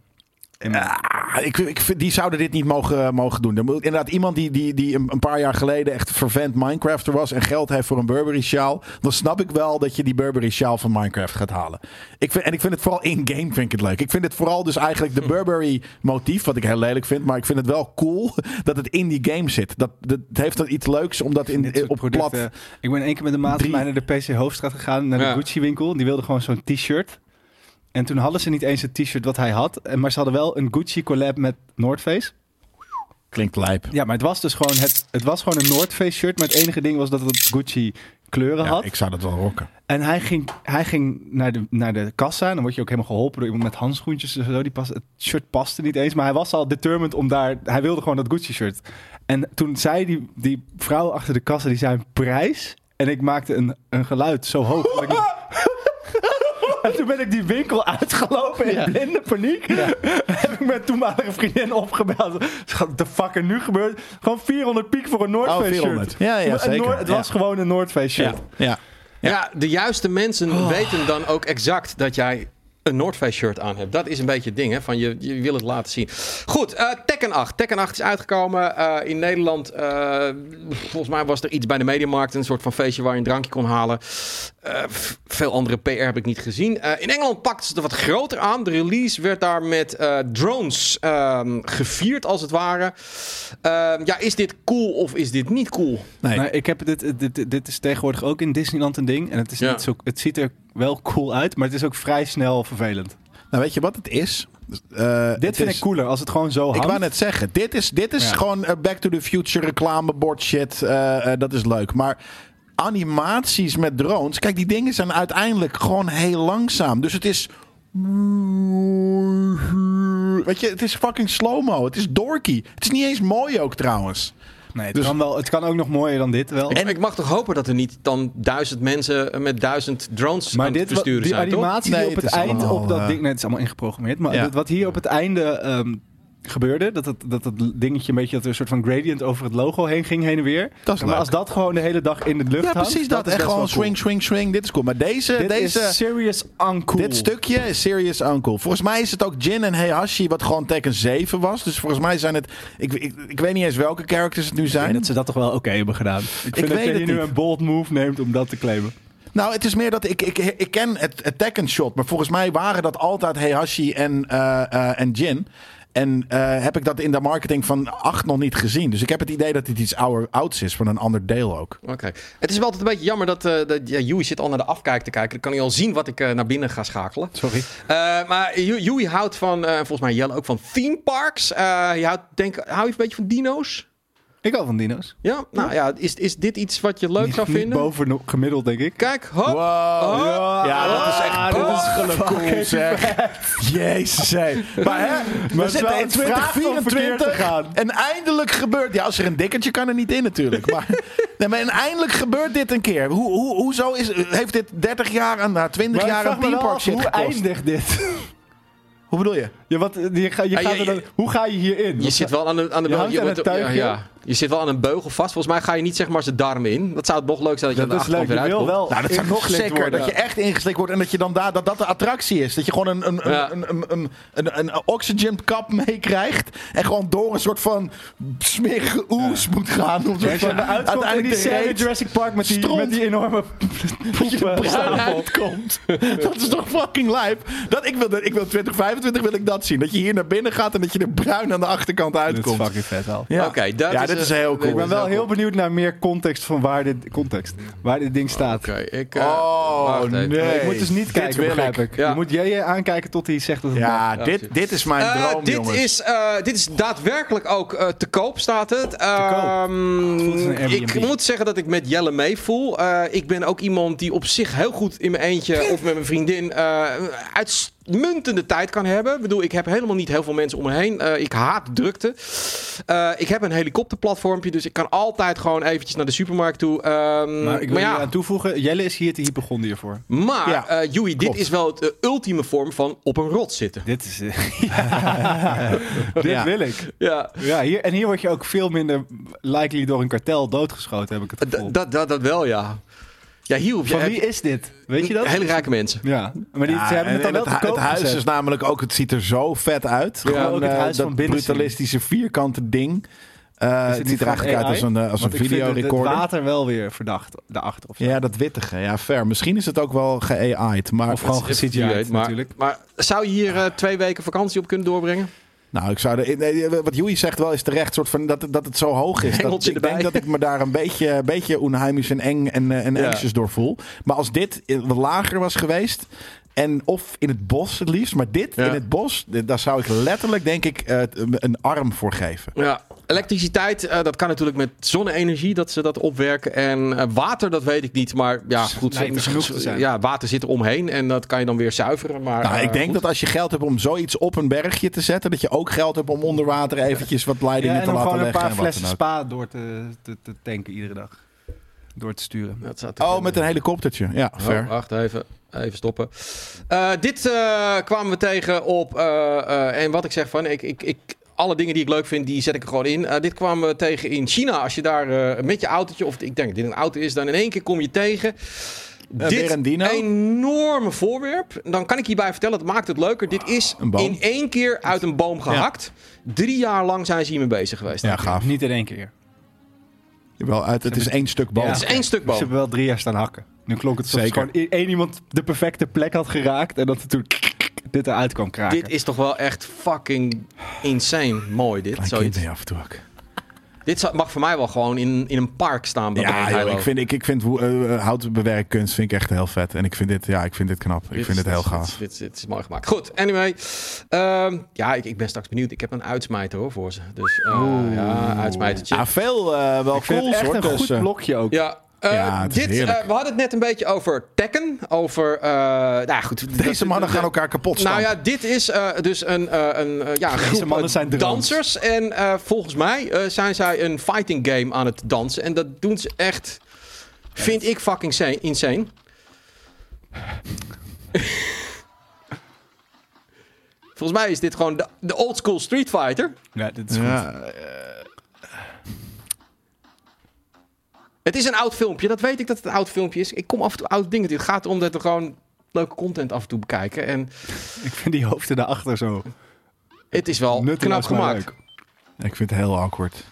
A: In mijn-
C: ah, ik, ik, vind- die zouden dit niet mogen, eh, mogen doen. Er moet inderdaad iemand die, die, die een een paar jaar geleden echt vervent Minecrafter was... en geld heeft voor een Burberry sjaal... dan snap ik wel dat je die Burberry sjaal van Minecraft gaat halen. Ik vind, en ik vind het vooral in-game vind ik het leuk. Ik vind het vooral dus eigenlijk de Burberry motief... wat ik heel lelijk vind, maar ik vind het wel cool... dat het in die game zit. Dat, dat het heeft dan iets leuks, omdat in, eh,
A: Dit soort
C: op plat...
A: producten. Ik ben één keer met een maat van
C: Drie.
A: mij naar de PC Hoofdstraat gegaan, naar
B: Ja.
A: de Gucci winkel. Die wilde gewoon zo'n t-shirt. En toen hadden ze niet eens het t-shirt wat hij had. en- Maar ze hadden wel een Gucci collab met North Face.
C: Klinkt lijp.
A: Ja, maar het was dus gewoon, het, het was gewoon een North Face shirt. Maar het enige ding was dat het Gucci kleuren
C: Ja,
A: had.
C: ik zou dat wel rocken.
A: En hij ging, hij ging naar, de, naar de kassa. En dan word je ook helemaal geholpen door iemand met handschoentjes en zo. Die pas, het shirt paste niet eens. Maar hij was al determined om daar... Hij wilde gewoon dat Gucci-shirt. En toen zei die, die vrouw achter de kassa, die zei een prijs. En ik maakte een, een geluid zo hoog. dat ik niet- en toen ben ik die winkel uitgelopen in blinde paniek. Heb ik mijn toenmalige vriendin opgebeld. Wat de fuck er nu gebeurd? Gewoon 400 piek voor een North
C: Oh,
A: Face
C: 400.
A: shirt.
C: Ja, ja,
A: Een
C: zeker.
A: Noord- het
C: Ja.
A: was gewoon een North Face shirt.
C: ja.
B: Ja. de juiste mensen weten dan ook exact dat jij een North Face shirt aan hebt. Dat is een beetje het ding, hè? Van je, je wil het laten zien. Goed, eh, Tekken 8. Tekken 8 is uitgekomen eh, in Nederland. eh, volgens mij was er iets bij de Mediamarkt. Een soort van feestje waar je een drankje kon halen. Eh, f- veel andere PR heb ik niet gezien. Eh, in Engeland pakten ze het wat groter aan. De release werd daar met eh, drones ehm, gevierd, als het ware. Ehm, ja, is dit cool of is dit niet cool?
C: Nee.
A: Nou, ik heb dit, dit, dit, dit is tegenwoordig ook in Disneyland een ding. En het, is
B: Ja.
A: niet zo, het ziet er wel cool uit, maar het is ook vrij snel vervelend.
C: Nou, weet je wat het is? Eh,
A: Dit
C: het
A: vind
C: is-
A: ik cooler als het gewoon zo
C: Ik
A: hangt.
C: wou net zeggen, dit is, dit is
A: Ja.
C: gewoon eh, Back to the Future reclamebord shit. eh, eh, dat is leuk. Maar animaties met drones. Kijk, die dingen zijn uiteindelijk gewoon heel langzaam. Dus het is. Weet je, het is fucking slow-mo. Het is dorky. Het is niet eens mooi ook trouwens.
A: nee, het,
C: dus-
A: kan wel, het kan ook nog mooier dan dit wel.
B: En ik mag toch hopen dat er niet dan duizend mensen eh, met duizend drones
A: maar
B: aan
A: dit
B: het
A: wat,
B: versturen
A: die
B: zijn, toch?
A: animatie
C: Nee,
A: die op
C: het
A: het,
C: is
A: eind
C: allemaal,
A: op dat
C: eh,
A: ding... Nee, het is allemaal ingeprogrammeerd. Maar
C: Ja.
A: dit- wat hier op het einde ehm, gebeurde, dat het, dat het dingetje een beetje... dat er een soort van gradient over het logo heen ging, heen en weer.
C: Dat is
A: maar
C: leuk.
A: als dat gewoon de hele dag in de lucht
C: ja,
A: hangt...
C: precies dat.
A: is
C: Echt
A: best
C: gewoon
A: wel cool.
C: swing, swing, swing. Dit is cool. Maar deze.
A: Dit
C: deze
A: is serious uncool.
C: Dit stukje is Serious Uncle. Volgens mij is het ook Jin en Heihashi, wat gewoon Tekken 7 was. Dus volgens mij zijn het. Ik, ik, ik weet niet eens welke characters het nu
A: Ik denk
C: zijn.
A: dat ze dat toch wel oké hebben gedaan. Ik, vind
C: weet
A: dat je
C: het
A: hier nu
C: niet.
A: een bold move neemt om dat te claimen.
C: Nou, het is meer dat ik, ik, ik ken het, het Tekken shot. Maar volgens mij waren dat altijd Heihashi en, eh, eh, en Jin. En eh, heb ik dat in de marketing van 8 nog niet gezien. Dus ik heb het idee dat dit iets ouder, ouds is van een ander deel ook.
B: Oké. Het is wel altijd een beetje jammer dat, eh dat ja, Joey zit al naar de afkijk te kijken. Dan kan hij al zien wat ik eh, naar binnen ga schakelen.
A: Sorry.
B: Eh, maar Jo- Joey houdt van, eh, volgens mij Jelle ook van theme parks. Eh, je houdt, denk, hou je een beetje van dino's?
A: Ik hou van dino's.
B: Ja? Nou ja, is, is dit iets wat je leuk
A: Niet-
B: zou
A: niet
B: vinden?
A: boven no- gemiddeld, denk ik.
B: Kijk, hop.
C: Wow. Ja, dat is echt
A: Ah, dit is
C: belachelijk cool, zeg. Jezus, hé. Maar hè,
A: Maar
C: we
A: het is wel
C: zitten in
A: een vraag om verkeerd te
C: 2024
A: gaan.
C: en eindelijk gebeurt... Ja, als er een dikkertje kan er niet in natuurlijk. Maar, nee, maar en eindelijk gebeurt dit een keer. Hoe, hoe, hoezo is, heeft dit 30 jaar aan, nou, 20
A: Maar ik
C: jaar
A: vraag
C: aan
A: me wel
C: teampark
A: af,
C: shit
A: hoe
C: gekost?
A: eindigt dit?
C: Hoe bedoel je?
A: Ja, wat, je, ga- je
B: Ah,
A: gaat
B: je-
A: er dan-
B: je-
A: hoe ga je hierin?
B: Je zit wel aan een, aan de
A: Je
B: beugel.
A: hangt aan
B: wordt-
A: het
B: ja,
A: tuigje.
B: ja. je zit wel aan een beugel vast. Volgens mij ga je niet zeg maar zijn darmen in. Dat zou het nog leuk zijn dat je aan
A: dat
B: de
A: is leuk.
B: achterkant
A: Je
B: weer
A: wil wel
B: uitkomt.
C: Nou, dat zou nog
A: ingeslikt
C: zeker.
A: worden.
C: Dat je echt ingeslikt wordt en dat je dan daar, dat dat de attractie is. Dat je gewoon een, een,
B: Ja.
C: een, een, een, een, een oxygen kap meekrijgt en gewoon door een soort van smerige oes moet gaan. Om
A: Als je aan de uitkomt in die
C: de
A: scène
C: reet-
A: Jurassic Park met die,
C: stront.
A: met die enorme
C: dat je er
A: poepen.
C: bruin uitkomt. dat is toch fucking lijp? Dat, ik, wil, dat- ik wil 2025 2025 wil ik dat zien. Dat je hier naar binnen gaat en dat je er bruin aan de achterkant
A: Dit is
C: uitkomt.
A: fucking vet al.
C: Ja,
B: Oké, dat
C: ja
B: is,
C: dit
B: eh,
C: is heel
B: ik
C: cool.
A: Ik ben wel heel benieuwd naar meer context van waar dit, context, waar dit ding staat.
B: Oké, ik... eh,
C: Oh,
B: wacht
C: nee.
B: even.
A: Ik moet dus niet
C: Dit
A: kijken,
C: wil
A: begrijp
C: ik.
A: ik.
B: Ja.
A: Je moet jij aankijken tot hij zegt dat het mag.
C: Ja,
B: Ja,
C: dit,
B: precies.
C: dit is mijn
B: Eh,
C: droom,
B: dit,
C: jongens.
B: is, eh, dit is daadwerkelijk ook eh, te koop, staat het. Ehm,
A: Het voelt als een Airbnb.
B: ik moet zeggen dat ik met Jelle mee voel. Eh, ik ben ook iemand die op zich heel goed in mijn eentje of met mijn vriendin eh, een uitmuntende tijd kan hebben. Ik bedoel, ik heb helemaal niet heel veel mensen om me heen. Eh, ik haat drukte. Eh, ik heb een helikopterplatformpje, dus ik kan altijd gewoon eventjes naar de supermarkt toe. Ehm,
A: Maar ik wil
B: maar
A: hier
B: ja,
A: aan toevoegen, Jelle is hier te hypochondie voor.
B: maar
C: Ja,
B: eh, Joey, dit
C: klopt.
B: is wel de ultieme vorm van op een rot zitten.
A: Dit is... eh, Dit
C: Ja.
A: wil ik.
B: Ja.
A: Ja, hier, en hier word je ook veel minder likely door een kartel doodgeschoten, heb ik het gevoel.
B: Dat, dat, dat, dat wel, ja. Ja, hier hoef je...
A: van
B: heb-
A: wie is dit? Weet je dat?
B: Hele rijke mensen.
A: Ja, maar die,
C: Ja,
A: ze hebben
C: en-
A: het dan
C: en
A: wel te
C: hu-
A: koop
C: het huis
A: gezet.
C: is namelijk ook, het ziet er zo vet uit.
B: Ja,
C: Gewoon
A: ook het
C: eh,
A: huis
C: dat
A: van binnen
C: brutalistische vierkante ding. Eh,
A: het
C: het,
A: niet
C: ziet er
A: van
C: eigenlijk
A: AI?
C: uit als een, eh, als een
A: Want ik vind het-
C: videorecorder.
A: Het water wel weer verdacht daarachter of zo.
C: Ja, dat wittige. Ja, fair. Misschien is het ook wel ge-AI'd. Maar
A: Of gewoon
B: Even
A: ge-CGI'd
B: CGI'd, maar,
A: natuurlijk.
B: Maar zou je hier eh, twee weken vakantie op kunnen doorbrengen?
C: Nou, ik zou er, nee, wat Joey zegt wel is terecht. Soort van dat, dat het zo hoog is. Dat,
B: Hengeltje
C: ik denk
B: erbij.
C: dat ik me daar een beetje, een beetje onheimisch en eng en, eh, en
B: Ja.
C: anxious door voel. Maar als dit wat lager was geweest. En of in het bos het liefst. Maar dit
B: Ja.
C: in het bos, dit- daar zou ik letterlijk denk ik eh, een arm voor geven.
B: Ja. Elektriciteit, eh, dat kan natuurlijk met zonne-energie dat ze dat opwerken. En eh, water, dat weet ik niet. Maar ja, goed.
A: lijkt er
B: misschien-
A: genoeg te zijn.
B: Ja, water zit er omheen en dat kan je dan weer zuiveren. Maar,
A: Ah,
C: Nou,
B: eh,
C: ik denk
B: goed.
C: dat als je geld hebt om zoiets op een bergje te zetten, dat je ook geld hebt om onder water eventjes wat
A: Ja,
C: leidingen
A: en
C: te
A: om
C: laten
A: gewoon
C: leggen.
A: een paar
C: en wat dan
A: flessen
C: ook.
A: spa door te, te, te tanken iedere dag. Door te sturen.
B: Dat zou te
C: Oh,
B: kunnen.
C: met een helikoptertje. Ja, fair.
B: Oh, wacht even. Even stoppen. Eh, dit eh, kwamen we tegen op. eh, eh, en wat ik zeg van. Ik, ik, ik, alle dingen die ik leuk vind, die zet ik er gewoon in. Eh, dit kwamen we tegen in China. Als je daar eh, met je autootje. Of ik denk dat dit een auto is. Dan in één keer kom je tegen.
C: Eh, weer een dino.
B: enorme voorwerp. Dan kan ik hierbij vertellen, dat maakt het leuker. Dit is
C: Een boom.
B: in één keer uit een boom gehakt. Drie jaar lang zijn ze hiermee bezig geweest.
C: Ja, gaaf.
A: Niet in één keer.
C: Wel uit, het is één stuk boom.
A: Ja.
B: Het is één stuk
A: Ze
B: boom.
A: hebben wel drie jaar staan hakken. Nu klonk het alsof
C: Zeker.
A: gewoon i- één iemand de perfecte plek had geraakt. En dat er toen dit eruit kwam kraken.
B: Dit is toch wel echt fucking insane mooi dit.
C: Klein kind
B: Zoiets.
C: ben je af en toe ook.
B: Dit zou- mag voor mij wel gewoon in, in een park staan. Bij
C: Ja,
B: Brent
C: joh,
B: Heilo.
C: ik vind, ik, ik vind hoe- eh, eh, houtbewerkkunst vind ik echt heel vet. En ik vind dit, ja, ik vind dit knap. Ik
B: Dit
C: vind
B: is-
C: dit heel
B: dit is-
C: gaaf.
B: Dit, is- dit is mooi gemaakt. Goed, anyway. Ehm, ja, ik, ik ben straks benieuwd. Ik heb een uitsmijter hoor voor ze. Dus eh, ja, uitsmijtertje.
C: Ja, veel eh, wel
A: Ik vind
C: cool
A: het echt
C: hoor.
A: een goed
C: tussen.
A: blokje ook.
B: Ja. eh,
C: Ja, het is
B: dit,
C: heerlijk.
B: eh, we hadden het net een beetje over Tekken. Over. eh, nou ja, goed,
C: Deze
B: dat-
C: mannen gaan
B: dat-
C: elkaar kapot staan.
B: Nou ja, dit is eh, dus een, eh, een eh, ja, een groep
A: mannen
B: eh,
A: zijn drones.
B: dansers. En eh, volgens mij eh, zijn zij een fighting game aan het dansen. En dat doen ze echt, vind ik fucking sa- insane. volgens mij is dit gewoon de, de old school Street Fighter.
A: Ja, dit is goed.
C: Ja, eh,
B: Het is een oud filmpje, dat weet ik dat het een oud filmpje is. Ik kom af en toe oud dingen. Het gaat erom dat we gewoon leuke content af en toe bekijken. En
A: Ik vind die hoofden daarachter zo
B: het is wel
A: nutteloos
B: knap
A: maar
B: gemaakt.
A: leuk.
C: ik vind het heel awkward.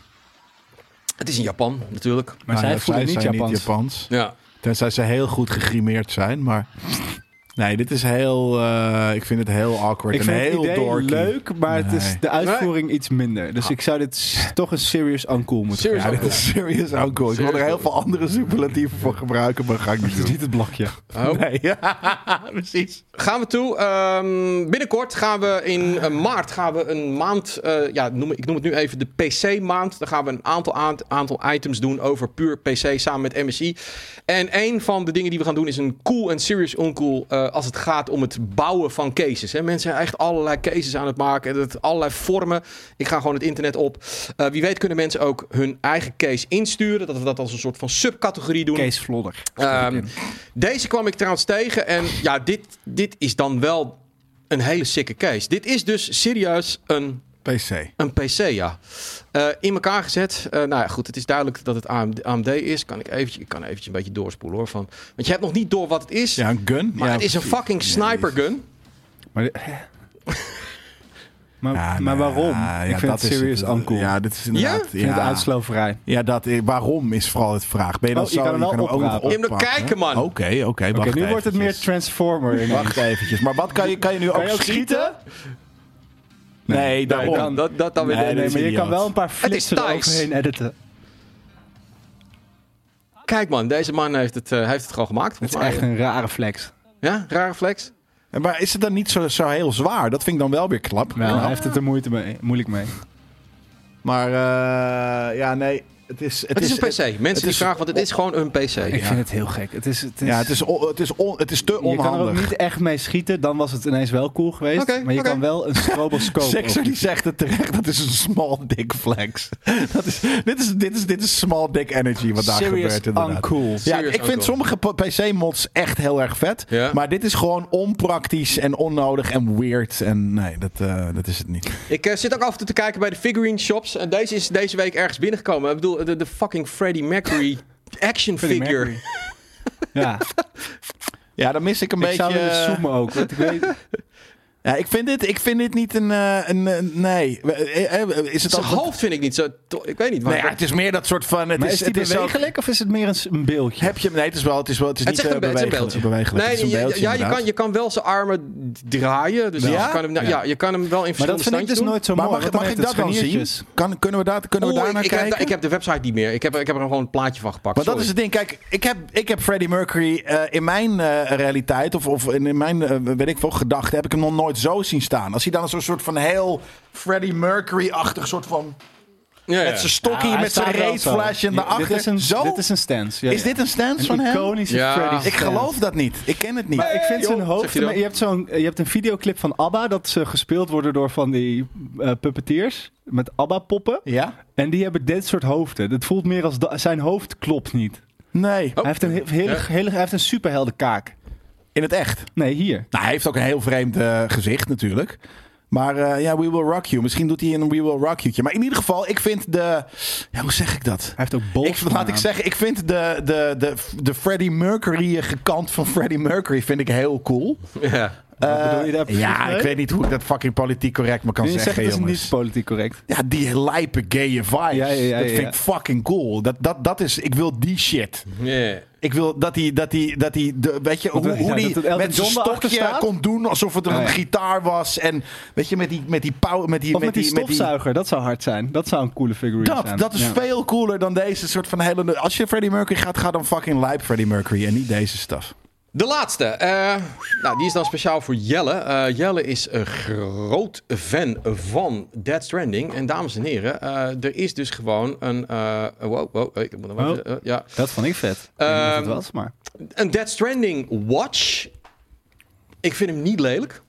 B: Het is in Japan, natuurlijk.
A: Maar
C: Nou,
A: zij
C: ja,
A: voelen niet
C: zijn
A: Japans.
C: niet Japans.
B: Ja.
C: Tenzij ze heel goed gegrimeerd zijn, maar... Nee, dit is heel... eh, ik vind het heel awkward
A: Ik
C: en
A: vind het
C: heel
A: idee
C: dorky.
A: leuk, maar het is
C: Nee. Ah.
A: de uitvoering iets minder. Dus ik zou dit s- toch een serious uncool moeten
B: Serious
C: Ja, dit
B: uncool.
C: is serieus awkward. Ik wil er heel veel andere superlatieven voor gebruiken, maar ga ik niet
A: Het is
C: doen.
A: niet het blokje.
B: Oh.
C: Nee, ja, precies.
B: Gaan we toe. Ehm, binnenkort gaan we in eh, maart gaan we een maand. eh, ja, noem, ik noem het nu even de PC-maand. Dan gaan we een aantal, aant- aantal items doen over puur PC samen met MSI. En een van de dingen die we gaan doen is een cool en serious uncool. eh, als het gaat om het bouwen van cases. Hè. Mensen zijn echt allerlei cases aan het maken. en Dat allerlei vormen. Ik ga gewoon het internet op. Eh, wie weet kunnen mensen ook hun eigen case insturen. Dat we dat als een soort van subcategorie doen.
A: Kees Vlodder.
B: Ehm, deze kwam ik trouwens tegen. En ja, dit, dit is dan wel een hele sikke case. Dit is dus serieus een,
C: PC.
B: een PC, ja. Eh, in elkaar gezet. Eh, nou ja, goed, het is duidelijk dat het AMD, AMD is. Kan ik, eventjes, ik kan eventjes een beetje doorspoelen hoor. Van, want je hebt nog niet door wat het is.
C: Ja, een gun.
B: Maar
C: ja,
B: het is een
C: precies.
B: fucking
C: Nee,
B: sniper gun.
A: Maar, dit- eh. Maar,
C: Ja,
A: maar
C: nou,
A: waarom?
C: ja,
A: ik vind
C: dat
A: het
C: is
A: serious
C: het.
A: uncool.
C: Ja, dit is inderdaad...
A: Ik vind het
C: ja.
A: uitsloofvrij.
C: Ja, dat, eh, waarom is vooral het vraag. Ben je dan
A: Oh, je
C: zo,
A: kan hem wel
C: ook nog
A: oprapen.
B: Je moet
C: oppakken.
B: kijken, man.
C: Oké, oké.
A: Oké,
C: wacht
A: nu wordt het meer
C: eventjes.
A: Transformer. ineens.
C: Wacht eventjes. Maar wat kan je, kan je nu
A: Kan
C: ook,
A: je ook
C: Oh, schieten? Nee, daarom.
A: dan-
B: dat, dat dan weer.
C: Nee,
A: Nee,
C: dat
A: nee,
C: is
A: maar je
C: idioot.
A: kan wel een paar
B: is
A: flitsen
B: Thais.
A: overheen editen.
B: Kijk, man, deze man heeft het, eh, heeft het gewoon gemaakt.
A: Het is
B: volgens
A: echt
B: mij.
A: een rare flex.
B: Ja, rare flex.
C: Maar is het dan niet zo, zo heel zwaar? Dat vind ik dan wel weer klap.
A: Nou,
C: knap.
A: hij heeft het er moeite mee, moeilijk mee.
C: Maar eh, ja, nee. Het is, het
B: Het, is,
C: is,
B: een PC. Mensen die
C: is-
B: vragen, want het is gewoon een PC.
A: Ik vind het heel gek. Het is, het is,
C: Ja, het is, on- het is, on- het is te
A: je kan er ook
C: onhandig.
A: niet echt mee schieten, dan was het ineens wel cool geweest.
B: Oké,
A: maar je
B: oké.
A: kan wel een stroboscoop.
C: Sexer
A: op-
C: die zegt het terecht, dat is een small dick flex. Dat is, dit, is, dit, is, dit is small dick energy wat daar
A: Serious
C: gebeurt inderdaad.
A: uncool.
C: Ja,
B: Serious
C: ik vind
B: ook
C: sommige PC-mods echt heel erg vet.
B: Ja.
C: Maar dit is gewoon onpraktisch en onnodig en weird. En nee, dat, eh, dat is het niet.
B: Ik eh, zit ook af en toe te kijken bij de figurine shops. En deze is deze week ergens binnengekomen. Ik bedoel, de, de fucking Freddie Mercury action
A: Freddie
B: figure.
A: Mercury. Ja,
C: Ja, dan mis ik een
A: ik
C: beetje... eh,
A: zou willen zoomen ook. Want ik weet,
C: ja, ik, vind dit, ik vind dit niet een... eh, een, eh, nee. Eh, eh, Is het
B: Zijn
C: ook...
B: hoofd vind ik niet zo... to- Ik weet niet. waar-
C: Nee, ja, het is meer dat soort van... Het
A: maar
C: is,
A: is die
C: het is zo-
A: bewegelijk of is het meer een, s- een beeldje?
C: Heb je hem? Nee, het is wel... Het is, wel, het is
B: Het
C: niet
B: is echt
C: eh,
B: een, be- het is een
C: bewegelijk.
B: beeldje.
C: bewegelijk.
B: Nee,
C: het is een
B: ja,
C: beeldje,
B: ja, je,
C: inderdaad.
B: kan, je kan wel zijn armen d- draaien. Dus
C: Ja?
B: Je kan hem, nou, ja.
C: Ja.
B: je kan hem wel in
A: maar dat
B: verschillende
A: vind ik dus
B: standjes doen.
A: nooit zo
C: Maar
A: mooi.
C: mag,
A: want
C: mag ik
A: heeft
C: dat
A: het
C: dan zien?
A: scharniertjes.
C: Kan, kunnen we daar, kunnen we
B: dus Oeh,
C: daar naar
B: ik, ik,
C: kijken?
B: heb, ik heb de website niet meer. Ik heb, ik heb er gewoon een plaatje van gepakt.
C: Maar dat
B: sorry.
C: is het ding. Kijk, ik heb, ik heb Freddie Mercury eh, in mijn eh, realiteit, of, of in, in mijn, eh, weet ik veel, gedachten, heb ik hem nog nooit zo zien staan. Als hij dan zo'n soort van heel Freddie Mercury-achtig soort van...
B: Ja, ja.
C: Met zijn
A: Ja,
C: stokkie,
A: hij
C: met zijn
A: staat wel zo.
C: raceflash en
A: Ja,
C: daarachter.
A: Dit is een,
C: zo?
A: dit is een stance. Ja,
C: Is dit een stance
A: een
C: van hem?
A: iconische
B: Ja.
A: Freddy
B: Ik
C: Ik
A: stance.
C: geloof dat niet. Ik ken het niet.
A: Maar ik vind zijn
B: joh.
A: hoofd.
B: Zegt hij
A: Je,
B: dan?
A: hebt zo'n, je hebt een videoclip van ABBA dat ze gespeeld worden door van die eh puppeteers met ABBA-poppen.
C: Ja?
A: En die hebben dit soort hoofden. Het voelt meer als da- zijn hoofd klopt niet.
C: Nee.
B: Oh.
A: Hij heeft een he- hele,
B: Ja.
A: hele, hij heeft een superheldenkaak.
C: In het echt.
A: Nee, hier.
C: Nou, hij heeft ook een heel vreemd eh, gezicht natuurlijk. Maar eh, ja, We Will Rock You. Misschien doet hij een We Will Rock You. Maar in ieder geval, ik vind de... Ja, hoe zeg ik dat?
A: Hij heeft ook bol.
C: Ik, laat ik zeggen, ik vind de, de, de, de Freddie Mercury eh, gekant van Freddie Mercury vind ik heel cool.
B: Ja.
C: Eh,
A: bedoel je daar precies
C: ja,
A: mee?
C: ik weet niet hoe ik dat fucking politiek correct me kan
A: Je zegt
C: zeggen,
A: dat is
C: jongens.
A: niet politiek correct.
C: Ja, die lijpe gaye
A: Ja,
C: vibes.
A: ja, ja,
C: dat
A: ja,
C: vind
A: ja.
C: ik fucking cool. Dat, dat, dat is, ik wil die shit.
B: Ja.
C: Ik wil dat hij, dat hij, dat hij de, weet je, hoe,
A: wil je
C: hoe
A: nou,
C: die
A: dat het Elton
C: met zijn
A: John erachter
C: stokje
A: staat?
C: kon doen alsof het een
A: Ah, ja.
C: gitaar was. En weet je, met die, met die power, met die,
A: Of met die
C: met die,
A: stofzuiger, dat zou hard zijn. Dat zou een coole figurine zijn.
C: dat, dat is
A: Ja.
C: veel cooler dan deze soort van hele... Als je Freddie Mercury gaat, ga dan fucking lijp Freddie Mercury en niet deze stuff.
B: De laatste. eh, nou, die is dan speciaal voor Jelle. Eh, Jelle is een groot fan van Dead Stranding. En dames en heren, eh, er is dus gewoon een... eh, wow, wow, ik moet nog
A: Oh.
B: even- eh, ja.
A: Dat vond ik vet. Ik weet niet of het
B: Ehm,
A: was, maar...
B: Een Dead Stranding watch. Ik vind hem niet
C: Oh,
B: lelijk.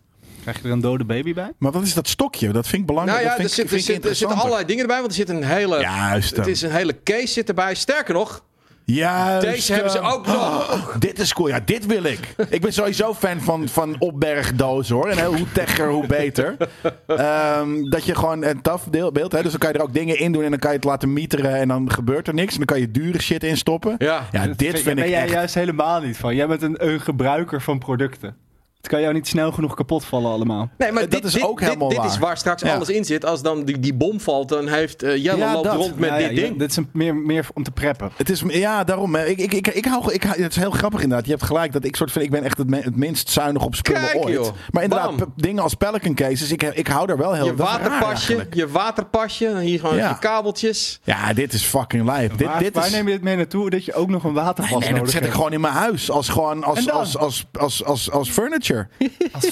A: Krijg je er een dode baby bij?
C: Maar wat is dat stokje? Dat vind ik belangrijk.
B: nou ja,
C: dat
B: er,
C: vind
B: zit,
C: ik,
B: er,
C: vind
B: zit,
C: ik
B: er zitten
C: interessanter.
B: allerlei dingen erbij. Want er zit een hele...
C: Juist.
B: Het
C: hem. Dus,
B: is een hele case zit erbij. Sterker nog,
C: Juist
B: Deze hebben ze
C: hem.
B: ook nog.
C: Oh, dit is cool. Ja, dit wil ik. ik ben sowieso fan van, van opbergdozen hoor. En heel- hoe tegger, hoe beter. Ehm, dat je gewoon een taf deel- beeld hebt. Dus dan kan je er ook dingen in doen en dan kan je het laten mieteren en dan gebeurt er niks. En dan kan je dure shit instoppen.
B: Ja.
C: ja
A: Dat
C: dit vind
A: ben
C: ik
A: jij
C: echt...
A: juist helemaal niet van. Jij bent een, een gebruiker van producten. Het kan jou niet snel genoeg kapot vallen allemaal.
B: Nee, maar
C: Dat
B: dit,
C: is
B: dit-
C: ook
B: dit,
C: helemaal
B: dit
C: waar.
B: is waar straks
C: Ja.
B: alles in zit. Als dan die, die bom valt, dan heeft eh, Jelle
C: Ja,
B: loopt
C: dat.
B: rond met
A: Ja,
B: dit
A: ja, je-
B: ding.
A: Dit is een, meer, meer om te preppen.
C: Het is, ja, daarom. hè. Ik, ik, ik, ik hou, ik, hou- het is heel grappig inderdaad. Je hebt gelijk dat ik soort van, ik ben echt het, me- het minst zuinig op spullen
B: Kijk,
C: ooit.
B: joh.
C: Maar inderdaad,
B: Bam.
C: p- dingen als Pelican cases, ik, ik hou daar wel heel
B: Je
C: dat is raar
B: waterpasje,
C: eigenlijk.
B: je waterpasje, hier gewoon
C: Ja.
B: je kabeltjes.
C: Ja, dit is fucking lijp. Dit,
A: waar,
C: dit
A: waar
C: is...
A: neem je dit mee naartoe dat je ook nog een waterpas
C: Nee, dat
A: nodig
C: zet ik
A: hebt?
C: gewoon in mijn huis. Als, gewoon,
A: En
C: als,
A: dan?
C: als, als, als, als, als furniture.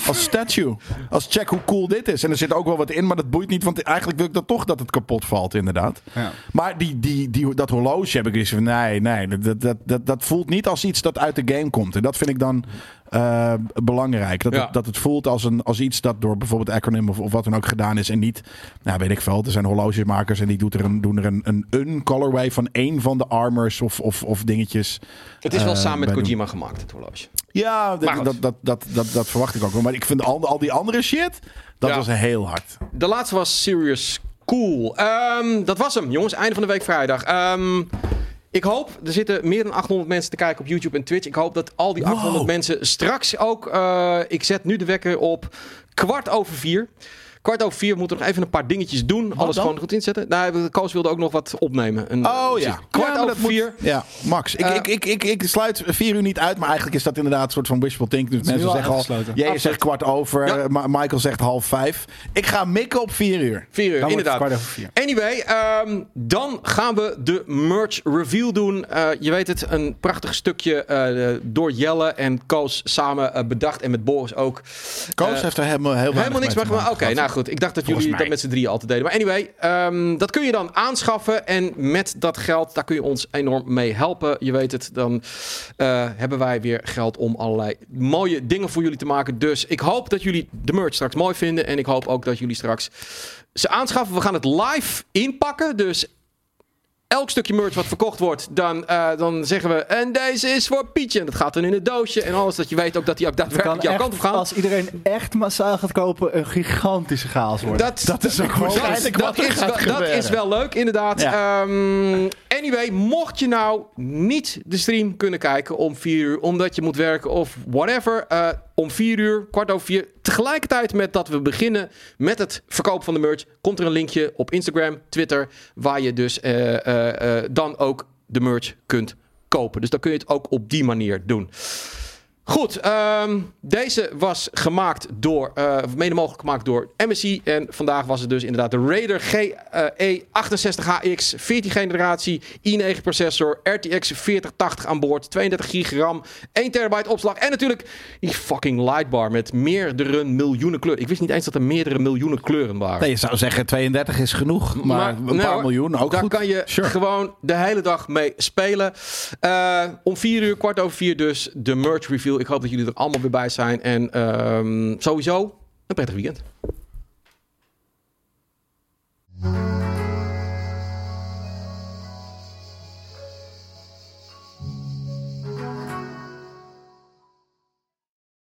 C: als, statue. Als check hoe cool dit is. En er zit ook wel wat in, maar dat boeit niet. Want eigenlijk wil ik dat toch dat het kapot valt, inderdaad.
A: Ja.
C: Maar die, die, die, dat horloge heb ik dus van... Nee, nee, dat, dat, dat, dat voelt niet als iets dat uit de game komt. En dat vind ik dan eh, belangrijk. Dat,
B: Ja.
C: het, dat het voelt als, een, als iets dat door bijvoorbeeld Acronym of, of wat dan ook gedaan is. En niet, nou weet ik veel, er zijn horlogemakers... en die doet er een, doen er een, een, een colorway van één van de armors of, of, of dingetjes...
B: Het is wel
C: Eh,
B: samen met
C: bij de-
B: Kojima gemaakt, het horloge.
C: Ja, d-
B: Maar goed.
C: dat, dat, dat, dat, dat verwacht ik ook wel. Maar ik vind al, al die andere shit, dat
B: Ja.
C: was heel hard.
B: De laatste was Serious Cool. Ehm, dat was hem, jongens. Einde van de week vrijdag. Ehm, ik hoop, er zitten meer dan 800 mensen te kijken op YouTube en Twitch. Ik hoop dat al die 800
C: Wow.
B: mensen straks ook... eh, ik zet nu de wekker op kwart over vier. Kwart over vier moeten we nog even een paar dingetjes doen. Alles
C: dan?
B: gewoon goed inzetten. Nou, Koos wilde ook nog wat opnemen. Een-
C: Oh ja.
B: Dus Kwart
C: Ja, maar dat
B: over
C: moet-
B: vier.
C: Ja, Max. Ik,
B: Eh,
C: ik, ik, ik, ik sluit vier uur niet uit, maar eigenlijk is dat inderdaad een soort van wishful thinking. Dus
A: is
C: mensen
A: nu al
C: zeggen al,
A: uitgesloten.
C: jij
B: Absoluut.
C: zegt kwart over,
B: Ja.
C: Ma- Michael zegt half vijf. Ik ga mikken op vier uur.
B: Vier uur,
A: Dan wordt het
B: inderdaad.
A: kwart over vier.
B: Anyway, ehm, dan gaan we de merch reveal doen. Eh, je weet het, een prachtig stukje eh, door Jelle en Koos samen eh, bedacht. En met Boris ook.
C: Koos
B: Eh,
C: heeft er helemaal, heel weinig
B: Helemaal niks
C: mee
B: mee gemaakt.
C: te
B: Oké,
C: maken gehad.
B: nou goed. Ik dacht dat
C: Volgens
B: jullie
C: mij.
B: dat met z'n drieën altijd deden. Maar anyway, ehm, dat kun je dan aanschaffen. En met dat geld, daar kun je ons enorm mee helpen. Je weet het, dan eh, hebben wij weer geld om allerlei mooie dingen voor jullie te maken. Dus ik hoop dat jullie de merch straks mooi vinden. En ik hoop ook dat jullie straks ze aanschaffen. We gaan het live inpakken. Dus elk stukje merch wat verkocht wordt, dan, eh, dan zeggen we... En deze is voor Pietje. En dat gaat dan in het doosje. En alles dat je weet ook dat die ook daadwerkelijk jouw
A: echt,
B: kant op gaat.
A: Als iedereen echt massaal gaat kopen, een gigantische chaos worden.
B: Dat,
C: Dat is ook waarschijnlijk wat er
B: is
C: gaat
B: wel, dat
C: gebeuren.
B: is wel leuk, inderdaad.
C: Ja.
B: Ehm, anyway, mocht je nou niet de stream kunnen kijken om 4 uur, omdat je moet werken of whatever, eh, om 4 uur, kwart over 4, tegelijkertijd met dat we beginnen met het verkoop van de merch, komt er een linkje op Instagram, Twitter, waar je dus eh, eh, eh, dan ook de merch kunt kopen. Dus dan kun je het ook op die manier doen. Goed, ehm, deze was gemaakt door, eh, of mede mogelijk gemaakt door MSI. En vandaag was het dus inderdaad de Raider eh, E GE68HX, 14 generatie, i9 processor, RTX 4080 aan boord, 32 gig RAM, 1 terabyte opslag en natuurlijk die fucking lightbar met meerdere miljoenen kleuren. Ik wist niet eens dat er meerdere miljoenen kleuren waren.
C: Nee, je zou zeggen 32 is genoeg, maar, een
B: nee
C: paar
B: hoor,
C: miljoen ook
B: Daar
C: goed.
B: kan je
C: Sure.
B: gewoon de hele dag mee spelen. Eh, om vier uur, kwart over vier dus, de merch reveal. Ik hoop dat jullie er allemaal weer bij zijn. En ehm, sowieso, een prettig weekend.